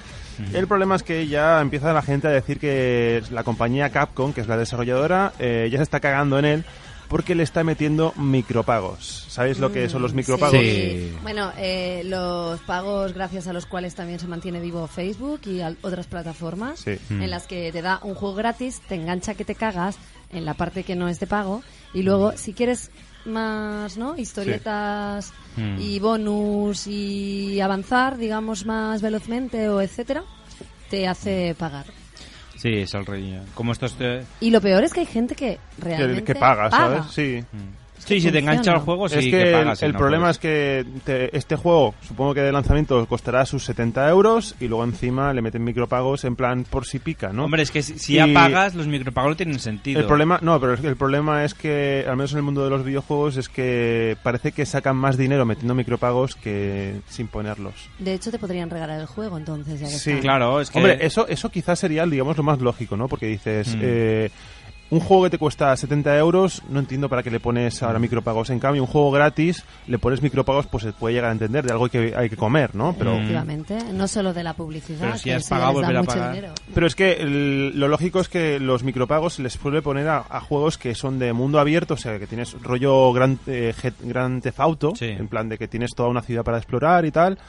S11: El problema es que ya empieza la gente a decir que la compañía Capcom, que es la desarrolladora, eh, ya se está cagando en él porque le está metiendo micropagos. ¿Sabéis lo que son los micropagos?
S3: Sí. Bueno, eh, los pagos gracias a los cuales también se mantiene vivo Facebook y al- otras plataformas
S11: Sí.
S3: en
S11: Mm.
S3: las que te da un juego gratis, te engancha que te cagas en la parte que no es de pago y
S11: Mm.
S3: luego si quieres más, ¿no? Historietas
S18: Sí. Mm.
S3: y bonus y avanzar, digamos, más velozmente o etcétera, te
S11: Mm.
S3: hace pagar.
S10: Sí, es el rey. Como estos... eh,
S3: Y lo peor es que hay gente que realmente
S11: que paga,
S3: paga.
S11: ¿sabes? Sí.
S10: Sí, si te engancha el juego, sí
S11: es que,
S10: que pagas,
S11: el,
S10: si
S11: el
S10: no,
S11: problema
S10: pues.
S11: es que te- este juego, supongo que de lanzamiento costará sus 70 euros y luego encima le meten micropagos en plan por si pica, ¿no?
S10: Hombre, es que si, si
S11: Y
S10: ya pagas, los micropagos no tienen sentido.
S11: El problema, no, pero es que el problema es que, al menos en el mundo de los videojuegos, es que parece que sacan más dinero metiendo micropagos que sin ponerlos.
S3: De hecho, te podrían regalar el juego entonces. Ya que
S11: Sí,
S3: está.
S11: Hombre, eso, eso quizás sería, digamos, lo más lógico, ¿no? Porque dices,
S10: Mm.
S11: eh, un juego que te cuesta 70 euros, no entiendo para qué le pones ahora micropagos. En cambio, un juego gratis, le pones micropagos, pues se puede llegar a entender de algo que hay que comer, ¿no? Pero,
S3: Efectivamente, no solo de la publicidad,
S10: Pero si
S3: que
S10: has
S3: eso ya
S10: pagado,
S3: les da
S10: volver a
S3: mucho
S10: pagar.
S3: dinero.
S11: pero es que el- lo lógico es que los micropagos se les suele poner a, a juegos que son de mundo abierto, o sea, que tienes rollo gran, eh, Jet- gran Theft Auto, en plan de que tienes toda una ciudad para explorar y tal.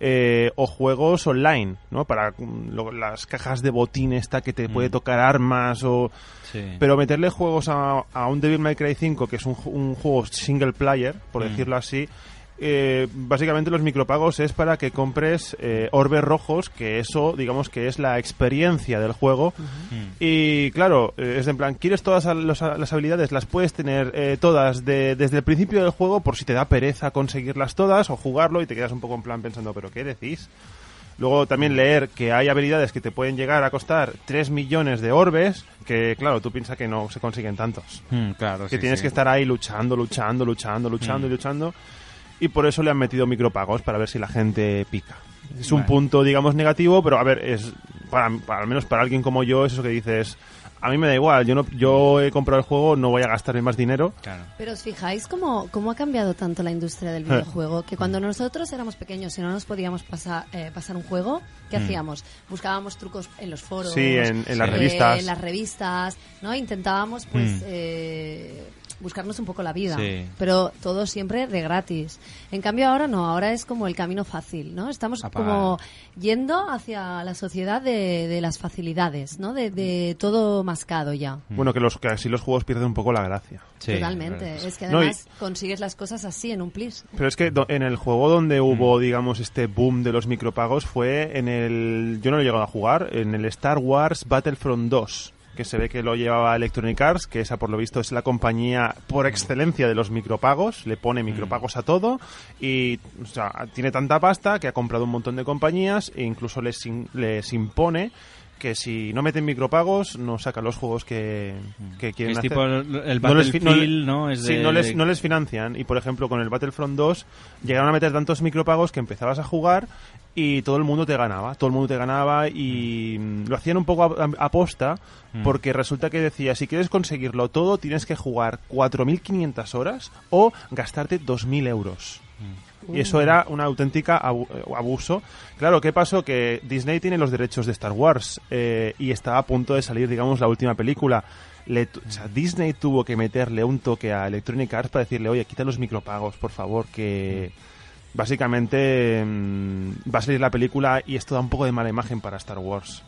S11: eh, o juegos online, ¿no? Para mm, lo- las cajas de botín esta que te puede tocar armas o...
S10: Mm. Sí.
S11: Pero meterle juegos a, a un Devil May Cry 5, que es un, ju- un juego single player, por
S10: Mm.
S11: decirlo así, eh, básicamente los micropagos es para que compres eh, orbes rojos, que eso, digamos que es la experiencia del juego. Y claro, eh, es en plan, ¿quieres todas al- los- las habilidades? Las puedes tener eh, todas de- desde el principio del juego por si te da pereza conseguirlas todas o jugarlo y te quedas un poco en plan pensando, ¿pero qué decís? Luego
S10: Mm.
S11: también leer que hay habilidades que te pueden llegar a costar 3 millones de orbes, que claro, tú piensas que no se consiguen tantos.
S10: Mm, claro,
S11: que
S10: sí,
S11: tienes
S10: sí.
S11: que estar ahí luchando, luchando, luchando, luchando
S10: Mm.
S11: y luchando. Y por eso le han metido micropagos para ver si la gente pica. Es un
S10: Vale.
S11: punto, digamos, negativo, pero a ver, es para, para- al menos para alguien como yo es eso que dices, a mí me da igual, yo no yo he comprado el juego, no voy a gastarme más dinero.
S3: Pero os fijáis cómo, cómo ha cambiado tanto la industria
S11: Eh.
S3: del videojuego, que cuando nosotros éramos pequeños y no nos podíamos pasar, eh, pasar un juego, ¿qué
S11: Mm.
S3: hacíamos? Buscábamos trucos en los foros, eh,
S11: Sí, en- en las revistas.
S3: en las revistas, ¿no? Intentábamos pues
S11: Mm.
S3: eh, buscarnos un poco la vida,
S10: Sí.
S3: pero todo siempre de gratis. En cambio ahora no, ahora es como el camino fácil, ¿no? Estamos
S10: Apagar.
S3: como yendo hacia la sociedad de, de las facilidades, ¿no? De, de todo mascado ya.
S11: Bueno, que, los, que así los juegos pierden un poco la gracia.
S3: Totalmente. Es que
S11: eh, No, y-
S3: además consigues las cosas así en un plis.
S11: Pero es que do- en el juego donde
S10: Mm.
S11: hubo, digamos, este boom de los micropagos fue en el. Yo no lo he llegado a jugar, en el Star Wars Battlefront 2. que se ve que lo llevaba Electronic Arts, que esa por lo visto es la compañía por excelencia de los micropagos, le
S10: Mm.
S11: pone micropagos a todo y o sea, tiene tanta pasta que ha comprado un montón de compañías e incluso les, in- les impone que si no meten micropagos no sacan los juegos que, que quieren
S10: Mm. Es
S11: hacer.
S10: tipo el- el
S11: fi-
S10: Battlefield, ¿no? Es
S11: sí,
S10: de-
S11: no les,
S10: de-
S11: no les financian. Y por ejemplo, con el Battlefront 2 llegaron a meter tantos micropagos que empezabas a jugar y todo el mundo te ganaba. Todo el mundo te ganaba y mm, lo hacían un poco a- a- aposta
S10: Mm.
S11: porque resulta que decía: si quieres conseguirlo todo, tienes que jugar 4.500 horas o gastarte 2.000 euros. Y eso era una auténtica abu- eh, abuso. Claro, ¿qué pasó? Que Disney tiene los derechos de Star Wars eh, y está a punto de salir, digamos, la última película. Le tu- o sea, Disney tuvo que meterle un toque a Electronic Arts para decirle, oye, quita los micropagos, por favor, que básicamente mm, va a salir la película y esto da un poco de mala imagen para Star Wars.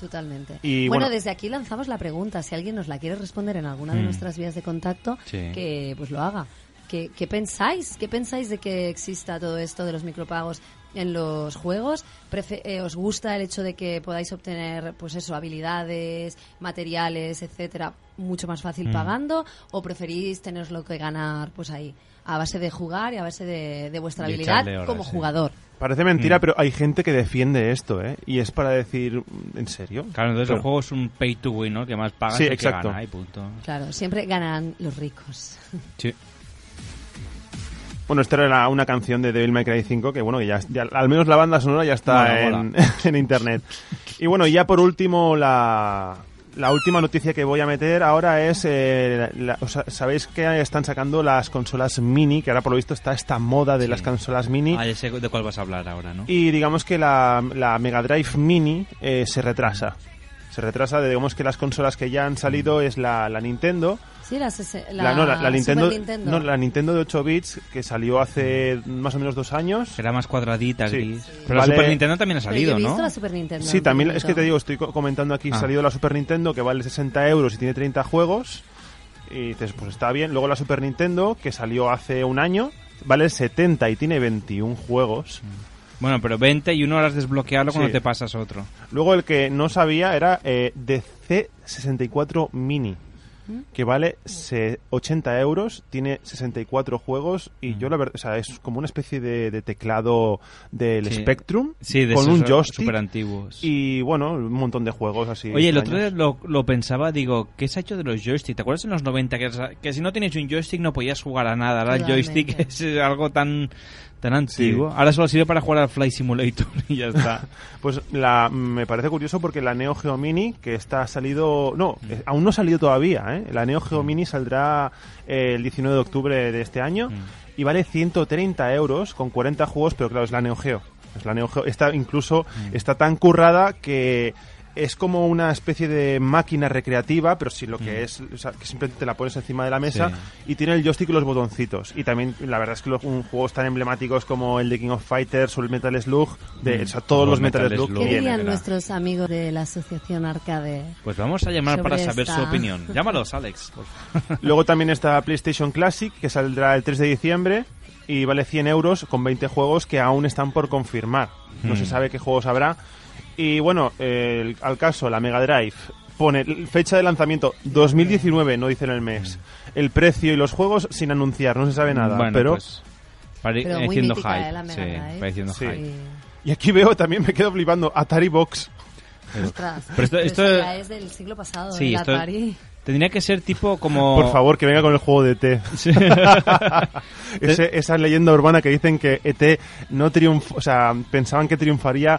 S3: Totalmente.
S11: Y
S3: bueno,
S11: bueno-
S3: desde aquí lanzamos la pregunta. Si alguien nos la quiere responder en alguna de
S11: Mm.
S3: nuestras vías de contacto,
S11: Sí.
S3: que pues lo haga. ¿Qué, qué pensáis? ¿Qué pensáis de que exista todo esto de los micropagos en los juegos? Prefe- eh, ¿Os gusta el hecho de que podáis obtener, pues eso, habilidades, materiales, etcétera, mucho más fácil
S18: Mm.
S3: pagando? ¿O preferís tener lo que ganar, pues ahí, a base de jugar y a base de, de vuestra
S11: Y
S3: habilidad
S11: echarle horas,
S3: como
S11: sí.
S3: jugador?
S11: Parece mentira, pero hay gente que defiende esto, ¿eh? Y es para decir, ¿en serio?
S10: Claro, entonces
S11: Pero-
S10: el juego es un pay to win, ¿no? Que más pagas
S11: Sí,
S10: y que
S11: exacto.
S10: gana y punto.
S3: Claro, siempre ganan los ricos.
S11: Bueno, esta era una canción de Devil May Cry 5 que, bueno, que ya, ya- al menos la banda sonora ya está
S10: Mola,
S11: en, en internet. Y bueno, y ya por último, la, la última noticia que voy a meter ahora es, eh, la- o sea, sabéis que están sacando las consolas mini, que ahora por lo visto está esta moda de las consolas mini.
S10: Ah, ya sé de cuál vas a hablar ahora, ¿no?
S11: Y digamos que la, la Mega Drive Mini eh, se retrasa. Se retrasa, de, digamos que las consolas que ya han salido es la, la Nintendo,
S3: Sí, la, sese-
S11: la, no, la, la
S3: Super
S11: Nintendo,
S3: Nintendo.
S11: No, la Nintendo de 8 bits que salió hace más o menos dos años.
S10: Era más cuadradita, gris. Pero la
S11: Vale.
S10: Super Nintendo también ha
S3: Pero yo he
S10: salido,
S3: visto
S10: ¿no?
S3: la Super Nintendo.
S11: Sí,
S3: un
S11: también es
S3: poquito.
S11: que te digo, estoy co- comentando aquí,
S10: Ah.
S11: salió la Super Nintendo que vale 60 euros y tiene 30 juegos. Y dices, pues está bien. Luego la Super Nintendo que salió hace un año, vale 70 y tiene 21 juegos.
S10: Bueno, pero 20 y uno harás desbloquearlo cuando
S11: Sí.
S10: te pasas otro.
S11: Luego el que no sabía era eh, DC64 Mini, que vale se- 80 euros, tiene 64 juegos
S10: Mm.
S11: y yo la verdad, o sea, es como una especie de, de teclado del
S10: Sí.
S11: Spectrum
S10: Sí, de
S11: con
S10: esos
S11: un joystick
S10: superantiguos.
S11: y bueno, un montón de juegos así.
S10: Oye, el
S11: extraños.
S10: otro día lo, lo pensaba, digo, ¿qué se ha hecho de los joysticks? ¿Te acuerdas en los 90 que, que si no tenías un joystick no podías jugar a nada? Ahora el
S11: Totalmente.
S10: joystick es eh, algo tan, tan antiguo. Ahora solo sirve para jugar al Fly Simulator y ya está.
S11: pues la, me parece curioso porque la Neo Geo Mini, que está ha salido. No,
S10: Mm.
S11: eh, aún no ha salido todavía, ¿eh? La Neo Geo Mini saldrá eh, el 19 de octubre de este año
S10: Mm.
S11: y vale 130 euros con 40 juegos, pero claro, es la Neo Geo. Es la Neo Geo. Está incluso
S10: Mm.
S11: está tan currada que. Es como una especie de máquina recreativa, pero sin lo que es, o sea, que simplemente te la pones encima de la mesa
S10: Mm. Sí.
S11: y tiene el joystick y los botoncitos. Y también, la verdad es que los un- juegos tan emblemáticos como el de King of Fighters o el Metal Slug, de,
S10: Mm.
S11: o sea, todos
S10: Los
S11: los Metal,
S10: Metal
S11: Slug,
S10: Slug.
S3: ¿Qué
S11: tienen.
S3: dirían nuestros amigos de la Asociación Arcade?
S10: Pues vamos a llamar
S3: Sobre
S10: para saber su
S3: esta.
S10: opinión. Llámalos, Alex, por favor.
S11: Luego también está PlayStation Classic, que saldrá el 3 de diciembre y vale 100 euros con 20 juegos que aún están por confirmar. No
S10: Mm.
S11: se sabe qué juegos habrá. Y bueno, eh, el- al caso, la Mega Drive pone l- fecha de lanzamiento 2019, no dicen el mes. El precio y los juegos sin anunciar, no se sabe nada.
S10: Mm. Bueno,
S11: pero
S10: pues, pare- Pero muy pareciendo mítica, hype, ¿eh? la Mega sí, Drive. pareciendo hype.
S11: Y aquí veo, también me quedo flipando, Atari Box.
S3: Ostras,
S10: Pero esto- esto-
S3: ya es del siglo pasado,
S10: Sí,
S3: el
S10: esto-
S3: Atari.
S10: Tendría que ser tipo como...
S11: Por favor, que venga con el juego de ET. Ese- esa leyenda urbana que dicen que ET no triunfó, o sea, pensaban que triunfaría,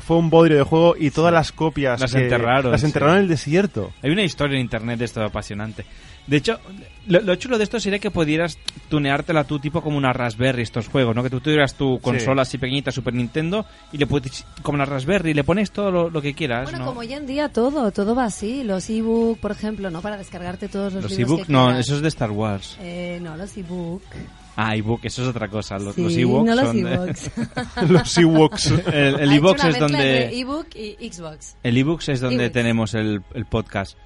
S11: fue un bodrio de juego y todas las copias
S10: Las
S11: que-
S10: enterraron,
S11: las
S10: sí.
S11: enterraron en el desierto.
S10: Hay una historia en internet de esto apasionante. De hecho, lo, lo chulo de esto sería que pudieras tuneártela tú, tipo como una Raspberry, estos juegos, ¿no? Que tú tuvieras tu consola así pequeñita, Super Nintendo, y le puedes, como la Raspberry, le pones todo lo, lo que quieras,
S3: Bueno,
S10: ¿no?
S3: como hoy en día todo, todo va así. Los e-book, por ejemplo, ¿no? Para descargarte todos los,
S10: Los
S3: libros
S10: e-book,
S3: que
S10: no,
S3: quieras.
S10: eso es de Star Wars.
S3: Eh, no, los e-book.
S10: Ah, ebook, eso es otra cosa. Los,
S3: Sí,
S10: los e-books
S3: no los
S10: son de-
S3: e-books.
S11: Los e-books.
S10: El, el
S3: Ha hecho
S10: e-books
S3: una
S10: es
S3: mezcla
S10: donde...
S3: entre e-book y Xbox.
S10: El e-books es donde
S3: E-books.
S10: tenemos el, el podcast.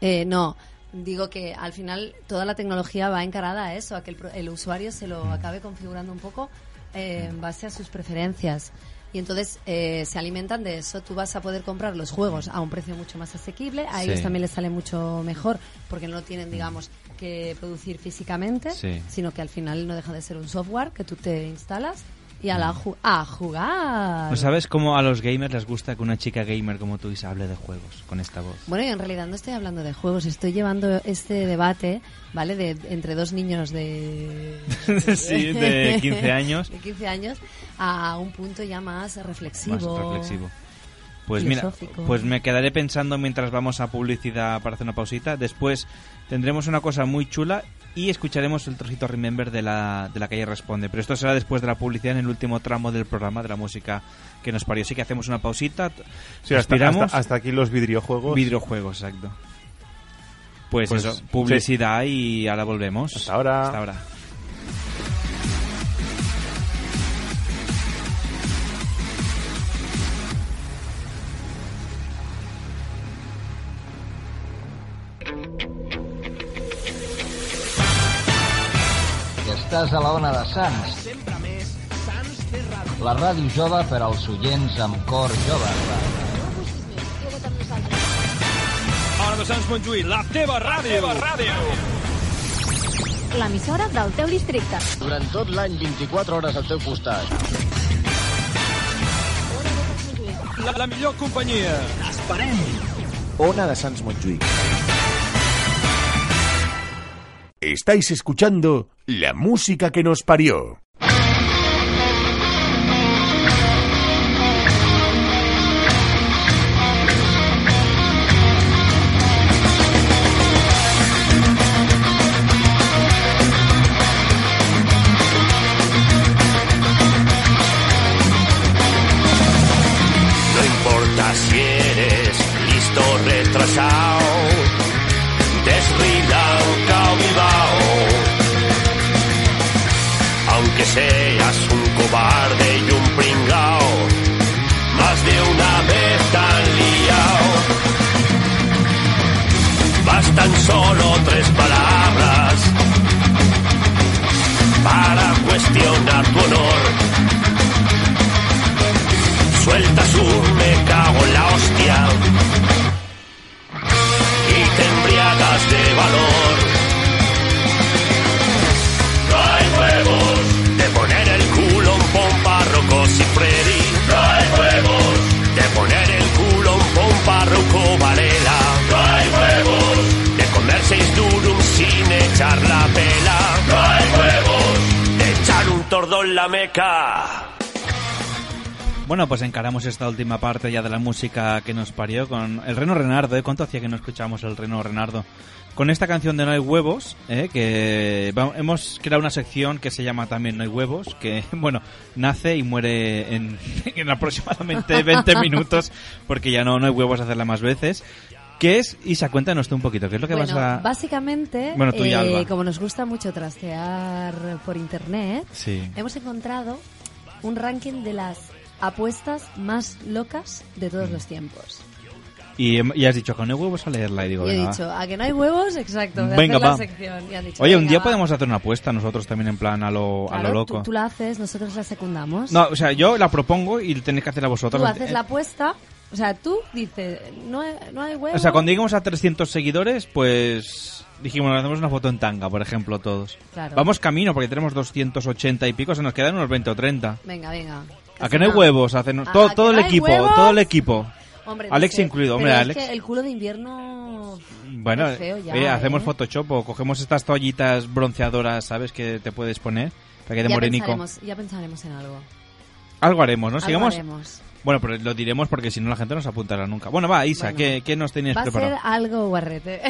S3: Eh, no, digo que al final toda la tecnología va encarada a eso, a que el, pro- el usuario se lo acabe configurando un poco eh, en base a sus preferencias. y entonces eh, se alimentan de eso. Tú vas a poder comprar los juegos a un precio mucho más asequible, a
S18: Sí.
S3: ellos también les sale mucho mejor porque no lo tienen, digamos, que producir físicamente,
S18: Sí.
S3: sino que al final no deja de ser un software que tú te instalas y a, la
S18: Mm.
S3: ju- a jugar.
S10: ¿No Pues sabes cómo a los gamers les gusta que una chica gamer como tú Isa hable de juegos con esta voz?
S3: Bueno, y en realidad no estoy hablando de juegos, estoy llevando este debate, ¿vale? De, entre dos niños de...
S10: Sí, de 15 años.
S3: De 15 años a un punto ya más reflexivo.
S10: Más reflexivo. Pues mira,
S3: filosófico.
S10: pues me quedaré pensando mientras vamos a publicidad para hacer una pausita. Después tendremos una cosa muy chula y escucharemos el trocito Remember de la, de la calle Responde. Pero esto será después de la publicidad en el último tramo del programa de la música que nos parió. Así que hacemos una pausita.
S11: Sí, hasta-
S10: respiramos.
S11: hasta- hasta aquí los videojuegos.
S10: Videojuegos, exacto. Pues,
S11: Pues
S10: eso,
S11: sí.
S10: publicidad y ahora volvemos. Hasta ahora. Hasta ahora.
S13: que estàs a la ona de Sants. Sempre més Sants té ràdio. La ràdio jove per als oients amb cor jove.
S14: Ona de Sants Montjuïc, la teva ràdio. La teva ràdio.
S13: L'emissora del teu districte. Durant tot l'any 24 hores al teu costat.
S14: La, la millor companyia. Esperem.
S2: Ona de Sans Montjuic. Estáis escuchando la música que nos parió.
S19: No importa si eres listo o retrasado, desrilado, cautivado. Aunque seas un cobarde y un pringao, más de una vez tan liado. Bastan solo tres palabras para cuestionar tu honor. Suelta sur, me cago en la hostia. Y te embriagas de valor. No hay huevos de poner el culo en pompa, roco y Freddy. No hay huevos de poner el culo en pompa, roco Varela. No hay huevos de comer seis durum sin echar la pela. No hay huevos de echar un tordo en la meca.
S10: Bueno, pues encaramos esta última parte ya de la música que nos parió con el Reno Renardo, ¿eh? ¿Cuánto hacía que no escuchábamos el Reno Renardo? Con esta canción de No hay huevos, ¿eh? que va- hemos creado una sección que se llama también No hay huevos, que, bueno, nace y muere en, en aproximadamente 20 minutos, porque ya no, no hay huevos a hacerla más veces. ¿Qué es? Isa, cuéntanos tú un poquito, ¿qué es lo que
S3: Bueno,
S10: vas a...?
S3: básicamente,
S10: Bueno, tú y
S3: eh,
S10: Alba.
S3: como nos gusta mucho trastear por internet,
S10: Sí.
S3: hemos encontrado un ranking de las apuestas más locas de
S10: Mm.
S3: todos los tiempos.
S10: Y, hem- y has dicho, con no hay huevos a leerla, y digo,
S3: y he
S10: venga, va.
S3: dicho, a que no hay huevos, exacto, voy a
S10: Venga,
S3: hacer la
S10: va.
S3: sección. Y han dicho,
S10: Oye, un
S3: venga,
S10: día
S3: va.
S10: podemos hacer una apuesta nosotros también en plan a lo, a
S3: Claro,
S10: lo
S3: tú-
S10: loco.
S3: Tú, la haces, nosotros la secundamos.
S10: No, o sea, yo la propongo y tenéis que hacerla vosotros. Eh,
S3: tú haces la apuesta, o sea, tú dices, no, hay- no hay huevos.
S10: O sea, cuando lleguemos a 300 seguidores, pues dijimos, hacemos una foto en tanga, por ejemplo, todos.
S3: Claro.
S10: Vamos camino, porque tenemos 280 y pico, se nos quedan unos 20 o 30.
S3: Venga, venga.
S10: ¿A que no hay huevos? Hacernos-
S3: Ah,
S10: todo
S3: ¿a
S10: todo
S3: que
S10: el
S3: no hay
S10: equipo,
S3: huevos?
S10: todo el equipo.
S3: Hombre, no
S10: Alex
S3: sé,
S10: incluido,
S3: pero
S10: hombre,
S3: es
S10: Alex.
S3: que el culo de invierno.
S10: Bueno,
S3: es feo ya,
S10: oye, hacemos
S3: ¿eh?
S10: Photoshop o cogemos estas toallitas bronceadoras, ¿sabes? Que te puedes poner para que de
S3: ya
S10: morenico.
S3: Pensaremos, ya pensaremos en algo.
S10: Algo haremos, ¿no?
S3: Algo
S10: Sigamos.
S3: haremos.
S10: Bueno, pero lo diremos porque si no la gente no se apuntará nunca. Bueno, va, Isa,
S3: Bueno.
S10: ¿qué, qué nos tenías
S3: Va a
S10: preparado?
S3: ser algo guarrete.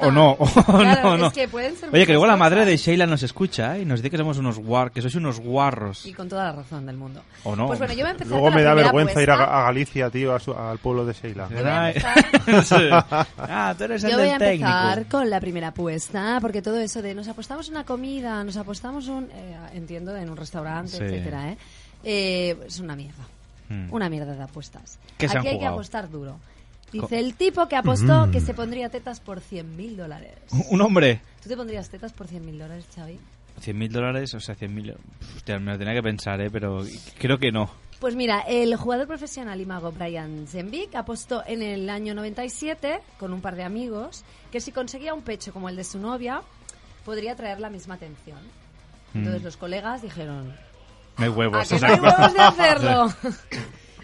S10: O no, o
S3: Claro,
S10: no, no.
S3: es que pueden ser
S10: Oye, que luego
S3: muchas
S10: la madre de Sheila nos escucha ¿eh? y nos dice que somos unos guar, que sois unos guarros.
S3: Y con toda la razón del mundo.
S10: O no.
S3: Pues bueno, yo voy a empezar
S11: Luego
S3: con la
S11: me da
S3: primera
S11: vergüenza ir
S3: apuesta.
S11: a, a Galicia, tío, a su- al pueblo de Sheila.
S10: ¿Verdad? ¿eh? Ah, tú eres el
S3: Yo voy
S10: del
S3: a empezar
S10: técnico.
S3: con la primera apuesta, porque todo eso de nos apostamos una comida, nos apostamos un, eh, entiendo, en un restaurante,
S18: Sí.
S3: etcétera, ¿eh? Eh, es una mierda,
S18: Hmm.
S3: una mierda de apuestas.
S18: ¿Qué se
S3: Aquí
S18: han
S3: hay que
S18: jugado?
S3: apostar duro.
S18: Co-
S3: Dice el tipo que apostó
S10: Mm.
S3: que se pondría tetas por 100.000 dólares.
S10: Un hombre.
S3: ¿Tú te pondrías tetas por 100.000 dólares, Xavi?
S10: 100.000 dólares, o sea, 100.000... Hostia, me lo tenía que pensar, ¿eh? Pero creo que no.
S3: Pues mira, el jugador profesional y mago Brian Zembic apostó en el año 97 con un par de amigos que si conseguía un pecho como el de su novia, podría traer la misma atención. Entonces
S10: Mm.
S3: los colegas dijeron,
S10: No hay huevos.
S3: "¿A Ah, que
S10: o
S3: no
S10: sea-
S3: hay huevos de hacerlo?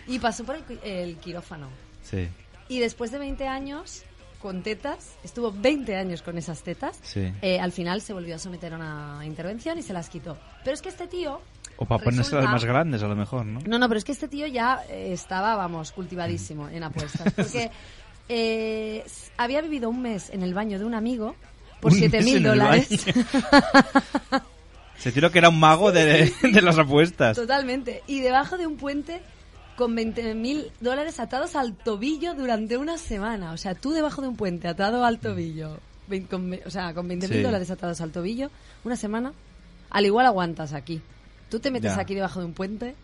S3: y pasó por el, qui- el quirófano.
S10: Sí.
S3: Y después de 20 años, con tetas, estuvo 20 años con esas tetas,
S10: Sí.
S3: eh, al final se volvió a someter a una intervención y se las quitó. Pero es que este tío...
S10: O para ponerse las
S3: resulta-
S10: más grandes, a lo mejor, ¿no?
S3: no, no, pero es que este tío ya eh, estaba, vamos, cultivadísimo en apuestas. Porque eh, s- había vivido un mes en el baño de un amigo por
S10: Un mes
S3: 7.000
S10: en el
S3: dólares.
S10: baño. Se tiró que era un mago de, de las apuestas.
S3: Totalmente. Y debajo de un puente con 20.000 dólares atados al tobillo durante una semana. O sea, tú debajo de un puente atado al tobillo, vein- con ve- o sea, con 20.000
S10: Sí.
S3: dólares atados al tobillo, una semana, al igual aguantas aquí. Tú te metes
S10: Ya.
S3: aquí debajo de un puente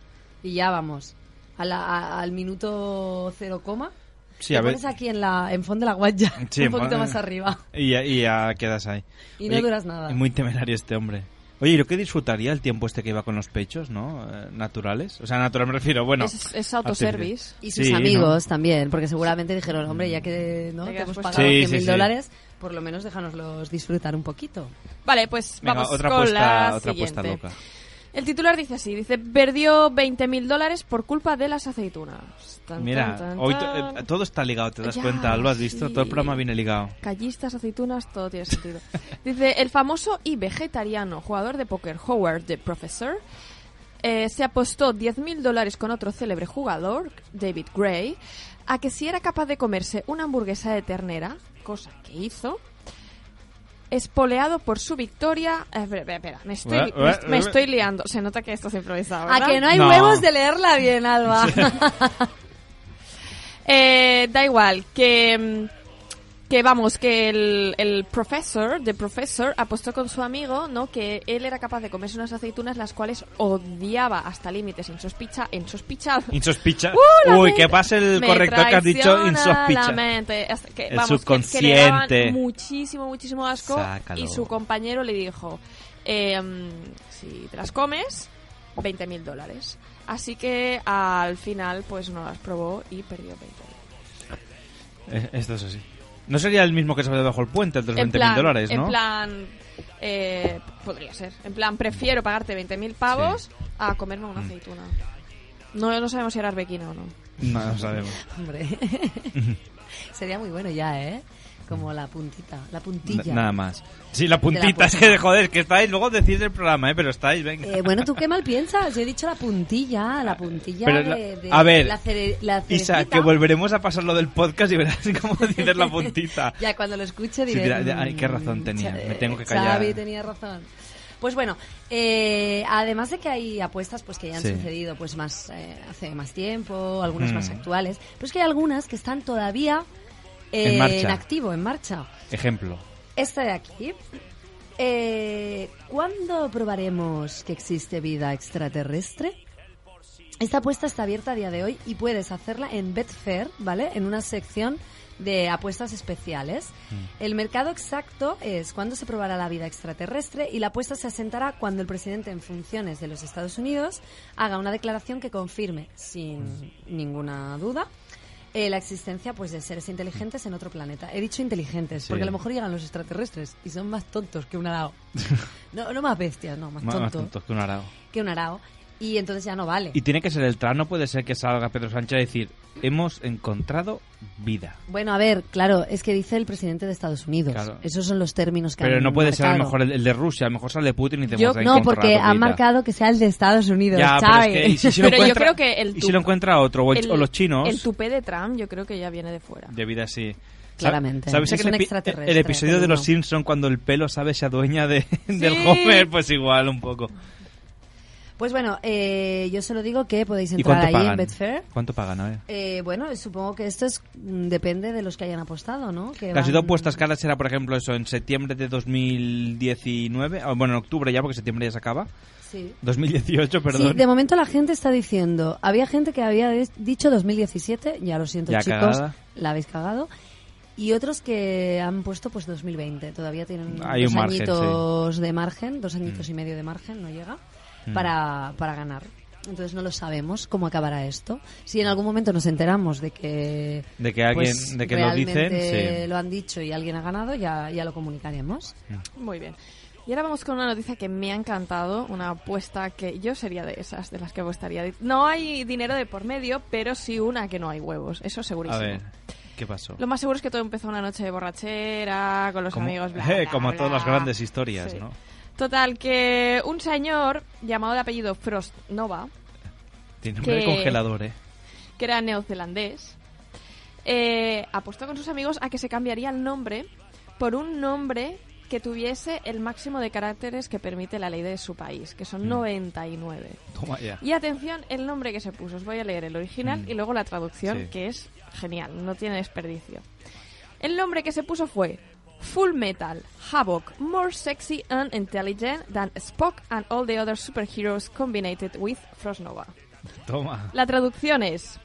S3: y ya vamos. A la- a- al minuto cero coma.
S10: Sí,
S3: te
S10: a ver.
S3: pones aquí en la en fondo de la guaya,
S10: Sí,
S3: un poquito
S10: ma-
S3: más arriba.
S10: Y ya, y ya quedas ahí.
S3: Y no duras nada.
S10: Es muy temerario este hombre. Oye, ¿y lo que disfrutaría el tiempo este que iba con los pechos, no? Eh, naturales. O sea, natural me refiero, bueno.
S20: Es- es autoservice.
S10: artificial.
S3: Y sus
S10: Sí, ¿no?
S3: amigos también, porque seguramente dijeron, hombre, ya que no
S20: Ya que
S3: te
S20: has
S3: hemos
S7: pues
S20: puesto-
S3: pagado
S10: Sí, sí,
S3: 100.000
S10: sí.
S3: dólares, por lo menos déjanoslos disfrutar un poquito.
S7: Vale, pues
S10: Venga,
S7: vamos
S10: otra
S7: con
S10: apuesta-
S7: la
S10: otra apuesta
S7: siguiente.
S10: loca.
S7: El titular dice así, dice, perdió 20.000 dólares por culpa de las aceitunas. Tan,
S10: Mira,
S7: tan, tan,
S10: hoy
S7: tan.
S10: to- eh, todo está ligado, ¿te das
S7: Ya,
S10: cuenta? ¿Lo has visto?
S7: sí.
S10: Todo el programa viene ligado.
S7: Callistas, aceitunas, todo tiene sentido. Dice, el famoso y vegetariano jugador de póker Howard the Professor eh, se apostó 10.000 dólares con otro célebre jugador, David Gray, a que si era capaz de comerse una hamburguesa de ternera, cosa que hizo, espoleado por su victoria... eh, espera, espera, espera, me estoy,
S10: Ué, ué,
S7: me, me
S10: ué.
S7: estoy liando. Se nota que esto es improvisado,
S3: A
S7: ¿verdad?
S3: que no hay
S10: No.
S3: huevos de leerla bien, Alba.
S7: Eh, da igual, que, mm, que vamos, que el, el profesor, de profesor, apostó con su amigo, ¿no? Que él era capaz de comerse unas aceitunas las cuales odiaba hasta límites insospecha, insospechados.
S10: Insospecha.
S7: ¡Uh, la
S10: Uy,
S7: mente!
S10: que pase el
S7: Me
S10: corrector que has dicho
S7: traiciona
S10: insospecha.
S7: la mente. Es que,
S10: El
S7: vamos, que-
S10: subconsciente.
S7: que le daban muchísimo, muchísimo asco.
S10: Sácalo.
S7: Y su compañero le dijo, ehm, si te las comes, 20 mil dólares. Así que al final pues no las probó y perdió 20
S10: Eh, Esto es así. No sería el mismo que se ve debajo del puente, el de los 20.000 dólares, ¿no?
S7: En plan, eh, podría ser. En plan, prefiero pagarte 20.000 pavos a comerme
S10: Mm.
S7: una aceituna. No, no sabemos si era arbequina o no.
S10: No, no sabemos.
S3: Hombre. Sería muy bueno ya, ¿eh? Como la puntita, la
S10: N-
S3: puntilla.
S10: Nada más. Sí, la
S3: De la
S10: puntita, es
S3: puerta.
S10: que joder, que estáis, luego decís el programa, ¿eh? Pero estáis, venga.
S3: Eh, bueno, ¿tú qué mal piensas? Yo he dicho la puntilla, la puntilla
S10: Pero la-
S3: de, de-
S10: a ver,
S3: la, cere- la
S10: Isa,
S3: cerecita.
S10: que volveremos a pasar lo del podcast y verás cómo dices la puntita.
S3: Ya cuando lo escuche
S10: Sí,
S3: diré...
S10: dirá, ya,
S3: "Mm,
S10: ay, qué razón tenía,
S3: Cha-
S10: me tengo que
S3: eh,
S10: callar.
S3: Xavi tenía razón. Pues bueno, eh, además de que hay apuestas pues que ya han
S10: Sí.
S3: sucedido pues más eh, hace más tiempo, algunas
S10: Mm.
S3: más actuales, pero es que hay algunas que están todavía eh,
S10: En marcha.
S3: en activo, en marcha.
S10: Ejemplo.
S3: Esta de aquí. Eh, ¿Cuándo probaremos que existe vida extraterrestre? Esta apuesta está abierta a día de hoy y puedes hacerla en Betfair, ¿vale? En una sección de apuestas especiales. El mercado exacto es cuándo se probará la vida extraterrestre y la apuesta se asentará cuando el presidente en funciones de los Estados Unidos haga una declaración que confirme, sin ninguna duda, eh, la existencia pues de seres inteligentes en otro planeta. He dicho inteligentes,
S10: Sí.
S3: porque a lo mejor llegan los extraterrestres y son más tontos que un arao. No, no más bestias, no, más,
S10: Más, más
S3: tontos
S10: tontos que un arao.
S3: que un arao. Y entonces ya no vale.
S10: Y tiene que ser el trano, no puede ser que salga Pedro Sánchez a decir, hemos encontrado vida.
S3: Bueno, a ver, claro, es que dice el presidente de Estados Unidos.
S10: Claro.
S3: Esos son los términos que
S10: Pero
S3: han
S10: no puede ser a lo
S3: marcado.
S10: mejor el, el de Rusia, a lo mejor sale Putin y te
S3: Yo- no, porque han marcado que sea el de Estados Unidos,
S10: Ya, pero
S3: Xavi.
S10: es que- y si se lo
S7: Pero yo
S10: encuentra-
S7: creo que el
S10: y si lo encuentra otro, o el- o los chinos.
S7: El tupé de Trump yo creo que ya viene de fuera.
S10: De vida sí.
S3: Claramente,
S10: ¿Sabéis
S3: es
S10: que el,
S3: un
S10: epi-
S3: extraterrestre,
S10: el episodio de Los
S3: no.
S10: Simpson cuando el pelo sabe se adueña de, del Homer? Pues igual, un poco.
S3: Pues bueno, eh, yo solo digo que podéis
S10: ¿Y
S3: entrar
S10: cuánto
S3: ahí en
S10: pagan?
S3: Betfair.
S10: ¿Cuánto pagan? A ver.
S3: Eh, bueno, supongo que esto es mm, depende de los que hayan apostado, ¿no? Que
S10: Casi
S3: van-
S10: dos puestas caras será, por ejemplo, eso, en septiembre de 2019, o, ah, bueno, en octubre ya, porque septiembre ya se acaba.
S3: Sí.
S10: 2018, perdón.
S3: Sí, de momento la gente está diciendo, había gente que había de- dicho 2017, ya lo siento
S10: Ya
S3: chicos,
S10: cagada.
S3: la habéis cagado, y otros que han puesto pues 2020, todavía tienen
S10: Hay
S3: dos
S10: un margen,
S3: añitos de margen, dos añitos y medio de margen, no llega,
S10: Mm.
S3: para, para ganar. Entonces no lo sabemos cómo acabará esto. Si en algún momento nos enteramos de que,
S10: De que alguien-
S3: pues,
S10: de que lo dicen,
S3: realmente
S10: sí.
S3: lo han dicho y alguien ha ganado, ya, ya lo comunicaremos.
S10: Mm.
S7: Muy bien. Y ahora vamos con una noticia que me ha encantado, una apuesta que yo sería de esas, de las que apostaría. No hay dinero de por medio, pero sí una que no hay huevos, eso
S10: A
S7: segurísimo.
S10: ver, ¿qué pasó?
S7: Lo más seguro es que todo empezó una noche de borrachera, con los
S10: Como-
S7: amigos, bla,
S10: eh,
S7: bla,
S10: como
S7: bla.
S10: todas las grandes historias,
S7: Sí.
S10: ¿no?
S7: Total, que un señor llamado de apellido Frost Nova,
S10: Tiene nombre de
S7: Que-
S10: congelador, ¿eh?
S7: que era neozelandés, eh, apostó con sus amigos a que se cambiaría el nombre por un nombre que tuviese el máximo de caracteres que permite la ley de su país, que
S10: Mm.
S7: son 99.
S10: Toma ya.
S7: Y atención, el nombre que se puso. Os voy a leer el original y luego la traducción,
S10: Mm. Sí.
S7: que es genial, no tiene desperdicio. El nombre que se puso fue Full Metal Havoc, more sexy and intelligent than Spock and all the other superheroes combined with Frost Nova.
S10: Toma.
S7: La traducción es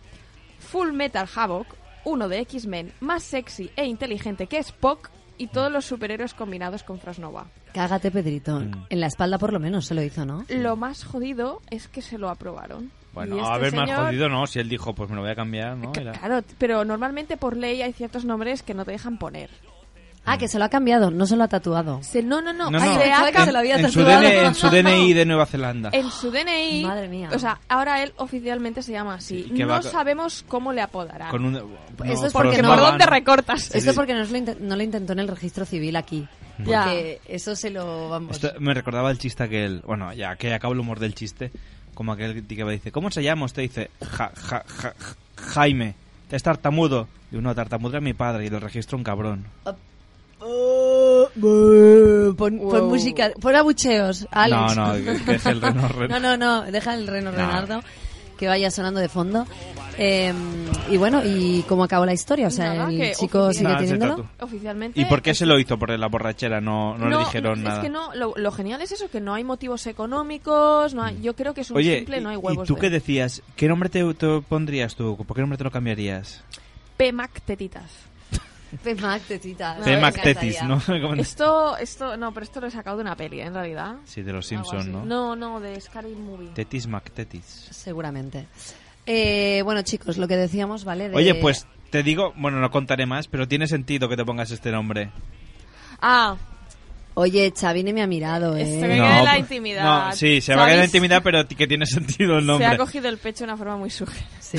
S7: Full Metal Havoc, uno de X-Men, más sexy e inteligente que Spock y todos los superhéroes combinados con Frost Nova.
S3: Cágate, Pedrito.
S10: Mm.
S3: En la espalda por lo menos se lo hizo, ¿no?
S7: Lo más jodido es que se lo aprobaron.
S10: Bueno,
S7: Y este
S10: a ver, más
S7: señor-
S10: jodido, ¿no? Si él dijo, pues me lo voy a cambiar, ¿no? Era-
S7: Claro, t- pero normalmente por ley hay ciertos nombres que no te dejan poner. Eh,
S3: Ah, que se lo ha cambiado, no se lo ha tatuado.
S7: no, no, no.
S10: Mm. No, no.
S7: Se ha
S3: Pensaba que se lo
S7: cam-
S3: había
S10: en, su
S3: tatuado.
S10: DNI en su DNI de Nueva Zelanda.
S7: En su DNI.
S3: Madre mía.
S7: O sea, ahora él oficialmente se llama así.
S10: ¿Y qué
S7: No
S10: va-
S7: sabemos cómo le apodarán.
S10: Con un...
S3: Esto
S10: no,
S3: es porque
S10: pero-
S3: no,
S10: Barban.
S3: Esto es porque no, lo inte- no lo intentó en el registro civil aquí.
S7: Ya.
S3: Porque eso se lo vamos.
S10: Esto me recordaba el chiste aquel. Bueno, ya que acabo el humor del chiste. Como aquel que dice, ¿cómo se llama? Usted dice, ja, ja, ja, ja- Jaime. Es tartamudo. Y uno tartamudo es mi padre y lo registro un cabrón.
S3: Oh, buh, pon, pon
S7: Wow.
S3: música, pon abucheos, Alex.
S10: No, no, que- que es el Reno Ren-
S3: No, no, no, deja el Reno
S10: No.
S3: Renardo que vaya sonando de fondo. Eh, y bueno, ¿y cómo acabó la historia? O sea,
S7: Nada,
S3: el
S7: que
S3: chico
S7: oficial-
S3: sigue
S10: Nada, se
S3: teniéndolo.
S10: tatu-
S7: Oficialmente.
S10: ¿Y por qué se lo hizo? Por la borrachera, no, no, le dijeron
S7: es
S10: nada.
S7: que no, lo, lo genial es eso, que no hay motivos económicos, no hay- yo creo que es un
S10: Mm. Oye,
S7: simple, no hay
S10: ¿y-
S7: huevos.
S10: ¿y tú
S7: de-
S10: qué decías? ¿Qué nombre te, te pondrías tú? ¿Por qué nombre te lo cambiarías?
S7: Pemac tetitas.
S3: Pemac tetitas.
S10: No, Pemac me encantaría. tetis, ¿no? Como-
S7: Esto, esto, no, pero esto lo he sacado de una peli, en realidad.
S10: Sí, de los
S7: Algo
S10: Simpsons, ¿no?
S7: así. No, no, de Scary Movie.
S10: Tetis McTetis.
S3: Seguramente. Eh, bueno, chicos, lo que decíamos,
S7: Eh,
S3: ¿vale? De-
S10: Oye, pues te digo, bueno, no contaré más, pero tiene sentido que te pongas este nombre.
S7: Ah.
S3: Oye, Xavi ni me ha mirado, ¿eh?
S7: Se me queda en la intimidad.
S10: pues, No, sí, se va a quedar en la
S7: ¿Sabéis?
S10: intimidad, pero ti- que tiene sentido el
S7: Se ha
S10: nombre.
S7: cogido el pecho de una forma muy sugerente.
S3: Sí,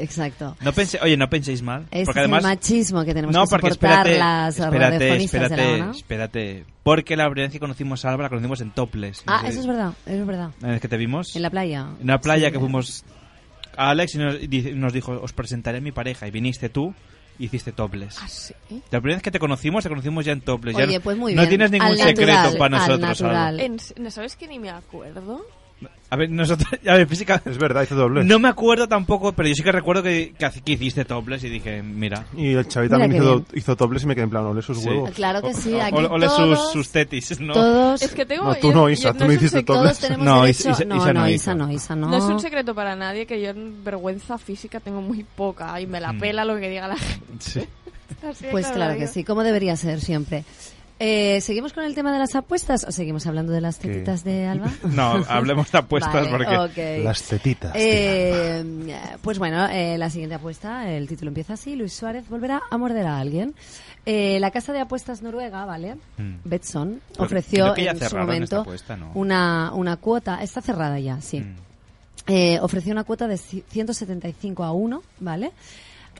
S3: exacto.
S10: No pense, oye, no penséis mal.
S3: Este
S10: porque
S3: es
S10: además,
S3: el machismo que tenemos
S10: no,
S3: que
S10: porque
S3: soportar
S10: espérate,
S3: las
S10: espérate,
S3: radiofonistas de la
S10: espérate,
S3: ONU.
S10: espérate. Porque la violencia que conocimos a Alba la conocimos en Topless.
S3: Ah, eso es verdad, eso es verdad.
S10: ¿En que te vimos?
S3: En la playa.
S10: En la playa que fuimos a Alex y nos, y di- nos dijo, os presentaré a mi pareja. Y viniste tú y hiciste Topless.
S7: Ah, sí.
S10: La primera vez que te conocimos, te conocimos ya en Topless. ya
S3: Oye,
S10: no-
S3: pues muy
S10: no
S3: bien.
S10: tienes ningún
S3: Al
S10: secreto
S3: natural,
S10: para
S3: al
S10: nosotros. Alba.
S3: natural.
S7: En- ¿no ¿Sabes que ni me acuerdo?
S10: A ver, nosotros, a ver, física. Es
S11: verdad, hizo doble.
S10: No me acuerdo tampoco, pero yo sí que recuerdo que, que hace- que hiciste topless y dije, mira.
S11: Y el Xavi
S3: Mira
S11: también
S3: qué
S11: hizo,
S3: bien.
S11: hizo dobles y me quedé en plan, ole sus
S10: Sí.
S11: huevos.
S3: Claro que sí, aquí
S10: O- ole
S3: todos-
S10: sus, sus tetis, ¿no?
S3: Todos.
S7: Es que tengo.
S11: No, tú no, Isa, tú no hiciste
S3: Todos
S11: dobles.
S3: tenemos
S10: No,
S3: derecho.
S10: Isa- Isa-
S3: no,
S10: Isa
S3: no,
S10: no hizo.
S3: Isa no, Isa no.
S7: No es un secreto para nadie que yo en vergüenza física tengo muy poca y me la
S3: Mm.
S7: pela lo que diga la gente. Así de
S3: Pues claro
S7: lo
S3: que
S7: digo.
S3: sí, como debería ser siempre. Eh, ¿Seguimos con el tema de las apuestas o seguimos hablando de las tetitas de Alba?
S10: No, hablemos de apuestas
S3: Vale,
S10: porque.
S3: ok.
S11: Las tetitas.
S3: Eh, pues bueno, eh, la siguiente apuesta, el título empieza así, Luis Suárez volverá a morder a alguien. Eh, la casa de apuestas noruega, ¿vale?
S10: Mm.
S3: Betson
S10: Creo- creo
S3: ofreció
S10: que ya
S3: en su
S10: cerraron
S3: momento
S10: esta apuesta, ¿no? Mm.
S3: una, una cuota, está cerrada ya, sí. Eh, ofreció una cuota de ci- 175 a 1, ¿vale?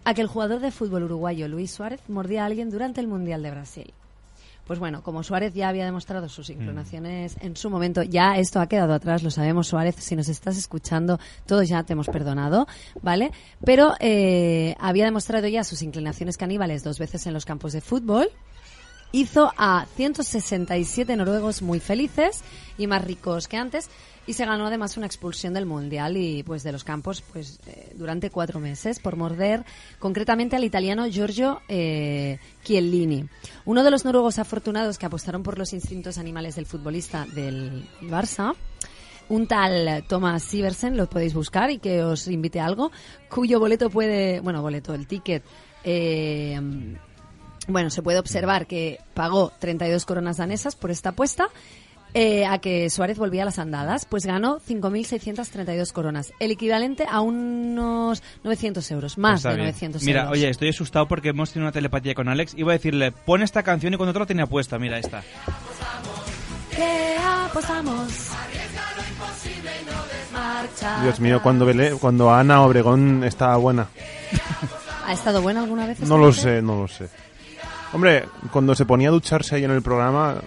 S3: A que el jugador de fútbol uruguayo Luis Suárez mordía a alguien durante el Mundial de Brasil. Pues bueno, como Suárez ya había demostrado sus inclinaciones en su momento, ya esto ha quedado atrás, lo sabemos Suárez, si nos estás escuchando, todos ya te hemos perdonado, ¿vale? Pero eh, había demostrado ya sus inclinaciones caníbales dos veces en los campos de fútbol, hizo a 167 noruegos muy felices y más ricos que antes y se ganó además una expulsión del mundial y pues de los campos pues eh, durante cuatro meses por morder concretamente al italiano Giorgio eh, Chiellini uno de los noruegos afortunados que apostaron por los instintos animales del futbolista del Barça un tal Thomas Siversen, lo podéis buscar y que os invite a algo, cuyo boleto puede, bueno, boleto, el ticket, eh, bueno, se puede observar que pagó 32 coronas danesas por esta apuesta eh, a que Suárez volvía a las andadas, pues ganó 5.632 coronas, el equivalente a unos 900 euros, más
S10: Está
S3: de
S10: bien.
S3: 900
S10: Mira,
S3: euros.
S10: oye, estoy asustado porque hemos tenido una telepatía con Alex. Iba a decirle, pon esta canción y cuando otro la tenía puesta, mira esta.
S3: Que apostamos. Marcha.
S11: Dios mío, cuando, Belé- cuando Ana Obregón estaba buena.
S3: ¿Ha estado buena alguna vez? esta
S11: No lo
S3: mujer?
S11: sé, no lo sé. Hombre, cuando se ponía a ducharse ahí en el programa...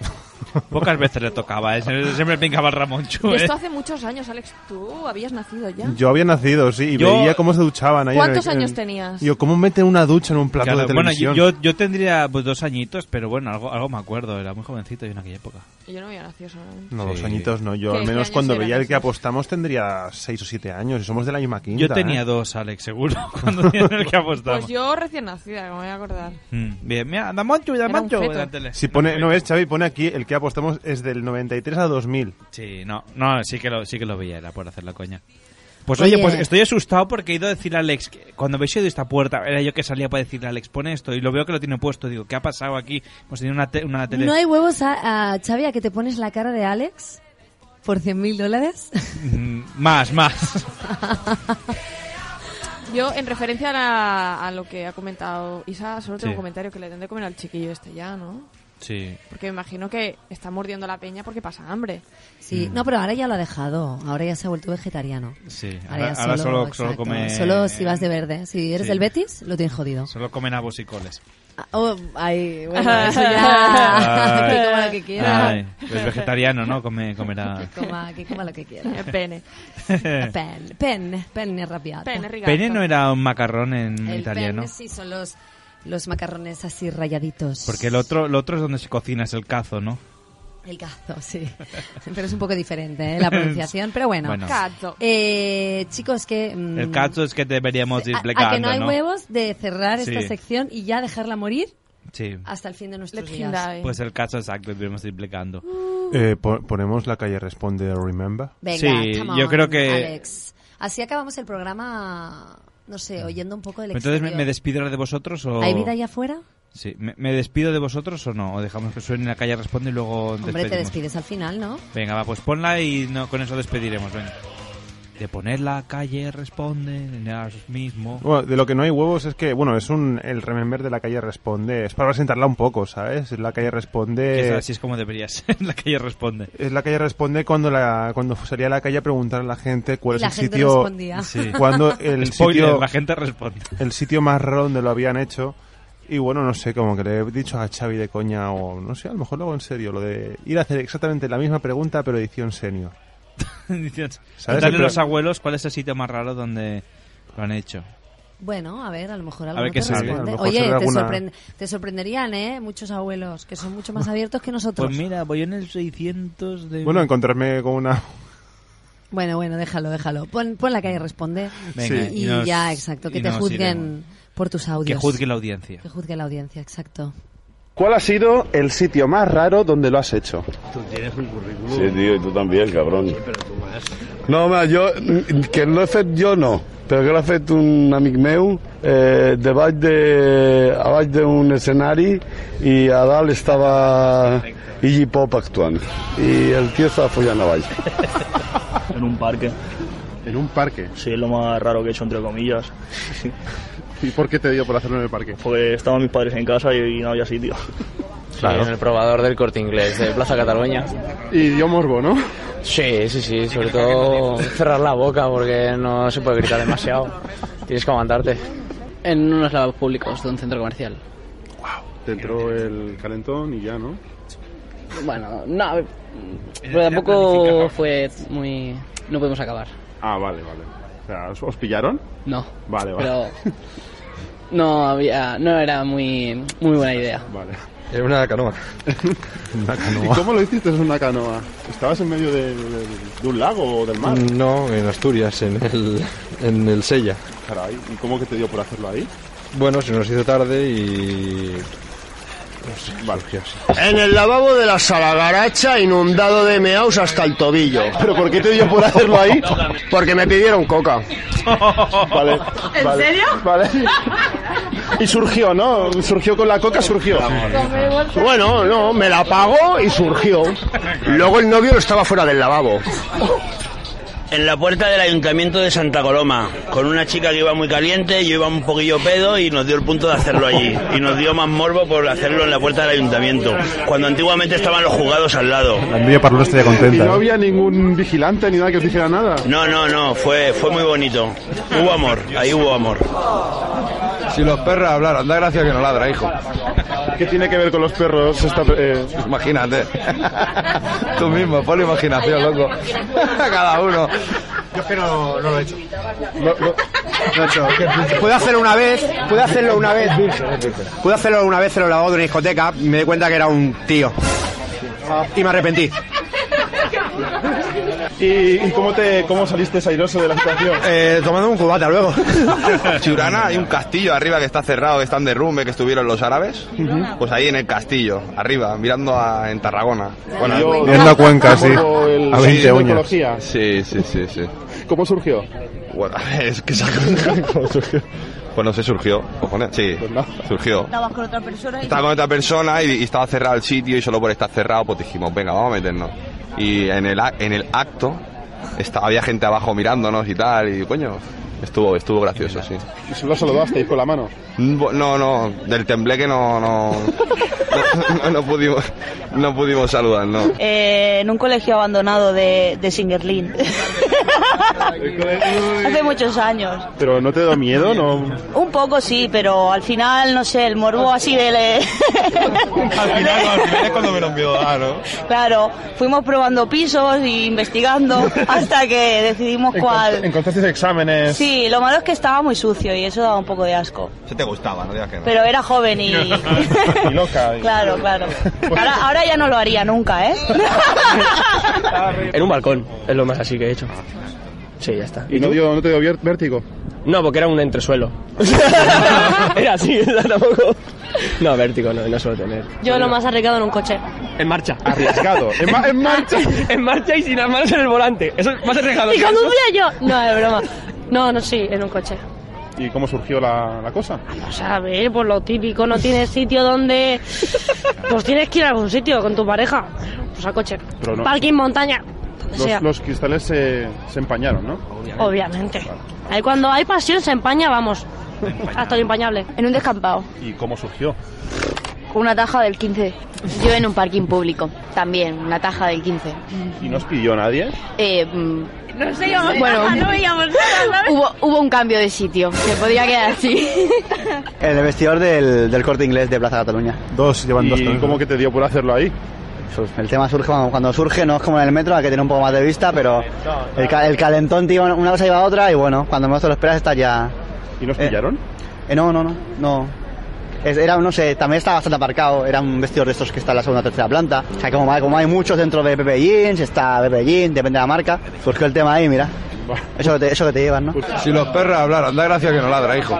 S10: Pocas veces le tocaba, ¿eh? siempre siempre pingaba el Ramonchu. ¿eh?
S12: Esto hace muchos años, Alex. Tú habías nacido ya.
S11: Yo había nacido, sí, y
S10: Yo-
S11: veía cómo se duchaban ahí. en el-
S12: ¿Cuántos
S11: en-
S12: años tenías?
S11: Yo, ¿cómo meten una ducha en un plato
S10: Claro,
S11: de
S10: bueno,
S11: televisión?
S10: yo, yo- yo tendría pues, dos añitos, pero bueno, algo, algo me acuerdo. Era muy jovencito yo en aquella época.
S12: Yo no había nacido solamente.
S11: No, los
S10: Sí.
S11: añitos no. Yo
S12: ¿Qué-
S11: al
S12: qué
S11: menos
S12: años
S11: cuando
S12: eran
S11: veía el que apostamos tendría 6 o 7 años y somos de la misma quinta.
S10: Yo tenía
S11: ¿eh?
S10: dos, Alex, seguro, cuando tenía el que apostaba.
S12: Pues yo recién nacida, que me voy a acordar.
S10: Mm, Bien, mira, anda Monchu,
S12: Era
S10: anda
S12: un
S10: Monchu.
S12: feto.
S10: de la tele.
S11: Si pone, no es, Xavi, pone aquí el que apostamos es del 93 a 2000.
S10: Sí, no, no, sí que lo, sí que lo veía, era por hacer la coña. Pues
S11: Oye.
S10: oye, pues estoy asustado porque he ido a decirle a Alex, que cuando habéis ido a esta puerta, era yo que salía para decirle a Alex, pon esto, y lo veo que lo tiene puesto, digo, ¿qué ha pasado aquí? Hemos tenido una, te- una tele...
S3: ¿No hay huevos, a, a Xavi, a que te pones la cara de Alex por 100.000 dólares?
S10: Mm, Más, más.
S12: Yo, en referencia a, la- a lo que ha comentado Isa, solo tengo un
S10: Sí.
S12: comentario que le tendré que comer al chiquillo este ya, ¿no?
S10: Sí.
S12: Porque me imagino que está mordiendo la peña porque pasa hambre.
S10: Mm.
S3: Sí, no, pero ahora ya lo ha dejado. Ahora ya se ha vuelto vegetariano.
S10: Sí,
S3: Ahora,
S10: ahora,
S3: ya
S10: ahora solo, solo,
S3: exacto,
S10: come...
S3: solo si vas de verde. Si eres
S10: sí.
S3: del Betis, lo tienes jodido.
S10: Solo comen abos y coles.
S3: Ah, oh, ay, bueno, eso ya. Ah. que coma lo que quiera.
S10: Ay, es vegetariano, ¿no? Come, comerá...
S3: Coma, que coma lo que quiera.
S12: Pene.
S3: Pen, pen, penne arrabbiata.
S12: Penne
S10: Pene no era un macarrón en
S3: El
S10: italiano.
S3: penne, sí, son los, los macarrones así rayaditos.
S10: Porque el otro, el otro es donde se cocina, es el cazo, ¿no?
S3: El gato, sí. Pero es un poco diferente ¿eh? la pronunciación, pero bueno.
S10: Mm. Bueno.
S3: Eh, chicos, que... mm,
S10: El cazo es que deberíamos ir
S3: a- a,
S10: explicando,
S3: que no hay
S10: ¿no?
S3: huevos de cerrar esta
S10: Sí.
S3: sección y ya dejarla morir
S10: Sí.
S3: hasta el fin de nuestros
S12: Let him
S3: días.
S10: Pues el caso exacto, iremos implicando.
S3: Mm.
S11: Eh, po- ponemos la calle responde Remember.
S3: Venga,
S10: Sí,
S3: come
S10: yo
S3: on,
S10: creo que-
S3: Alex. Así acabamos el programa, no sé, oyendo un poco del
S10: Entonces, ¿me,
S3: exterior.
S10: me despido ahora de vosotros o...?
S3: ¿Hay vida allá afuera?
S10: Sí, ¿me, me despido de vosotros o no? ¿O dejamos que suene la calle responde y luego
S3: Hombre, te
S10: despedimos?
S3: despides al final, ¿no?
S10: Venga, va, pues ponla y no, con eso despediremos, venga. De poner la calle responde en ellos mismo.
S11: Bueno, de lo que no hay huevos es que, bueno, es un el remember de la calle responde. Es para presentarla un poco, ¿sabes? La calle
S10: Que es
S11: responde.
S10: así es como debería ser, la calle responde.
S11: Es la calle responde cuando la cuando salía a la calle a preguntar a la gente
S10: Y
S11: cuál es
S10: la
S11: el
S10: gente
S11: sitio
S10: respondía. Sí.
S11: cuando el
S10: Spoiler,
S11: sitio
S10: la gente responde.
S11: el sitio más raro donde lo habían hecho y bueno no sé como que le he dicho a Xavi de coña o no sé a lo mejor luego en serio lo de ir a hacer exactamente la misma pregunta pero edición senior
S10: Dices,
S11: ¿Sabes?
S10: Dale a
S11: Pero-
S10: los abuelos cuál es el sitio más raro donde lo han hecho.
S3: Bueno, a ver, a lo mejor
S10: ver
S3: alguno
S10: qué
S3: te
S10: sale.
S3: responde.
S10: A lo mejor
S3: Oye, te,
S10: sale alguna-
S3: sorprende- te sorprenderían, ¿eh? Muchos abuelos que son mucho más abiertos que nosotros.
S10: Pues mira, voy en el 600 de...
S11: bueno encontrarme con una
S3: Bueno, bueno, déjalo, déjalo. Pon, pon la calle responde
S10: Venga,
S3: y,
S10: y nos-
S3: ya, exacto, que
S10: y
S3: te
S10: nos
S3: juzguen
S10: iremos.
S3: por tus audios.
S10: Que juzgue la audiencia.
S3: Que juzgue la audiencia, exacto.
S6: ¿Cuál ha sido el sitio más raro donde lo has hecho?
S18: Tú tienes un currículum.
S21: Sí, tío, y tú también, cabrón.
S18: Pero tú más.
S21: No, home, jo, que l'he fet jo no, però que l'ha fet un amic meu eh, davall de, a baix d'un escenari i a dalt estava Iggy Pop actuant i el tio estava follant a baix.
S18: En un parque. ¿En un parque? Sí, es lo más raro que he hecho, entre comillas. ¿Y por qué te dio por hacerlo en el parque? Porque estaban mis padres en casa y, no había sitio.
S22: Claro. en el probador del corte inglés de Plaza Cataluña.
S18: Y dio morbo, ¿no?
S22: Sí, sí, sí, sobre todo cerrar la boca porque no se puede gritar demasiado. Tienes que aguantarte. En unos lavabos públicos de un centro comercial.
S18: Te entró el calentón y ya, ¿no?
S22: Bueno, no, pero tampoco fue muy... No podemos acabar,
S18: Ah, vale, vale. O sea, ¿os, os pillaron?
S22: no.
S18: Vale, vale.
S22: Pero no había, no era muy, muy buena idea.
S18: Vale.
S21: Era una canoa.
S18: ¿Y cómo lo hiciste en una canoa? ¿Estabas en medio de, de- de un lago o del mar?
S23: Mm.
S21: No, en Asturias, en el, en el Sella.
S18: Caray, ¿y cómo que te dio por hacerlo ahí?
S21: Bueno, se nos hizo tarde y... No sé,
S24: En el lavabo de la sala garacha, inundado de meaus hasta el tobillo. ¿Pero por qué te dio por hacerlo ahí? Porque me pidieron coca.
S18: Vale, vale.
S24: Vale. y surgió, ¿no? Surgió con la coca, surgió. Bueno, no, me la pagó y surgió. Luego el novio estaba fuera del lavabo.
S1: En la puerta del ayuntamiento de Santa Coloma, con una chica que iba muy caliente, yo iba un poquillo pedo y nos dio el punto de hacerlo allí. Y nos dio más morbo por hacerlo en la puerta del ayuntamiento, cuando antiguamente estaban los jugados al lado.
S11: La envidia para estaría
S6: Y no
S11: contenta. ¿eh?
S6: había ningún vigilante ni nada que os dijera nada.
S1: No, no, no, fue, fue muy bonito. Hubo amor, ahí hubo amor.
S25: Si los perros hablaran, da gracia que no ladra, hijo. Pues
S24: ¿Qué tiene que ver con los perros? Esta, eh?
S25: Imagínate. Tú mismo, pon la imaginación, loco. Cada uno.
S23: Yo es que no, no lo he hecho. No he hecho. Pude hacerlo una vez, pude hacerlo una vez, pude hacerlo una vez en los lavabos de una discoteca, y me di cuenta que era un tío.
S24: Ah.
S23: Y me arrepentí.
S24: ¿Y cómo, te, cómo saliste airoso de la situación?
S23: Eh, tomando un cubata luego.
S25: Churana, hay un castillo arriba que está cerrado, que están de rumbe, que estuvieron los árabes. Pues ahí en el castillo, arriba, mirando a, en Tarragona.
S24: Yo-
S25: viendo
S11: Viendo a Cuenca, sí.
S25: el-
S11: A 20
S25: sí,
S11: uñas.
S24: Ecología.
S25: Sí, sí, sí, sí.
S24: ¿Cómo surgió?
S25: Bueno, es que esa cosa- Pues no sé, surgió. Cojones, sí.
S24: Pues
S25: Surgió.
S26: Estabas con otra persona y...
S25: Estaba con otra persona y, y estaba cerrado el sitio y solo por estar cerrado pues dijimos, venga, vamos a meternos. Y en el, ac- en el acto estaba, había gente abajo mirándonos y tal y coño, estuvo, estuvo gracioso, sí.
S24: Y solo saludasteis con la mano.
S25: Mm, bo- No, no, del tembleque no, no, no, no- no pudimos, no pudimos saludar, no.
S26: Eh, en un colegio abandonado de, de Singerlin. Hace muchos años.
S24: Pero no te da miedo, no.
S26: Un poco sí, pero al final, no sé, el morbo así de...
S25: Al final, al final es cuando menos miedo da, ¿no?
S26: Claro, fuimos probando pisos e investigando hasta que decidimos cuál...
S24: Encontrasteis exámenes.
S26: Sí, lo malo es que estaba muy sucio y eso daba un poco de asco.
S25: Se te gustaba, no digas que no.
S26: Pero era joven y...
S24: Y loca. y-
S26: Claro, claro. Ahora, ahora ya no lo haría nunca, ¿eh?
S23: En un balcón, es lo más así que he hecho. Sí, ya está.
S24: ¿Y no, dio- no te dio vier- vértigo?
S23: No, porque era un entresuelo. era así, tampoco. No, vértigo, no, no suelo tener.
S27: Yo lo más arriesgado en un coche.
S23: En marcha.
S24: Arriesgado. En, marcha.
S23: en marcha y sin las manos en el volante. Eso es más arriesgado.
S27: Y
S23: que eso.
S27: conducía yo. No, es broma. No, no, sí, en un coche.
S24: ¿Y cómo surgió la, la cosa?
S27: O sea, a ver, pues lo típico, no tienes sitio donde... Pues tienes que ir a algún sitio con tu pareja. Pues a coche.
S24: Pero no.
S27: Parking, montaña, donde sea.
S24: Los, los cristales se, se empañaron, ¿no?
S27: Obviamente. Ahí cuando hay pasión se empaña, vamos. Hasta lo impañable.
S28: En un descampado,
S24: ¿Y cómo surgió?
S28: con una taja del 15. Yo en un parking público, también, una taja del 15.
S24: ¿Y no os pidió nadie?
S28: Eh, mm,
S27: No sé,
S28: bueno, hubo, hubo un cambio de sitio, se podía quedar así.
S23: En el vestidor del, del corte inglés de Plaza Cataluña.
S24: Dos, llevan
S23: dos
S24: ¿Y
S23: también.
S24: cómo que te dio por hacerlo ahí?
S23: El tema surge cuando, cuando surge, no es como en el metro, hay que tener un poco más de vista, pero el, ca- el calentón, tío, una cosa lleva a otra y bueno, cuando menos te lo esperas está ya...
S24: ¿Y nos pillaron?
S23: Eh, no, no, no, no. Es- era, no sé, también estaba bastante aparcado, era un vestidor de estos que está en la segunda o tercera planta. O sea, como, hay- como hay muchos dentro de Pepe Jeans, está Pepe Jeans, depende de la marca, surgió el tema ahí, mira. Eso que te, eso que te llevan, ¿no?
S25: Si los perros hablaran, da gracia que no ladra, hijo.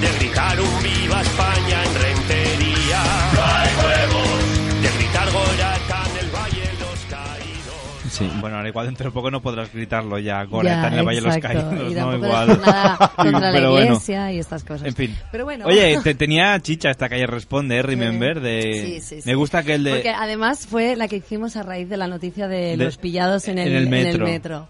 S19: de gritar un viva España en rentería. Hay huevos de gritar Gorata en el Valle de los Caídos.
S10: Sí. Bueno, ahora igual dentro de poco no podrás gritarlo ya, Goreta, en el Valle de los
S3: exacto,
S10: Caídos,
S3: y
S10: ¿no?
S3: tampoco
S10: Igual.
S3: decir nada contra la
S10: Pero bueno.
S3: iglesia y estas cosas.
S10: En fin.
S3: Pero bueno.
S10: Oye, te, tenía chicha esta calle Responde, ¿eh? Remember, de...
S3: Sí, sí, sí.
S10: Me gusta que el de...
S3: Porque además fue la que hicimos a raíz de la noticia de,
S10: De-
S3: los pillados en el,
S10: en el metro.
S3: metro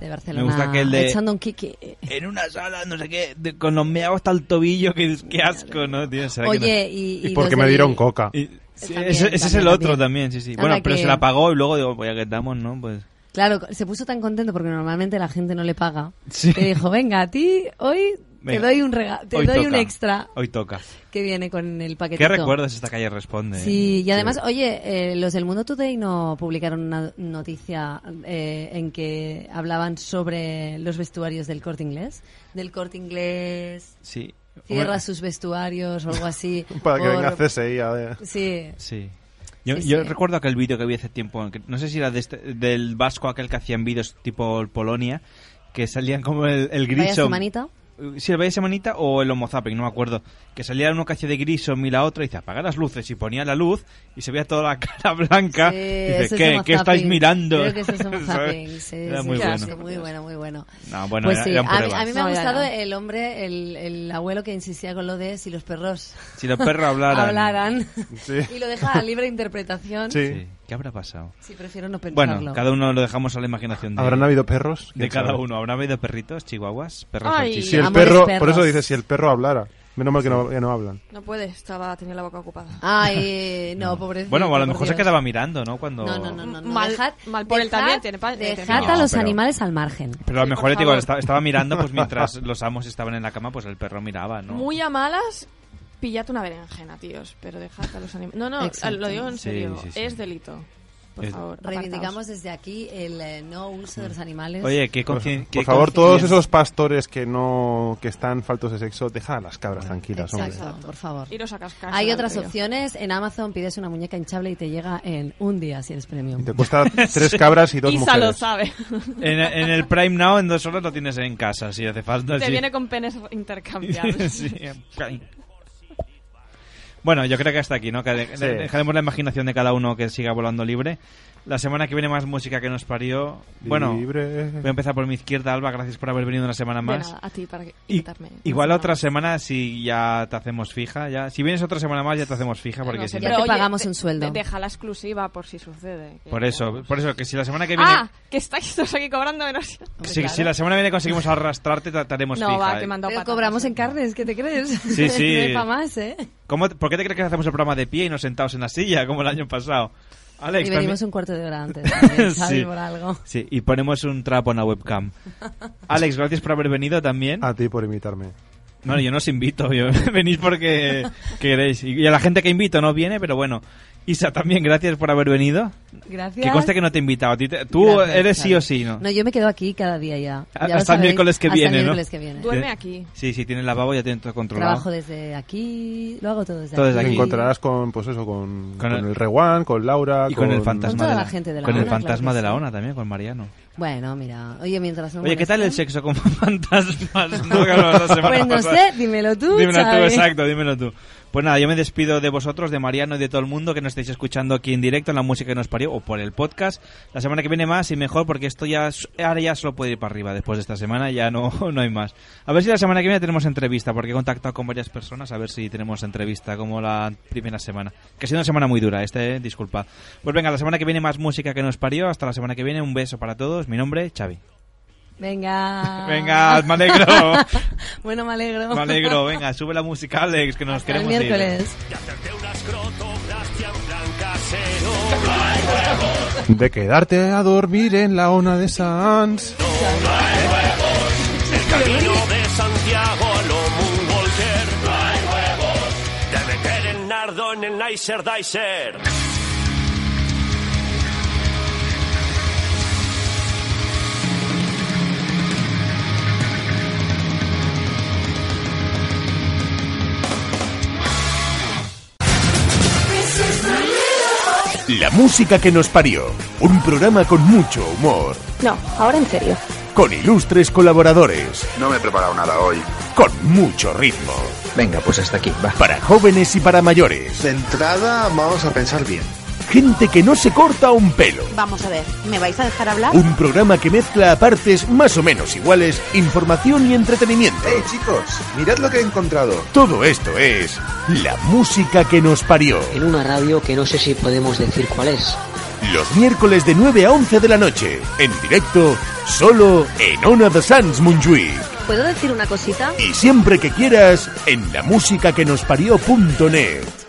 S3: de Barcelona.
S10: Me gusta aquel de-
S3: Echando un kiki.
S10: En una sala, no sé qué, de- con los meados hasta el tobillo, que, que asco, ¿no? tío? ¿Será que
S3: Oye,
S10: no?
S3: y-
S11: Y porque me dieron coca.
S10: Y- sí, ese, ese es el
S3: también,
S10: otro también,
S3: también.
S10: sí, sí.
S3: Ahora
S10: Bueno, pero
S3: que-
S10: se la pagó y luego digo, pues ya que estamos, ¿no? Pues...
S3: Claro, se puso tan contento porque normalmente la gente no le paga.
S10: Sí.
S3: Que dijo, venga, a ti hoy
S10: Venga,
S3: te doy un rega- Ah, te
S10: hoy
S3: doy un
S10: toca,
S3: extra
S10: Hoy toca.
S3: que viene con el paquetito.
S10: ¿Qué recuerdas esta calle Responde?
S3: Sí, y además, oye, eh, los del Mundo Today no publicaron una noticia eh, en que hablaban sobre los vestuarios del corte inglés. Del corte inglés.
S10: Sí.
S3: Cierra
S10: Hombre.
S3: sus vestuarios o algo así.
S11: Para que
S3: por-
S11: venga CSI a ver.
S3: Sí.
S10: Sí. Yo,
S3: Sí,
S10: yo
S3: sí.
S10: recuerdo aquel vídeo que vi hace tiempo, que no sé si era de este- del vasco aquel que hacían vídeos tipo Polonia, que salían como el, el
S3: Vaya
S10: Grissom.
S3: semanita.
S10: si el Valle Semanita o el Homo Zapping, no me acuerdo, que salía una calle de Grissom y la otra y dice apaga las luces y ponía la luz y se veía toda la cara blanca.
S3: Sí,
S10: y
S3: Eh, eso
S10: dice,
S3: es
S10: ¿qué,
S3: homo
S10: ¿qué estáis
S3: zapping.
S10: mirando?
S3: Creo que eso es homo
S10: ¿Sabes?
S3: zapping, sí,
S10: Era
S3: sí,
S10: muy
S3: sí,
S10: bueno.
S3: sí, muy bueno, muy bueno.
S10: No, bueno,
S3: Pues
S10: era-
S3: sí,
S10: eran
S3: a mí,
S10: pruebas.
S3: a mí me
S10: No,
S3: ha
S10: ya
S3: gustado
S10: no.
S3: el hombre, el, el abuelo que insistía con lo de si los perros...
S10: Si los perros hablaran.
S3: hablaran.
S10: Sí.
S3: Y lo deja a libre interpretación.
S10: Sí. ¿Qué habrá pasado?
S3: Sí, prefiero no pensarlo.
S10: Bueno, cada uno lo dejamos a la imaginación. De,
S11: ¿Habrán habido perros?
S10: De
S11: ¿Quién
S10: cada
S11: sabe?
S10: uno. ¿Habrán habido perritos, chihuahuas, perros
S12: Ay,
S10: salchichas?
S11: Si el perro, por eso dice, si el perro hablara. Menos mal que no, que no hablan.
S12: No puede, estaba, tenía la boca ocupada.
S3: Ay, no, pobrecito.
S10: Bueno, o a lo
S3: por
S10: mejor se
S3: Dios.
S10: quedaba mirando, ¿no? Cuando...
S3: No, no, no, no. no.
S12: Mal-
S3: dejad,
S12: mal por él
S3: dejad-
S12: también, tiene pa- tiene-
S3: Dejad a
S10: No,
S3: los
S10: pero-
S3: animales al margen.
S10: Pero a lo mejor,
S12: por
S10: digo,
S12: favor.
S10: esta- estaba mirando pues mientras los amos estaban en la cama, pues el perro miraba, ¿no?
S12: Muy a malas, pillad una berenjena, tíos, pero dejad a los animales. No, no,
S3: Exacto.
S12: lo digo en
S10: Sí,
S12: serio,
S10: sí, sí.
S12: es delito. Por
S10: Es-
S12: favor,
S3: Reivindicamos desde aquí el eh, no uso de los animales.
S10: Oye, qué conciencia...
S11: Por favor, todos esos pastores que no que están faltos de sexo, deja a las cabras tranquilas, hombre.
S3: Exacto, por favor.
S12: Iros a cascar.
S3: Hay
S12: al
S3: otras
S12: río.
S3: opciones. En Amazon pides una muñeca hinchable y te llega en un día si eres premium.
S11: Te cuesta tres cabras y dos
S12: Isa lo
S11: mujeres.
S12: sabe.
S10: En, en el Prime Now en dos horas lo tienes en casa, si hace falta.
S12: Te
S10: sí.
S12: viene con penes intercambiables.
S10: Sí, en- Bueno, yo creo que hasta aquí, ¿no? Que de-
S11: Sí.
S10: Dejaremos la imaginación de cada uno que siga volando libre. La semana que viene más música que nos parió. Bueno,
S11: Libre.
S10: voy a empezar por mi izquierda, Alba. Gracias por haber venido una semana
S12: De
S10: más.
S12: nada, a ti para que-
S10: Y-
S12: invitarme.
S10: Igual otra semana si ya te hacemos fija. ya Si vienes otra semana más ya te hacemos fija porque
S12: No
S10: si
S12: sé,
S10: no-
S12: pero oye,
S3: pagamos
S12: de-
S3: un sueldo.
S12: de- Deja la exclusiva por si sucede. que-
S10: Por eso, por eso que si la semana que viene
S12: Ah, que estáis todos aquí cobrando menos.
S10: si, si la semana que viene conseguimos arrastrarte te te haremos
S12: No,
S10: fija.
S12: va,
S10: ¿eh?
S12: que manda
S3: Pero cobramos en carnes, ¿qué te crees?
S10: Sí, sí.
S3: No hay pa' más, ¿eh?
S10: ¿Cómo- ¿Por qué te crees que hacemos el programa de pie y nos sentados en la silla como el año pasado? Alex,
S3: y
S10: también-
S3: venimos un cuarto de hora antes, también, ¿sabes?
S10: Sí.
S3: Por algo.
S10: Sí, y ponemos un trapo en la webcam. Alex, gracias por haber venido también.
S11: A ti por invitarme.
S10: Bueno, yo no os invito, yo- venís porque queréis. Y a la gente que invito no viene, pero bueno. Isa, también gracias por haber venido.
S3: Gracias.
S10: Que conste que no te he invitado. a ti te- Tú
S3: Gracias,
S10: eres sí
S3: claro.
S10: o sí, ¿no? Ah,
S3: No, yo me quedo aquí cada día ya. Ya lo
S10: hasta el
S3: sabéis,
S10: miércoles que
S3: hasta
S10: viene,
S3: el
S10: ¿no? Eh,
S3: miércoles que viene.
S12: Duerme aquí.
S10: Sí, sí, tienes lavabo, ya tienes todo controlado.
S3: Trabajo desde aquí, lo hago todo desde
S10: Todo desde
S11: Te
S3: aquí.
S11: encontrarás con, pues eso, con,
S10: Con
S11: con
S10: el-
S11: el Rewan, con Laura.
S10: Y con, el fantasma
S3: Con toda
S10: de
S3: la gente de la
S10: con el
S3: ONA, claro
S10: fantasma
S3: que
S10: de la
S3: sí.
S10: ONA también, con Mariano.
S3: Bueno, mira, oye, mientras no
S10: Oye, ¿qué tal el
S3: molesten-
S10: sexo con fantasmas? No, que hablamos la semana
S3: Pues no
S10: pasada.
S3: sé, dímelo tú,
S10: Dímelo tú,
S3: Xavi.
S10: exacto, dímelo tú. Pues nada, yo me despido de vosotros, de Mariano y de todo el mundo que nos estáis escuchando aquí en directo en la música que nos parió o por el podcast. La semana que viene más y mejor porque esto ya s- ahora ya solo puede ir para arriba después de esta semana, ya no, no hay más. A ver si la semana que viene tenemos entrevista porque he contactado con varias personas a ver si tenemos entrevista como la primera semana. Que ha sido una semana muy dura, este, eh, disculpad. Pues venga, la semana que viene más música que nos parió. Hasta la semana que viene, un beso para todos. Mi nombre, Xavi.
S3: Venga.
S10: Venga, me alegro.
S3: bueno, me alegro.
S10: Me alegro, venga, sube la música, Alex, que nos
S3: el
S10: queremos ir.
S3: miércoles.
S11: De quedarte a dormir en la ona de Sans.
S19: El camino de Santiago a lo Moon Walker. De meter el nardo en el Nicer Dicer.
S2: La música que nos parió. Un programa con mucho humor.
S4: No, ahora en serio.
S2: Con ilustres colaboradores.
S5: No me he preparado nada hoy.
S2: Con mucho ritmo.
S5: Venga, pues hasta aquí, va.
S2: Para jóvenes y para mayores.
S5: De entrada, vamos a pensar bien.
S2: Gente que no se corta un pelo.
S4: Vamos a ver, ¿me vais a dejar hablar?
S2: Un programa que mezcla a partes más o menos iguales información y entretenimiento.
S5: ¡Eh, chicos! Mirad lo que he encontrado.
S2: Todo esto es la música que nos parió.
S8: En una radio que no sé si podemos decir cuál es.
S2: Los miércoles de 9 a 11 de la noche. En directo, solo en Ona de Sans Montjuic.
S4: ¿Puedo decir una cosita?
S2: Y siempre que quieras, en la música que nos parió.net.